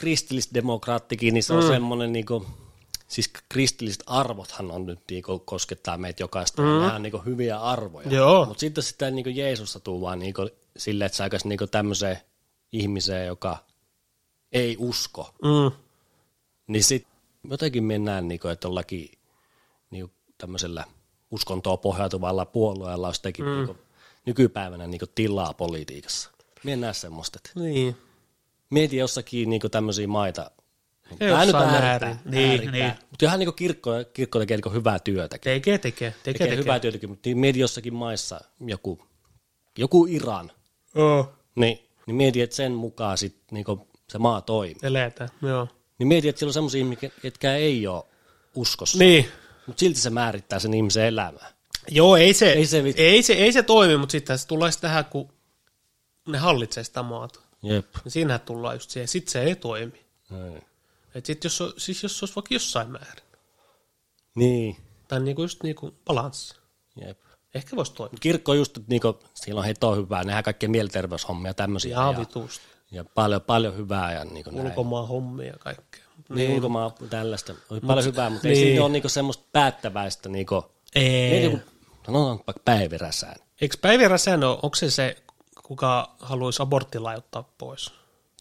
kristillisdemokraattikin, niin se on mm. semmoinen, niin kuin, siis kristilliset arvothan on nyt niin kuin, koskettaa meitä jokaista. Mm. Nämä on niin kuin, hyviä arvoja. Joo. Mutta sitten sitä niin Jeesusta tuu vaan niin kuin, silleen, että sä aikas niin tämmöiseen ihmiseen, joka ei usko, Mm. niin sitten jotenkin mennään, niin kuin, että jollakin niin kuin, tämmöisellä uskontoa pohjautuvalla puolueella olisi jotenkin mm. niin kuin, nykypäivänä niin kuin, tilaa politiikassa. Mennään semmoista, että Niin. mieti jossakin niinku tämmöisiä maita. jossain äärittää, määrin. Niin, niin. Mutta ihan niinku kirkko, kirkko tekee niinku hyvää työtäkin. Tekee, tekee, tekee, Tekee tekee. hyvää työtäkin, mutta mieti niin jossakin maissa joku, joku Iran, Joo, niin, niin mieti, että sen mukaan sit niinku se maa toimii. eletään, joo. Niin mieti, että siellä on semmoisia ihmisiä, ketkä ei ole uskossa, niin. Niin. mutta silti se määrittää sen ihmisen elämää. Joo, ei se, Ei se vittu. ei se, ei se toimi, mutta sitten se tulee sit tähän, kun ne hallitsee sitä maata. Jep. Niin siinähän tullaan just siihen, sitten se ei toimi. Et sit jos, on- siis jos se olisi vaikka jossain määrin, Niin. tai niinku just niinku balanssi, Jep. ehkä voisi toimia. Kirkko on just, että niinku, siellä on hetoa hyvää, nehän kaikkia mielenterveyshommia tämmöisiä. Ihan vitusti. ja paljon, paljon hyvää ja niin kuin näin. Ulkomaan hommia ja kaikkea. Niin, ulkomaan tällaista. Oli paljon hyvää, mutta ei niin. siinä ole niin semmoista päättäväistä. Niin kuin, Ei. niin kuin, sanotaan vaikka päiviräsään. Eikö Päivi Räsänen ole, onko se se, kuka haluaisi aborttilain ottaa pois?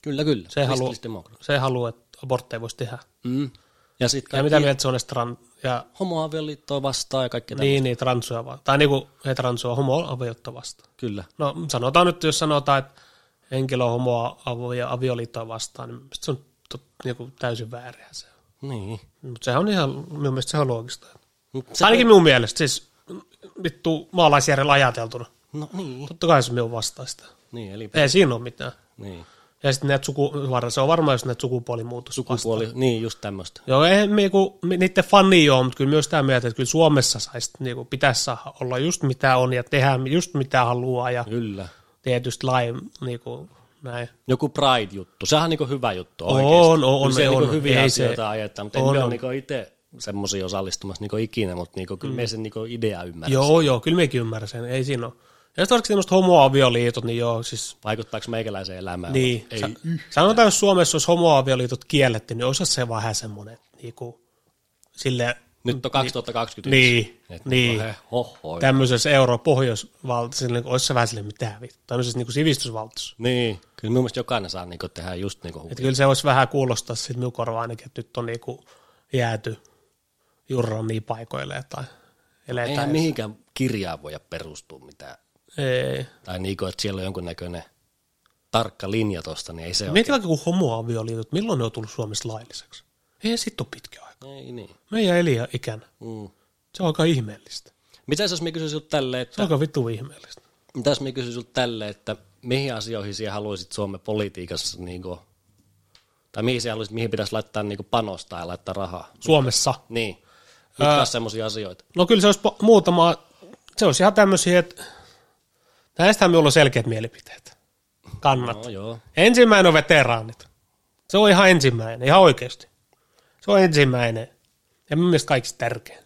Kyllä, kyllä. Se haluaa, Kristillisdemokraatit. se haluaa, että abortteja voisi tehdä. Mm. Ja Ja mitä sitten mitä... mieltä se on edes tran, ja homoavioliittoa vastaan ja kaikkea niin. niin, niin, transuja vaan. Tai niinku, ei transuja, homoavioliittoa vastaan. Kyllä. No sanotaan nyt, jos sanotaan, että henkilö on homoa avo- ja avioliittoa vastaan, niin sit se on tot, niinku, täysin väärähän se. Niin. Mutta sehän on ihan, minun mielestä se on loogista. Mut Se, Ainakin minun mielestä, siis vittu maalaisjärjellä ajateltuna. No niin. Totta kai se minun vastaa sitä. Niin, eli Ei siinä ole mitään. niin. Ja sitten näitä suku, var- se on varmaan just näitä sukupuolimuutos. sukupuoli, niin just tämmöistä. Joo, eihän niinku, mi- niiden fani joo, mutta kyllä myös sitä mieltä, että kyllä Suomessa saisi, niinku, pitäisi saada olla just mitä on ja tehdä just mitä haluaa ja Kyllä. tietysti lain, niinku, näin. Joku Pride-juttu, sehän on niin hyvä juttu On, oikeasti. on, on, kyllä siellä on. niinku hyviä Ei se- asioita ajetaan, mutta on, en on. ole niin itse semmoisia osallistumassa niin ikinä, mutta niin kyllä mm. me sen niin idea ymmärrän. Joo, joo, kyllä mekin ymmärrän sen, ei siinä ole. Ja sitten varsinkin tämmöiset homoavioliitot, niin joo, siis Vaikuttaako meikäläiseen elämään? niin. Ei, Sa- sanotaan, jos Suomessa olisi homoavioliitot kielletty, niin olisi se vähän semmoinen, niinku, sille Nyt on 2021. Niin, Et niin. he- Hoho. tämmöisessä euro-pohjoisvaltiossa, niin olisi se vähän sille mitään vittu, tämmöisessä niinku sivistysvaltiossa. Niin. Kyllä mun mielestä jokainen saa niinku tehdä just niinku huvi. Että kyllä se voisi vähän kuulostaa sitten minun korvaan ainakin, että nyt on niinku jääty jurran niin paikoille tai Eihän eletään. Ei, mihinkään kirjaan voida perustua mitään. ei. Tai niinku, että siellä on jonkunnäköinen tarkka linja tosta, niin ei se ole. Mietin vaikka kun homoavioliitot, milloin ne on tullut Suomessa lailliseksi? Ei sitten ole pitkä aika. Ei niin. Meidän eliä ikänä. Mm. Se on aika ihmeellistä. Mitäs jos mä kysyn sulta tälleen, Se että, on aika vittu ihmeellistä. mitäs jos mä kysyn sulta tälleen, että mihin asioihin sinä haluaisit Suomen politiikassa niinku, tai mihin sinä haluaisit, mihin pitäisi laittaa niinku panostaa ja laittaa rahaa? Suomessa. Niin. Mitkä on semmoisia asioita? No kyllä se olisi po- muutama, se olisi ihan tämmöisiä, että näistähän minulla on selkeät mielipiteet. Kannat. No joo. Ensimmäinen on veteraanit. Se on ihan ensimmäinen, ihan oikeasti. Se on ensimmäinen. Ja mun mielestä kaikista tärkein.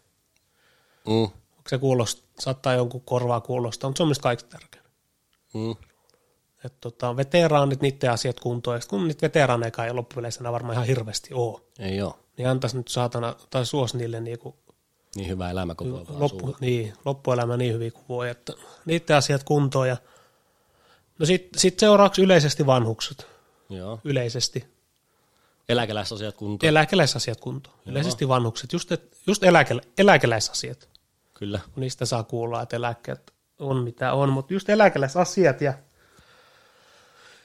Mm. Onko se kuulost, saattaa jonkun korvaa kuulostaa, mutta se on mielestäni kaikista tärkein. Mm. Et tota, veteraanit, niiden asiat kuntoon, ja sit kun niitä veteraaneja ei loppupeleissä enää varmaan ihan hirveästi ole. Ei joo. niin antaisi nyt saatana, tai suos niille niinku Niin hyvä elämä koko ajan. loppu, niin, loppuelämä niin hyvin kuin voi, että niiden asiat kuntoon. Ja... No sitten sit seuraavaksi yleisesti vanhukset, Joo. yleisesti. Eläkeläisasiat kuntoon. Eläkeläisasiat kuntoon, yleisesti vanhukset, just, et, just eläke, eläkeläisasiat. Kyllä. kun niistä saa kuulla, että eläkkeet on mitä on, mutta just eläkeläisasiat ja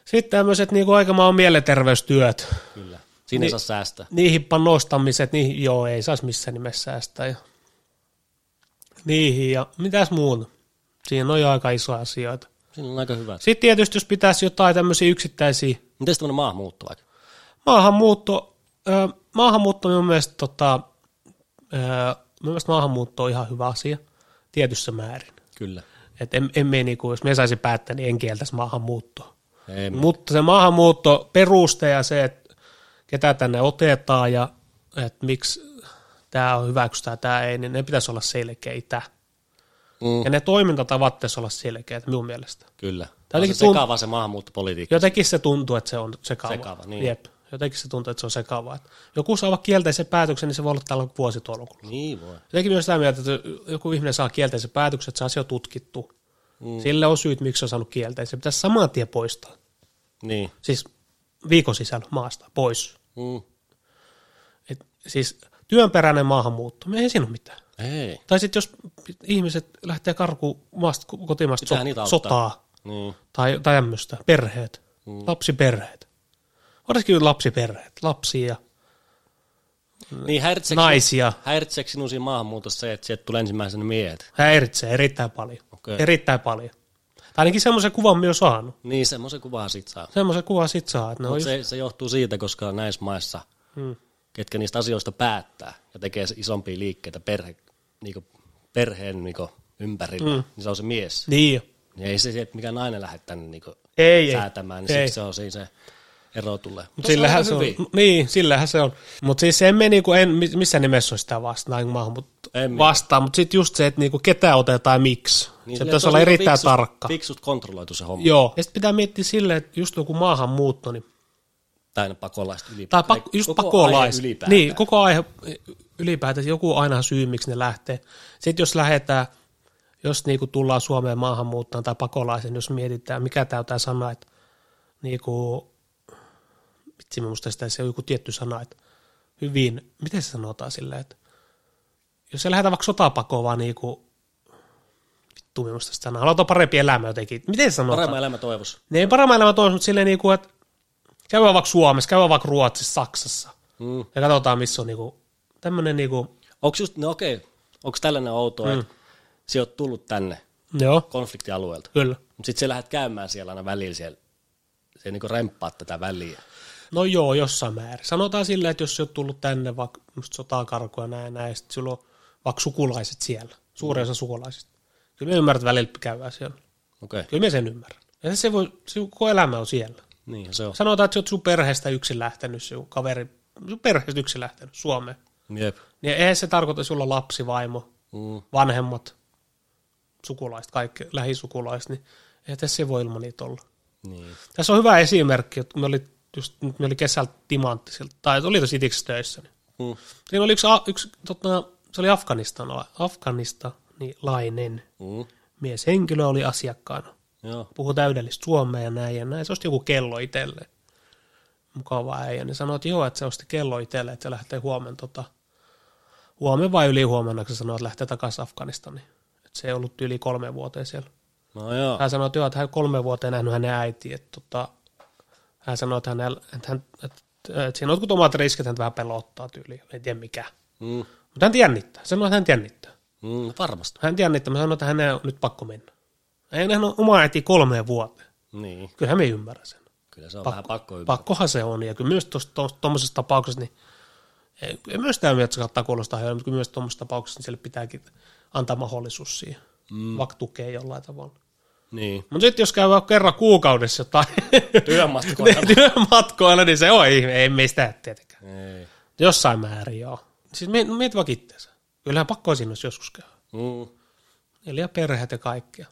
sitten tämmöiset niin aikamaan mielenterveystyöt, Kyllä. Siinä niin. saa säästää. niihin panostamiset, niihin, niin joo, ei saisi missään nimessä säästää. Ja niihin ja mitäs muuta. Siinä on jo aika isoja asioita. Siinä on aika hyvä. Sitten tietysti jos pitäisi jotain tämmöisiä yksittäisiä Miten tämmöinen maahanmuutto vaikka? Maahanmuutto, ö, maahanmuutto minun mielestä, tota, ö, minun mielestä maahanmuutto on ihan hyvä asia tietyssä määrin. Kyllä. Et en, en me niinku, jos me saisi päättää, niin en kieltäisi maahanmuuttoa. Ei, Mm. Mutta se maahanmuutto peruste ja se, että ketä tänne otetaan ja että miksi tämä on hyväksytään, tämä ei, niin ne pitäisi olla selkeitä. Mm. Ja ne toimintatavat pitäisi olla selkeitä minun mielestä. Kyllä. Tämä Tää on se jotenkin tunt- sekava se maahanmuuttopolitiikka. Jotenkin se tuntuu, että se on sekava. Sekava, niin. Jep. Jotenkin se tuntuu, että se on sekava. Et joku saa vaikka kielteisen päätöksen, niin se voi olla täällä vuositolkulla. Niin voi. Jotenkin myös sitä mieltä, että joku ihminen saa kielteisen päätöksen, että se asia on tutkittu. Mm. Sillä on syyt, miksi se on saanut kielteisen. Se pitäisi saman tien poistaa. Niin. Siis viikon sisällä maasta pois. Mm. Et, siis työnperäinen maahanmuutto, me ei siinä ole mitään. Ei. Tai sitten jos ihmiset lähtee karkuun maasta, kotimaasta Pitää niitä so- auttaa. sotaa Niin. tai, tai tämmöistä, perheet, mm. lapsiperheet. Varsinkin lapsiperheet, lapsia, Niin häiritseekö, Mm. naisia, häiritseekö sinun siinä maahanmuutossa se, että sieltä tulee ensimmäisenä miehet? häiritsee erittäin paljon. Okei. Erittäin paljon. Tai ainakin semmoisen kuvan myös saanut. Niin, semmoisen kuvan sit saa. Semmoisen kuvan sit saa, että ne on Mutta just, No se, se johtuu siitä, koska näissä maissa, hmm. ketkä niistä asioista päättää ja tekee se isompia liikkeitä perhe, niinku, perheen niinku, ympärillä, hmm. niin se on se mies. niin, Niin ei se, se, että mikä nainen lähde tänne niinku, ei, ei. säätämään, niin ei. siksi se on siinä se ero tulee. Mut Tossa on sillähän aika se on. hyvin. Niin, sillähän se on. Mutta siis en me niinku, en mi- missään nimessä ole sitä vastaan, maahanmuutto En minä. vastaan, mutta sitten just se, että niinku, ketä otetaan ja miksi. Niin, se silleen, pitäisi on olla niinku erittäin fiksust- tarkka. Fiksust kontrolloitu se homma. Joo. Ja sitten pitää miettiä silleen, että just joku maahanmuutto, niin, Niin, Tai ne pakolaiset tai ylipäätään. pak, just pakolais. Niin, koko aihe ylipäätään. Joku aina syy, miksi ne lähtee. Sitten jos lähdetään, jos niinku tullaan Suomeen maahanmuuttaan tai pakolaisen, jos mietitään, mikä täytää sana, että niinku, vitsi, mä muistan sitä, se on joku tietty sana, että hyvin, miten se sanotaan silleen, että jos ei lähdetä vaikka sotapakoon, vaan niinku, vittu, mä muistan sitä sanaa, halutaan parempi elämä jotenkin, miten se sanotaan? Paremmin elämä toivossa. Ne ei paremmin elämä toisi, mutta silleen niinku, että käydään vaikka Suomessa, käydään vaikka Ruotsissa, Saksassa Mm. ja katsotaan, missä on niinku, tämmönen niinku, Onko just, no okei, onko tällainen outoa, Hmm. mm. että sä oot tullut tänne joo, konfliktialueelta, kyllä. mutta sitten sä lähdet käymään siellä aina välillä siellä, se niinku remppaa tätä väliä. No joo, jossain määrin. Sanotaan silleen, että jos sä oot tullut tänne vaikka just sotaa karkuja näin ja näin, sit sulla on vaikka sukulaiset siellä, suurin osa sukulaisista. Kyllä mä ymmärrän, että välillä käydään siellä. Okei, okay. Kyllä mä sen ymmärrän. Ja se voi, se koko elämä on siellä. niin se on. Sanotaan, että sä oot sun perheestä yksin lähtenyt, sun kaveri, sun perheestä yksin lähtenyt Suomeen. Jep. Niin eihän se tarkoita, että sulla on lapsi, vaimo, Mm. vanhemmat, sukulaiset, kaikki lähisukulaiset, niin eihän tässä se voi ilman niitä olla. Niin. Tässä on hyvä esimerkki, että kun me oli, just, nyt me oli kesällä timanttisilta, tai oli tuossa Itiksessä töissä, niin Mm. siinä oli yksi, a- yksi tota, se oli Afganistan, afganistanilainen Mm. mieshenkilö oli asiakkaana. Joo. Puhu täydellistä suomea ja näin ja näin. Se osti joku kello itselleen. Mukava äijä. Niin sanoi, että joo, että se osti kello itselleen, että se lähtee huomenna tota, huomenna vai yli huomenna, kun se sanoi, että lähtee takaisin Afganistaniin. Että se ei ollut yli kolme vuoteen siellä. No joo. Hän sanoi, että, joo, että hän kolme vuoteen nähnyt hänen äiti, että tota, hän sanoi, että, hänellä, että, hän, että, että siinä on jotkut omat riskit, hän vähän pelottaa tyyliin, en tiedä mikä. Mm. Mutta hän jännittää, sanoi, että hän jännittää. Mm. Varmasti. Hän jännittää, mä sanoin, että hänen on nyt pakko mennä. Hän ei nähnyt omaa äitiä kolmeen vuoteen. Niin. Kyllähän me ymmärrän sen. Kyllä se on Pakko- vähän pakko ymmärtää. Pakkohan se on, ja kyllä myös tuommoisessa tapauksessa, niin ei, ei myös tämä mieltä saattaa kuulostaa hyvältä, mutta kyllä myös tuommoisessa tapauksessa niin sille pitääkin antaa mahdollisuus siihen, mm. vaikka tukea jollain tavalla. Niin. Mutta sitten jos käy vaikka kerran kuukaudessa jotain Työmatkoilla. työmatkoilla, niin se on ihme, ei meistä tietenkään. Ei. Jossain määrin joo. Siis miet, miet vaikka itteensä. Kyllähän pakko siinä olisi joskus käy. Mm. Eli ja perheet ja kaikkea.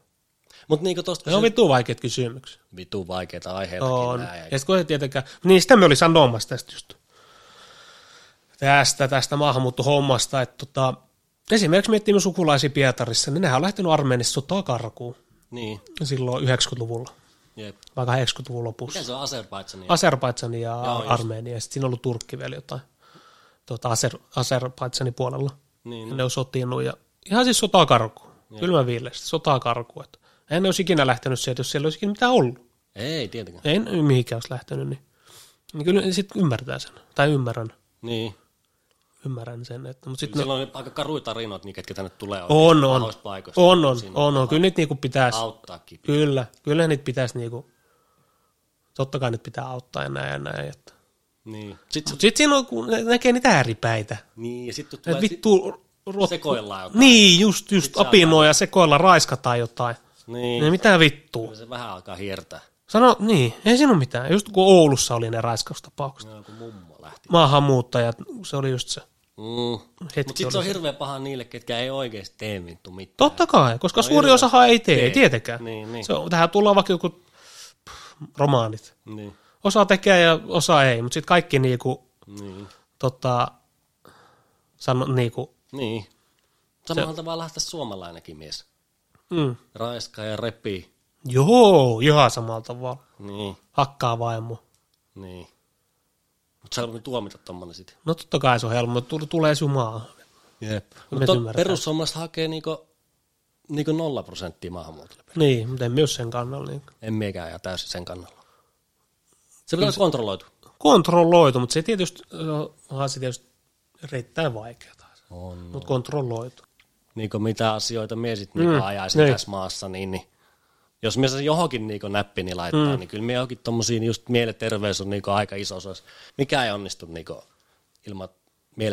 Mutta niinku tosta Ne on kysyt, vitu vaikeat kysymyksiä. vitu vaikeita aiheita. On. Ja sitten kun ei tietenkään, niin sitä me oli sanomassa tästä just. Että tästä, tästä maahanmuuttohommasta, että tota, esimerkiksi miettii sukulaisia Pietarissa, niin nehän on lähtenyt Armeenista sotaa karkuun Niin, silloin 90-luvulla, jep. vai 80-luvun lopussa. Miten se on Azerbaidsania? Azerbaidsan ja Joo, Joo, just. Armenia, ja sitten siinä on ollut Turkki vielä jotain tuota, Azer, Azerbaidsanin puolella. niin, Ja ne on sotinut ja ihan siis sotaa karkuun. Kylmä viileästi, sotaa karkuun. Että en ne olisi ikinä lähtenyt sieltä, jos siellä olisi ikinä mitään ollut. Ei tietenkään. En mihinkään olisi lähtenyt, niin, niin kyllä sitten ymmärtää sen. Tai ymmärrän, Niin. ymmärrän sen. Että, mutta sitten No. Silloin on aika karuja tarinoita, niin ketkä tänne tulee on, oikein on, pahoista paikoista. on, on, Siinä on, on. Kyllä niitä niinku pitäisi, Auttaakin. kyllä, kyllä niitä pitäisi niinku, totta kai niitä pitää auttaa ja näin ja näin. Että. Niin. Sitten, Mutta sitten siinä on, kun ne- näkee niitä ääripäitä. niin, ja sitten tulee Et vittu. vittu, ruot... sekoillaan jotain. Niin, just, just apinoja, sekoilla, raiskataan jotain. Niin. Niin. Mitä vittua? Kyllä se vähän alkaa hiertää. Sano, niin, ei siinä ole mitään. Just kun Oulussa oli ne raiskaustapaukset. No, kun mummo lähti. Maahanmuuttajat, se oli just se. Mm. Mutta Hetki sitten se on oli. hirveän paha niille, ketkä ei oikeasti tee vittu mitään. Totta kai, koska no, suuri osahan ei tee, ei tietenkään. Niin, niin. Se on, tähän tullaan vaikka joku pff, romaanit. Niin, Osa tekee ja osa ei, mutta sitten kaikki niinku, niin. tota, sano, niinku, Niin. Samalla tavalla lähtäisi suomalainenkin mies. mm. Raiskaa ja repii. joo, ihan samalla tavalla. Niin, Hakkaa vaimo. niin. Mutta sä voit tuomita tommonen sitten. No totta kai se on helmo, tule- tulee sumaa. Jep. Me Mutta ymmärretään. perussuomalaiset hakee niinku, niinku nolla prosenttia maahanmuutolle. Niin, mutta en myös sen kannalla. Niin. En miekään ja täysin sen kannalla. Se pitää olla kontrolloitu. Kontrolloitu, mutta se tietysti, no, onhan se tietysti erittäin vaikeaa. On. Mutta kontrolloitu. Niinku mitä asioita mie sit niinku mm, ajaisin niin. tässä maassa, niin, niin jos me sen johonkin niinku näppini laittaa, mm. niin kyllä me johonkin tommosiin just mielenterveys on niinku aika iso osa. Mikä ei onnistu niinku ilman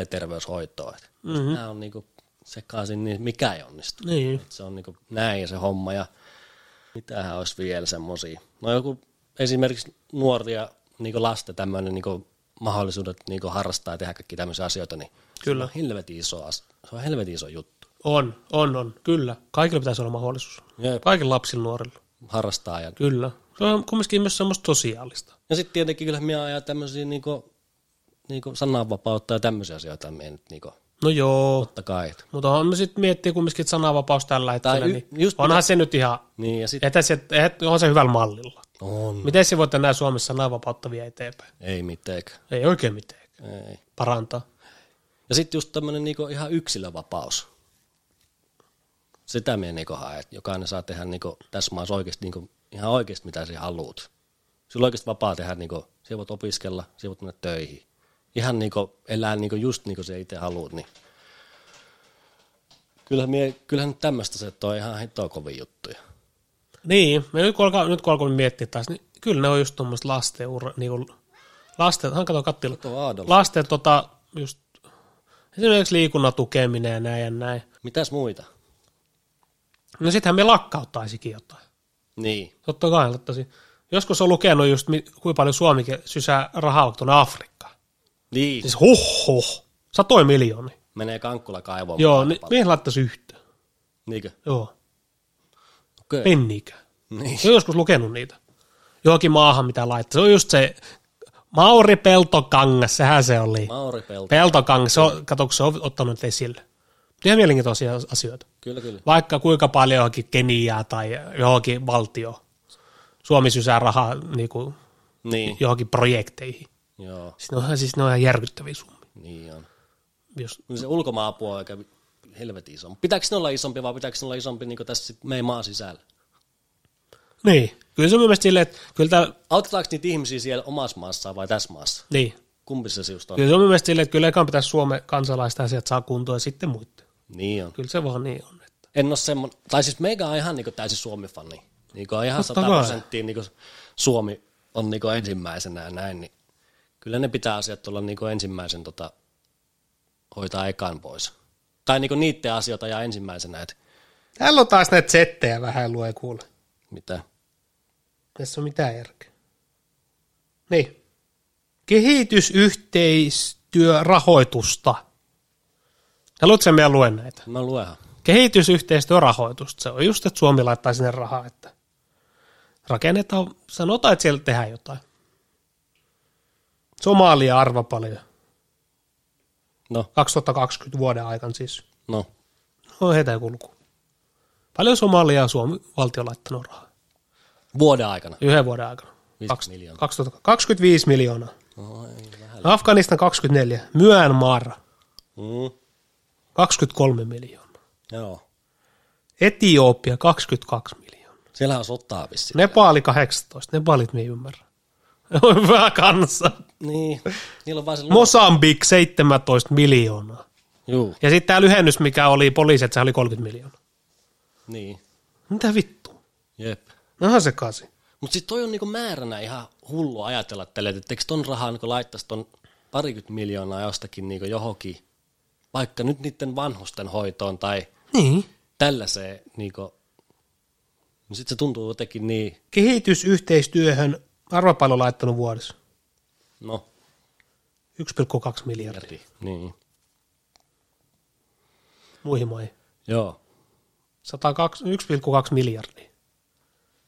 mielenterveyshoitoa. Et mm-hmm. Nämä on niinku sekaisin, niin mikä ei onnistu. Niin. Et se on niinku näin se homma ja mitähän olisi vielä semmosia. No joku esimerkiksi nuoria niinku lasten tämmöinen niinku mahdollisuudet niinku harrastaa ja tehdä kaikki tämmöisiä asioita, niin Kyllä. se on helvetin iso, as- se on helvetin iso juttu. On, on, on. Kyllä. Kaikilla pitäisi olla mahdollisuus. Jep. Kaikilla lapsilla nuorilla. harrastaa. Ja, Kyllä. Se on kumminkin myös semmoista sosiaalista. ja sitten tietenkin kyllä minä ajan tämmöisiä niinku, niinku sananvapautta ja tämmöisiä asioita. Minä nyt niinku, No joo. totta kai. Mutta on me sitten miettii kumminkin että sananvapaus tällä hetkellä, y- niin just onhan se nyt ihan, Niin ja sitten että se, et, on se hyvällä mallilla. on. Miten se voit enää Suomessa sananvapautta vie eteenpäin? Ei mitenkään. Ei oikein mitään. Ei. Parantaa. Ja sitten just tämmöinen niinku ihan yksilövapaus. Sitä minä niinku haen, että jokainen saa tehdä niinku, tässä maassa oikeasti, niinku, ihan oikeasti mitä sinä haluat. Sulla on oikeasti vapaa tehdä, niinku, sinä voit opiskella, sinä voit mennä töihin. Ihan niinku, elää niinku, just niin kuin sinä itse haluat. Niin. Kyllähän, mie, kyllähän nyt tämmöistä se, että on ihan hitoa kovin juttuja. Niin, me nyt kun alkaa, nyt kun alkaa miettiä taas, niin kyllä ne on just tuommoiset lasten, ura, niin kuin, lasten, hankaton kattila, Tuo Aadolla. lasten tota, just esimerkiksi liikunnan tukeminen ja näin ja näin. Mitäs muita? No sittenhän me lakkauttaisikin jotain. Niin. Totta kai ottaisin. Joskus on lukenut just, mi- kuinka paljon Suomi ke- sysää rahaa tuonne Afrikkaan. Niin. Siis huh, huh. Satoi miljoonia. Menee kankkula kaivoon. Joo, niin mihin laittaisi yhtään? Niinkö? Joo, Okei. penniikään. Niin. Se on joskus lukenut niitä. Johonkin maahan, mitä laittaa. Se on just se Mauri Peltokangas, sehän se oli. Mauripelto. Peltokangas, se on, kato, kun se on ottanut nyt esille. Ihan mielenkiintoisia asioita. Kyllä, kyllä. Vaikka kuinka paljon johonkin Keniaa tai johonkin valtioon. Suomi sysää rahaa niin kuin, Niin. johonkin projekteihin. Joo. Siis ne, on, ihan- siis ne on ihan järkyttäviä summia. Niin on. Jos, Kyllä se ulkomaanapu on aika helvetin isompi. Pitääkö ne olla isompi vai pitääkö ne olla isompi niin tässä sit meidän maan sisällä? niin. Kyllä se on mun mielestä silleen, että kyllä tää, Autetaanko niitä ihmisiä siellä omassa maassaan vai tässä maassa? niin. Kumpi se siusta on? Kyllä se on mun mielestä silleen, että kyllä ekan pitäisi Suomen kansalaista asiat saa kuntoon ja sitten muiden. Niin on. Kyllä se vaan niin on. Että. En ole semmoinen, tai siis meikä on ihan niinku täysin Suomi-fani. Niinku on ihan Totta 100 kai. prosenttia niinku Suomi on niinku ensimmäisenä ja näin, niin kyllä ne pitää asiat olla niinku ensimmäisen tota, hoitaa ekan pois. Tai niinku niiden asioita ja ensimmäisenä, että Täällä on taas näitä settejä vähän lue kuule. mitä. Tässä on mitään järkeä. Niin. Kehitysyhteistyörahoitusta. Haluatko sä meidän luen näitä? Mä luenhan. Kehitysyhteistyörahoitusta. Se on just, että Suomi laittaa sinne rahaa, että rakennetaan, sanotaan, että siellä tehdään jotain. Somalia arva paljon. No, 2020 vuoden aikana siis. no. No heitä kulku. Paljon Somalia ja Suomi valtio laittanut rahaa? Vuoden aikana. Yhden vuoden aikana. 50 Kaks- miljoonaa. 2000 25 miljoonaa. No, ei vähän. Afganistan 24. Myanmar Mm. 23 miljoonaa. Joo. Etiopia 22 miljoonaa. Siellä on sotaa vissiin. Nepali 18. Nepalit me ei ymmärrä. On hyvä kanssa. Niin. Niillä on vaan se luo. Mosambik 17 miljoonaa. Juu. Ja sitten tämä lyhennys, mikä oli poliisit, se oli 30 miljoonaa. Niin. Mitä vittu? Jep. Nahan se kasi. Mutta siis toi on niinku määränä ihan hullu ajatella tälle, että eikö ton rahaa niinku laittaisi ton parikymmentä miljoonaa jostakin niinku johonkin, vaikka nyt niiden vanhusten hoitoon tai Niin. tällaiseen, niinku, no sit se tuntuu jotenkin niin, Kehitysyhteistyöhön arva paljon laittanut vuodessa. no, 1,2 miljardia järvi. Niin. muihin maihin. Joo. 102, 1,2 miljardia.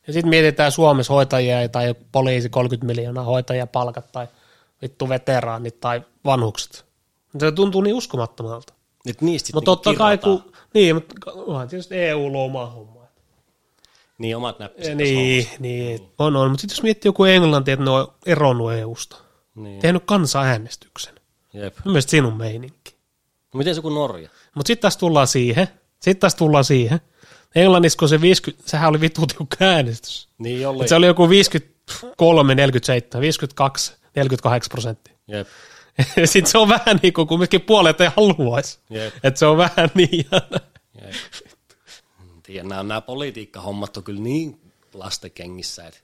Ja sitten mietitään Suomessa hoitajia tai poliisi 30 miljoonaa, hoitajia palkat tai vittu veteraanit tai vanhukset. Se tuntuu niin uskomattomalta. Et niistä sit Mutta niinku No totta kai, kirjataan. kun, niin, mutta onhan E tietysti EU luo omaa hommaa. Niin omat näppiset. Niin, niin, on, on. Mutta sitten jos miettii joku Englanti, että ne on eronnut EUsta, niin. tehnyt kansanäänestyksen. Jep. Mun mielestä sinun meininki. No miten se kuin Norja? Mutta sitten taas tullaan siihen, sitten taas tullaan siihen. Englannissa, kun se 50, sehän oli vittu tiukka äänestys. Niin oli. Et se oli joku 53, 47, 52, 48 prosenttia. Jep. Sitten se on vähän niin kuin kumminkin puolet ei haluaisi. Jep. Että se on vähän niin. ja- Jep. En Tiedä, nämä, nämä politiikkahommat on kyllä niin lastenkengissä, että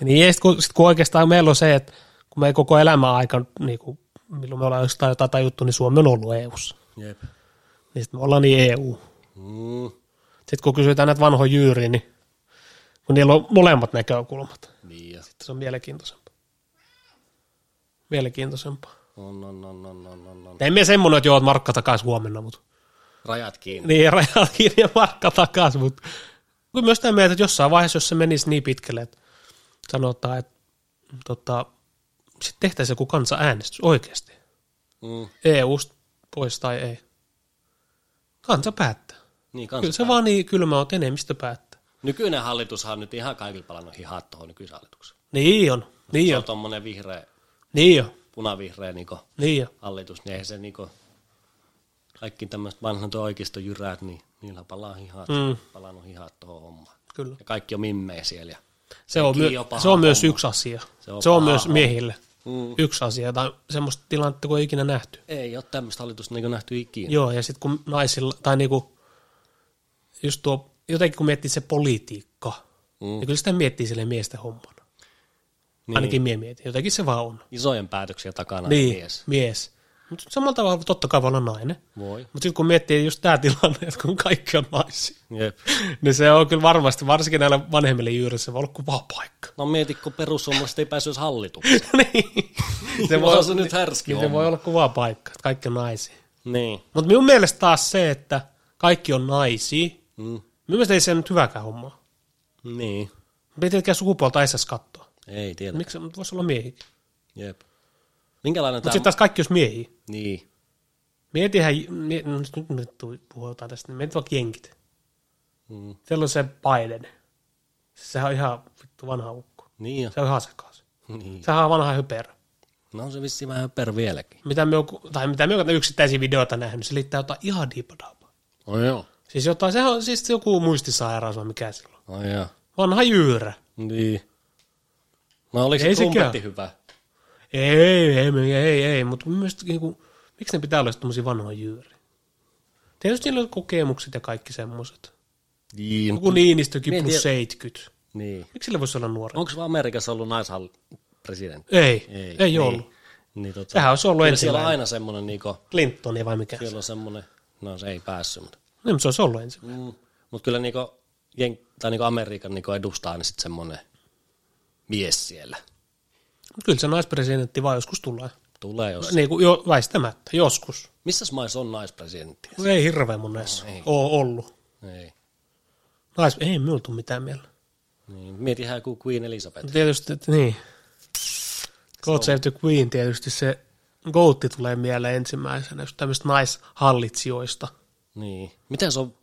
Niin, ja sit kun, sit kun oikeastaan meillä on se, että kun me ei koko elämän aika, niin kuin, milloin me ollaan jostain jotain tajuttu, niin Suomi on ollut EUssa. Jep. Niin sitten me ollaan niin EU. Mm, Sitten kun kysytään näitä vanhoja jyyriä, niin kun niillä on molemmat näkökulmat, niin ja se on mielenkiintoisempaa. Mielenkiintoisempaa. on, on, on, on, on, on, on. En mie semmoinen, että joo, että markka takaisin huomenna, mutta Rajat kiinni. niin rajat kiinni ja markka takaisin, mutta kun myös tämä mieltä, että jossain vaiheessa, jos se menisi niin pitkälle, että sanotaan, että tota, sitten tehtäisiin joku kansanäänestys oikeasti. Niin. Mm, EUsta pois tai ei. Kansa päättää. niin Kyllä kanssa. se vaan niin kylmä on, että enemmistö päättää. Nykyinen hallitushan on nyt ihan kaikilla palannut hihat tuohon nykyisen hallituksen. Niin on, niin Se on, on tuommoinen vihreä, niin on, punavihreä niinku niin on. hallitus, niin eihän se niinku, kaikki tämmöiset vanhat oikeistojyrät, niin niillä palaa hihat, Mm. mm. palannut hihat tuohon hommaan. Kyllä. Ja kaikki on mimmejä siellä. ja- Se on, myö, on paha se on myös homma. yksi asia. Se Se on, on se on paha myös homma. miehille Mm. yksi asia. Tai semmoista tilannetta, kun ei ikinä nähty. Ei ole tämmöistä hallitusta niin nähty ikinä. Joo, ja sitten kun naisilla, tai niinku, just tuo, jotenkin kun miettii se politiikka, mm. niin kyllä sitä miettii sille miesten hommana. Niin. Niin. Ainakin mie mietin, jotenkin se vaan on. Isojen päätöksiä takana Niin, niin. mies. mies. mies. Mutta samalla tavalla totta kai voi olla nainen. Voi. Mutta sitten kun miettii just tämä tilanne, että kun kaikki on naisia, Jep. niin se on kyllä varmasti, varsinkin näillä vanhemmille jyyrissä, voi olla kova paikka. No mieti, kun perussuomalaiset ei päässyt edes hallitukseen. niin. Se voi, Onhan se nyt härski niin se voi olla kova paikka, että kaikki on naisia. Niin. Mutta minun mielestä taas se, että kaikki on naisia, Mm. minun mielestä ei se nyt hyväkään hommaa. Niin. Me ei tietenkään sukupuolta edes katsoa. Ei tiedä. Miksi mut voisi olla miehiä? Mutta Jep. Minkälainen tämä... sitten taas kaikki olisi miehiä. Niin. Mietihän, mie, no nyt- nyt me tu- puhutaan tästä, niin mietit vaikka jenkit. Mm. Siellä on se Biden. Siis Sehän on ihan vittu vanha ukko. Niin jo. Se on ihan sekaas. Niin. Sehän on vanha hyperä. No on se vissiin vähän per vieläkin. Mitä me on, tai mitä me on yksittäisiä videoita nähnyt, se liittää jotain ihan diipadaapaa. Ai joo. Siis jotain, sehän on siis joku muistisairaus vai mikä sillä on. Ai joo. Vanha jyyrä. Niin. No oliko Ei se sekään. trumpetti hyvä? Ei, ei, ei, ei, ei mutta myös niinku, miksi ne pitää olla tämmöisiä vanhoja jyyriä? Tietysti niillä on kokemukset ja kaikki semmoiset. Niin. Joku Niinistökin Mie en plus tiedä. 70. Niin. Miksi sillä voisi olla nuori? Onko Amerikassa ollut naispresidentti? Ei, No. ei, ei niin. ollut. Niin, tota, Sehän olisi ollut kyllä siellä ensimmäinen. on aina semmoinen, niinku, Clintonia vai mikä? Kyllä. siellä on semmoinen, no se ei päässyt, mutta Niin, mutta se olisi ollut ensimmäinen. Mm, mutta kyllä niinku, jen, tai niinku Amerikan niinku edustaa aina sitten semmoinen mies siellä. Mut Kyllä se naispresidentti vaan joskus tulee. Tulee jos... Niin kuin jo, väistämättä, joskus. Missäs maissa on naispresidentti? No Ei hirveän monessa no, ole ollut. Ei. Nais, ei minulla tule mitään mieleen. Niin, mietihän joku Queen Elizabeth. Tietysti, että niin. God Save the Queen tietysti se Goutti tulee mieleen ensimmäisenä, just tämmöistä naishallitsijoista. Niin. Miten se on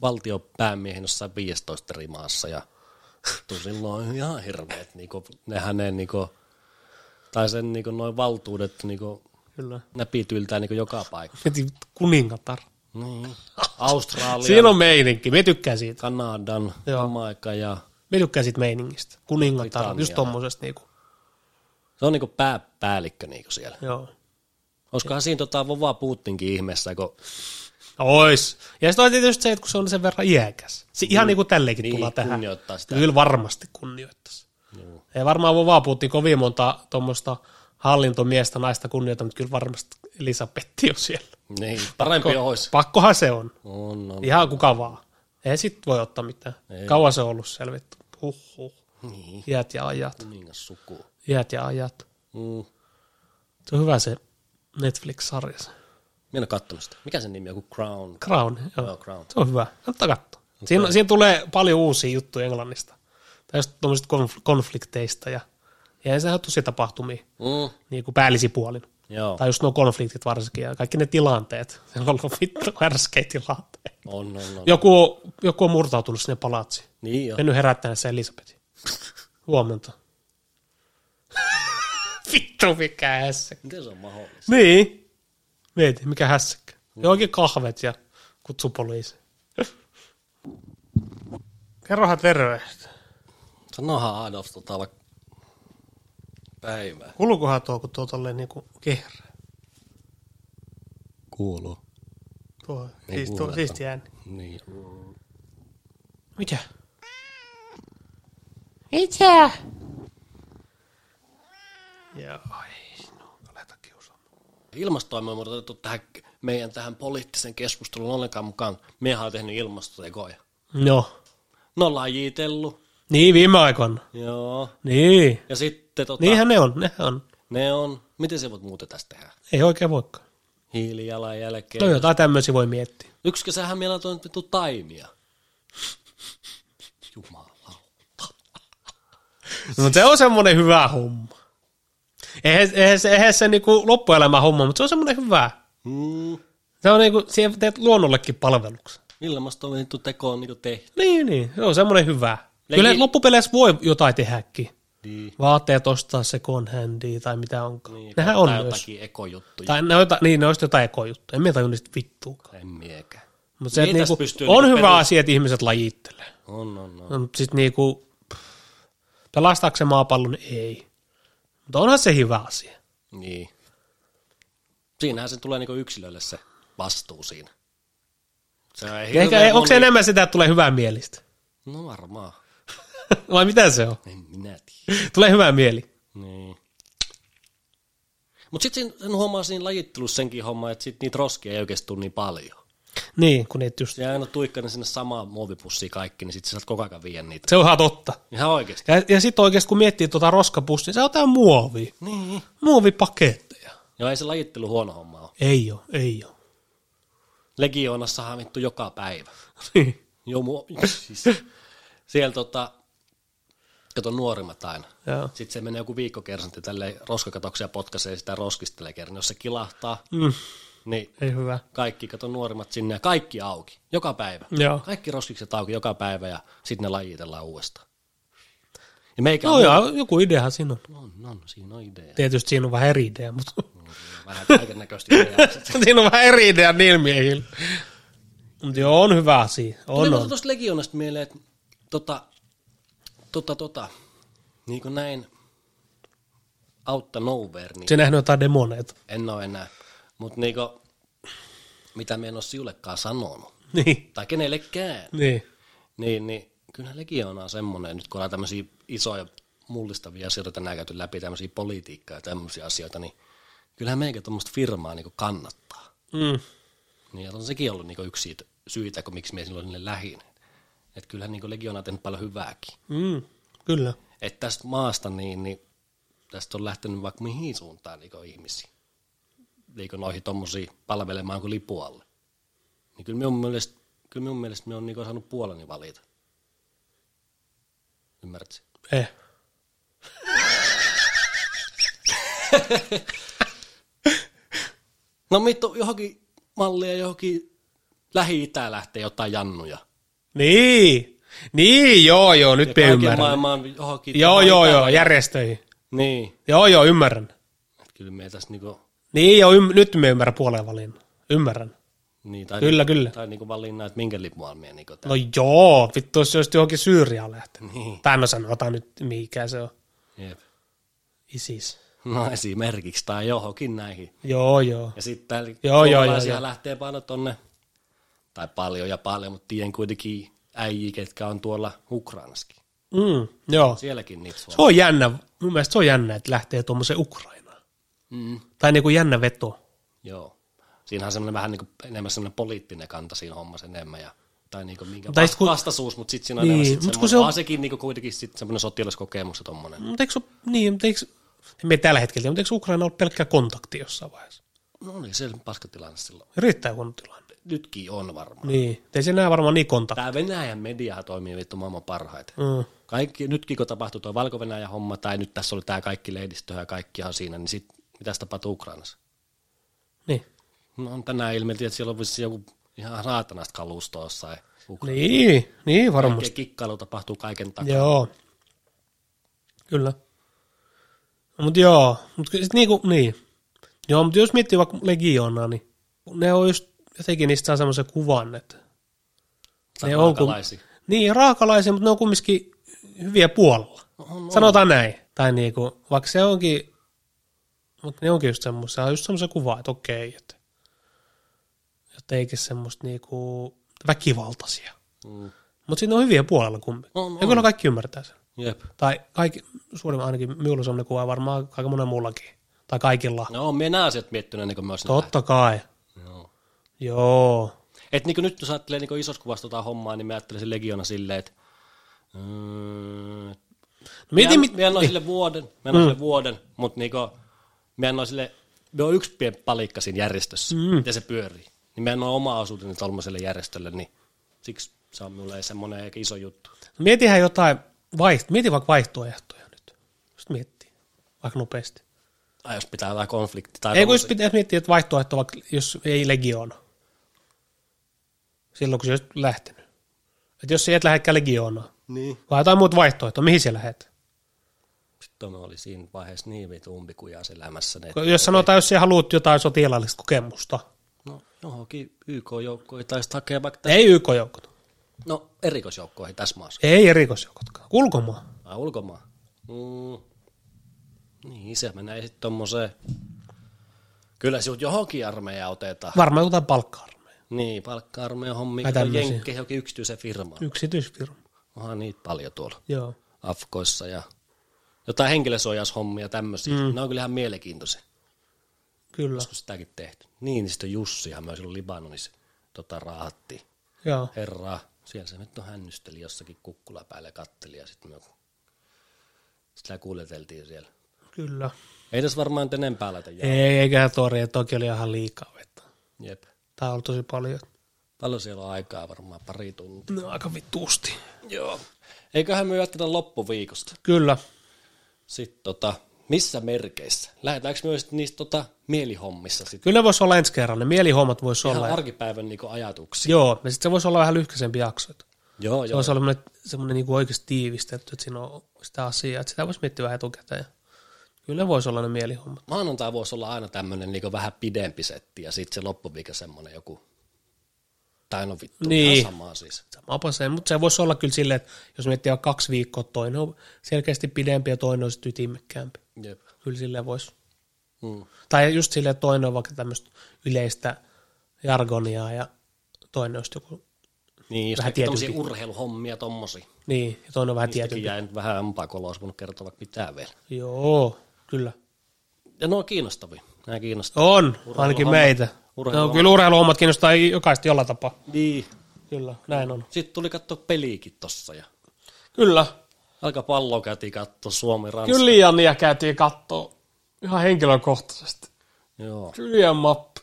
valtiopäämiehen jossain 15 eri maassa ja tuu silloin ihan hirveet niinku, ne hänen niinku, tai sen niinku, noin valtuudet niinku, Kyllä. näpityltää niinku, joka paikka. Mieti kuningatar. Niin. Australia, Siinä on meininki, me tykkään siitä. Kanadan, Joo. Jamaika ja Me tykkään siitä meiningistä. Kuningatar, Britannia. just tommosesta niinku. se on niinku pääpäällikkö niinku siellä. Joo. Olisikohan siinä tota vovaa Putinkin ihmeessä, kun Ois. Ja sitten on tietysti se, että kun se on sen verran iäkäs. Se ihan niin kuin tälleenkin Niin, tullaan tähän. kunnioittaa sitä. Kyllä varmasti kunnioittaisi. Joo. Ei varmaan voi vaan puhuttiin kovin monta tuommoista hallintomiestä, naista kunnioita, mutta kyllä varmasti Elisabetti on siellä. niin, parempi olisi. Pakkohan se on. On, on. Ihan kuka vaan. Ei sit voi ottaa mitään. Ei. Kauan se on ollut selvitty. Huhhuh. Niin, Iät ja ajat. kuningas suku. Iät ja ajat. Mm. Se on hyvä se Netflix-sarja. se. Minä en ole kattonut sitä. Mikä sen nimi on? Joku Crown? Crown. Joo. Joo, Crown. Se on hyvä. Kannattaa katsoa. Siinä, siinä tulee paljon uusia juttuja Englannista. Tai just tuommoisista konf- konflikteista. Ja, ja sehän on tosi tapahtumia, Mm. niin kuin päällisipuolin. Joo, Tai just nuo konfliktit varsinkin ja kaikki ne tilanteet. Se on ollut vittu härskejä tilanteita. on, on, on. Joku, joku on murtautunut sinne palatsiin. Niin jo. Mennyt herättämään se Elisabetin. Huomenta. vittu mikä hässäkkä. Miten se on mahdollista? Niin. Mieti, mikä hässäkkä. Ja oikein kahvet ja kutsu poliisi. Kerrohan terveistä. Sanohan Adolf tota vaikka päivää. Kuuluukohan tuo, kun tuo tolleen niinku kehreä? Kuuluu. Tuo, siis, tuo, kuulekaan. siisti ääni. Niin. Mitä? Mitä? Joo, ei sinua aleta kiusaamaan. Ilmastoimme on otettu tähän meidän tähän poliittisen keskusteluun ollenkaan mukaan. Miehän on tehnyt ilmastotekoja. No. Ne on lajitellut. Niin, viime aikoina. Joo. Niin. Ja sitten tota, Niinhän ne on, nehän on. ne on, miten se voit muuta tästä tehdä? Ei oikein voikaan. Hiilijalanjälkeen. No jotain tämmöisiä voi miettiä. Yksi kesähän meillä on tuonut vittu taimia. Jumala. No, mutta se on semmoinen hyvä homma. Eihän, eihän, se, eihän se niinku loppuelämä homma, mutta se on semmoinen hyvä. Mm. Se on niinku, siihen teet luonnollekin palveluksen. Ilmastoitu teko on niinku tehty. Niin, niin. Se on semmoinen hyvä. Leikki- Kyllä loppupeleissä voi jotain tehdäkin. Niin. Vaatteet ostaa second handia tai mitä onkaan. Niin, Niin, Nehän on tai myös. jotakin ekojuttuja. Tai ne, on jota, niin, ne olisi jotain ekojuttuja. En minä tajun niistä vittuukaan. En miekään. Mutta se, Niin, niin, tässä niinku, pystyy on niinku hyvä perus- asia, että ihmiset lajittelee. On, on, on. No, mutta sitten niinku, pff, pelastaako se maapallon? Ei. Mutta onhan se hyvä asia. Niin. Siinähän se tulee niinku yksilölle se vastuu siinä. Se ei Ehkä, hirveän onko se moni- enemmän sitä, että tulee hyvää mielistä? No varmaan. Vai mitä se on? En minä tiedä. Tulee hyvää mieli. Niin. Mutta sitten sen huomaa siinä lajittelussa senkin homma, että sit niitä roskia ei oikeasti tule niin paljon. Niin, kun niitä just... Ja aina tuikkainen sinne samaan muovipussiin kaikki, niin sitten sä saat koko ajan viedä niitä. Se on ihan totta. Ihan oikeasti. Ja, ja sitten oikeasti kun miettii tuota roskapussia, se on tää muovi. Niin. Muovipaketteja. Joo, ei se lajittelu huono homma ole. Ei oo, ei oo. Legioonassahan vittu joka päivä. Niin. Joo, mu- siis. Siellä tota, kato nuorimmat aina. Joo. Sitten se menee joku viikko kersantti tälleen roskakatoksia potkaisee sitä roskistelee kerran. Jos se kilahtaa, mm. niin Ei hyvä. kaikki, kato nuorimmat sinne ja kaikki auki, joka päivä. Joo. Kaikki roskikset auki joka päivä ja sitten ne lajitellaan uudestaan. Ja meikä No on, joo, joku ideahan siinä on. on, on, siinä on idea. Tietysti siinä on vähän eri idea, mutta... Vähän kaiken näköistä ideaa. siinä on vähän eri idea niillä miehillä. Mutta joo, on hyvä asia. On, Tulee on. tuosta legionasta mieleen, että tota, tota, tota, niin kuin näin autta nowhere, niin Se nähnyt jotain demoneita. en ole enää. Mutta niin kuin, mitä me en ole siullekaan sanonut, Niin. tai kenellekään, Niin. niin, niin kyllä legiona on semmoinen, nyt kun on tämmöisiä isoja mullistavia asioita tänään käyty läpi, tämmöisiä politiikkaa ja tämmöisiä asioita, niin kyllähän meikä tuommoista firmaa niin kannattaa. Mm. Niin ja on sekin ollut niin yksi siitä syitä, kun miksi me silloin niille lähin. Että kyllähän niin legiona on tehnyt paljon hyvääkin. Mm. Kyllä. että tästä maasta niin, niin tästä on lähtenyt vaikka mihin suuntaan niin ihmisiä niin noihin tuommoisiin palvelemaan kuin lipualle. Niin kyllä minun mielestä, kyllä minun mielestä me on niin saanut puoleni valita. Ymmärrätkö? Eh. No mitto johonkin mallia johonkin Lähi-Itään lähtee jotain jannuja. Niin, niin, joo, joo, nyt ja mä kaiken ymmärrän. maailman johonkin. Joo, joo, Itä- joo, järjestöihin. Niin. Joo, joo, ymmärrän. Et kyllä me tässä niinku, Niin, joo, ymm, nyt me ymmärrän puoleen valinnan. Ymmärrän. niin, tai, Kyllä, kyllä. tai niinku valinnan, että minkä lipua me niinku tää. No joo, vittu, jos se olisi johonkin Syyriaan lähtenyt. Niin. Tai no sanotaan nyt, mikä se on. Jep. ISIS. No esimerkiksi, tai johonkin näihin. Joo, joo. Ja sitten täällä joo, joo, suomalaisia joo. lähtee paljon tonne, tai paljon ja paljon, mutta tiedän kuitenkin äijiä, ketkä on tuolla Ukrainassakin. Mm, joo. Sielläkin niitä Se on jännä, mun mielestä se on jännä, että lähtee tuommoiseen Ukrainaan. Mm. Tai niinku jännä veto. Joo. Siinähän on semmoinen vähän niin kuin, enemmän semmoinen poliittinen kanta siinä hommassa enemmän. Ja, tai niin kuin minkä Tai tai sit kun- vastaisuus, mutta sitten siinä on Niin, niin, enemmän mut sit kun kun se se on- on... sekin niin kuin kuitenkin sit semmoinen sotilaskokemus ja tommoinen. Mutta eikö, se- niin, mutta eikö, en mie tällä hetkellä, tiedä, mutta eikö Ukraina ole pelkkä kontakti jossain vaiheessa? No niin, se on paskatilanne silloin. Riittää huono tilanne. Nytkin on varmaan. Niin, ei se enää varmaan niin kontakti. Tämä Venäjän mediahan toimii vittu maailman parhaiten. Mm. Kaikki, nytkin kun tapahtui tuo valko homma tai nyt tässä oli tämä kaikki lehdistö ja kaikkihan siinä, niin sitten mitäs tapahtuu Ukrainassa? Niin. No on tänään ilmeisesti, että siellä on vissiin joku ihan raatanasta kalustoa jossain. Ukrainassa. Niin, niin varmasti. Kaikkea kikkailu tapahtuu kaiken takia. Joo. Kyllä. Mutta joo, mutta sitten niinku, niin. Joo, mutta jos miettii vaikka legioonaa, niin ne on just, jotenkin niistä saa semmoisen kuvan, että Tai Ne on kun- raakalaisia. Niin, raakalaisia, mutta ne on kumminkin hyviä puolella. On, on. Sanotaan näin. Tai niinku, vaikka se onkin, mutta ne onkin just semmoisia, on just semmoisia kuvaa, että okei, että jotenkin semmoista niinku väkivaltaisia. Mm. Mutta sitten ne on hyviä puolella kumminkin. On, ja on. kyllä kaikki ymmärtää sen. Jep. Tai kaikki, suurin ainakin minulla on semmoinen kuva ja varmaan kaiken monen muullakin. Tai kaikilla. No, No, minä nämä asiat miettinyt ennen kuin myös Totta kai. Joo. Joo. No Et niin kuin nyt jos ajattelee niin isossa kuvassa tota hommaa, niin mä ajattelisin Legiona silleen, että mm, Mieti, mä, mit, niin. Mm. mä annoin sille vuoden, mä annoin sille vuoden, mutta niin kuin, mä annoin sille, me on yksi pieni palikka siinä järjestössä, mm. miten se pyörii. Niin mä annoin oma osuuteni tuollaiselle järjestölle, niin siksi se on minulle semmoinen eikä iso juttu. mietihän jotain, vaiht, mieti vaikka vaihtoehtoja nyt. Just miettii, vaikka nopeasti. Ai jos pitää jotain konflikti tai Ei kun jos tommosia. pitäisi miettiä, että vaihtoehto vaikka, jos ei legioona. Silloin kun sä olisit lähtenyt. Että jos sä et lähdekään legioonaan, Niin. vaan jotain muuta vaihtoehtoa, mihin sä lähet? Sitten mä olin siinä vaiheessa niin vitu umpikujassa elämässä. niin- Kun Jos sanotaan, jos sä haluat jotain sotilaallista kokemusta. No johonkin YK-joukkoihin tai sitten hakee vaikka, tä- Ei YK-joukot. no erikoisjoukkoihin tässä maassa. Ei erikoisjoukotkaan. Ulkomaan. Ai ulkomaan. Mm. Niin, se menee sitten tommoseen. Kyllä sinut johonkin armeijaan otetaan. Varmaan jotain palkka Niin, palkka-armeijan hommi, Ai tämmösiä. jenkkeihin johonkin yksityisen firmaan. Yksityisfirma. Onhan niitä paljon tuolla Joo. Afkoissa ja jotain henkilösuojaushommia tämmöisiä. Mm. Ne on kyllähän mielenkiintoisia, Kyllä. kun sitäkin tehty. Niin, niin sitten Jussihan myös silloin Libanonissa tota, raahatti. Joo. herra, siellä se nyt on hännysteli jossakin kukkula päällä ja katteli ja sitten me sitä kuljeteltiin siellä. Kyllä. Ei tässä varmaan nyt enempää laita jää. Ei, eikä tori, että toki oli ihan liikaa vettä. Jep. Tää on ollut tosi paljon. Paljon siellä on aikaa varmaan pari tuntia. No aika vittuusti. Joo. Eiköhän me jatketa loppuviikosta. Kyllä. Sitten tota, missä merkeissä? Lähdetäänkö myös niistä tota, mielihommissa sitten? Kyllä ne voisi olla ensi kerran. Ne mielihommat voisi Ihan olla. arkipäivän niinku ajatuksia. Joo, ja sitten se voisi olla vähän lyhkäisempi jakso. että Joo, Se joo. voisi olla semmoinen, semmoinen niin oikeasti tiivistetty, että siinä on sitä asiaa. Että sitä voisi miettiä vähän etukäteen. Kyllä ne voisi olla ne mielihommat. Maanantai voisi olla aina tämmöinen niinku vähän pidempi setti ja sitten se loppuviikko semmoinen joku. Tai no vittu, niin. Niin. ihan samaa siis. Samapa se, mutta se voisi olla kyllä silleen, että jos miettii vaikka kaksi viikkoa, toinen on selkeästi pidempi ja toinen on sitten ytimekkäämpi. Jep. Kyllä silleen voisi. Mm. Tai just silleen, että toinen on vaikka tämmöistä yleistä jargoniaa ja toinen on sit joku, Niin, just Vähän vähän tietympi. tämmöisiä urheiluhommia tommosia. niin, ja toinen on vähän Tietenkin tietyn. jäi nyt vähän ampaa koloa, olisi voinut kertoa vaikka mitään vielä. Joo, kyllä. Ja ne on kiinnostavia. Nämä kiinnostaa. On, ainakin meitä. No, Urheiluhommat. kyllä urheiluhommat kiinnostaa jokaista jollain tapaa. Niin. Kyllä, näin on. Sitten tuli katsoa peliikin tossa ja Kyllä, aika pallo käytiin katsoa Suomi Ranska. kyllä Liania käytiin kattoo ihan henkilökohtaisesti. Joo. Kylian mappi.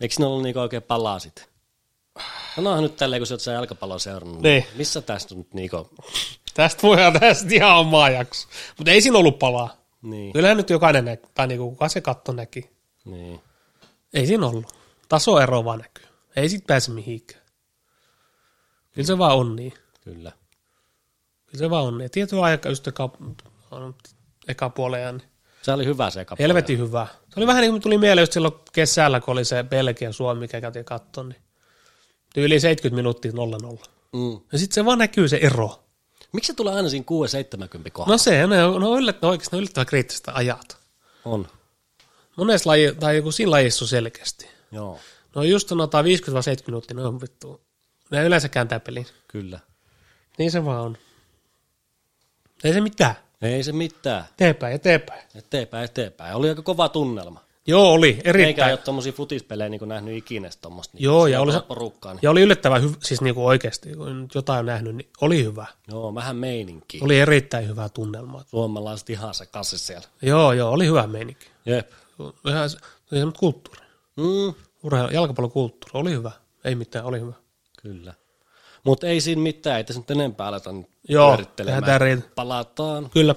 Eikö ne ollut niinku oikein palaa sit? Sanohan nyt tälleen, kun sä oot sen jalkapallon seurannut. Niin. Missä tästä nyt niinku... Tästä voidaan tästä ihan omaa jakso. Mutta ei siinä ollut palaa. Niin. Kyllähän nyt jokainen, nä- tai niinku, kuka se katto näki. niin. Ei siinä ollut. Tasoero vaan näkyy. Ei sit pääse mihinkään. Kyllä se vaan on niin. Kyllä. Kyllä se vaan on niin. Tietyn aikaa just eka, on eka puoleen niin Se oli hyvä se eka Helvetin hyvä. Se oli vähän niin kuin tuli mieleen just silloin kesällä, kun oli se Belgia Suomi, mikä käytiin kattoon, niin tyyli 70 minuuttia 0-0. puoli. Mm. Ja sitten se vaan näkyy se ero. Miksi se tulee aina siinä 670 kohdalla? No se, ne on, ne on yllättävän, oikeasti ne on yllättävän kriittistä ajat. No. On. Monessa laji, tai joku siinä lajissa on selkeästi. Joo, No just sanotaan 50-70 minuuttia, ne on vittu. Ne yleensä kääntää pelin. kyllä. Niin se vaan on. Ei se mitään. Ei se mitään. Eteenpäin, eteenpäin. Eteenpäin, eteenpäin. Oli aika kova tunnelma. Joo, oli. Eikä Erittäin. ole tommosia futispelejä niin nähnyt ikinä tuommoista. Niin Joo, ja oli oli se- se... Porukkaa, niin... Ja oli yllättävän hyvä, siis niinku oikeasti, kun nyt jotain on nähnyt, niin oli hyvä. Joo, vähän meininki. Oli erittäin hyvä tunnelma. Suomalaiset ihan se kasi siellä. Joo, joo, oli hyvä meininki. Jep. Ihan se, se oli semmoinen kulttuuri. Mm, Urheilu, jalkapallokulttuuri, oli hyvä. Ei mitään, oli hyvä. kyllä. Mutta ei siinä mitään, ei tässä nyt enempää aleta nyt Joo, pyörittelemään. eihän tää riitä. Palataan Kyllä.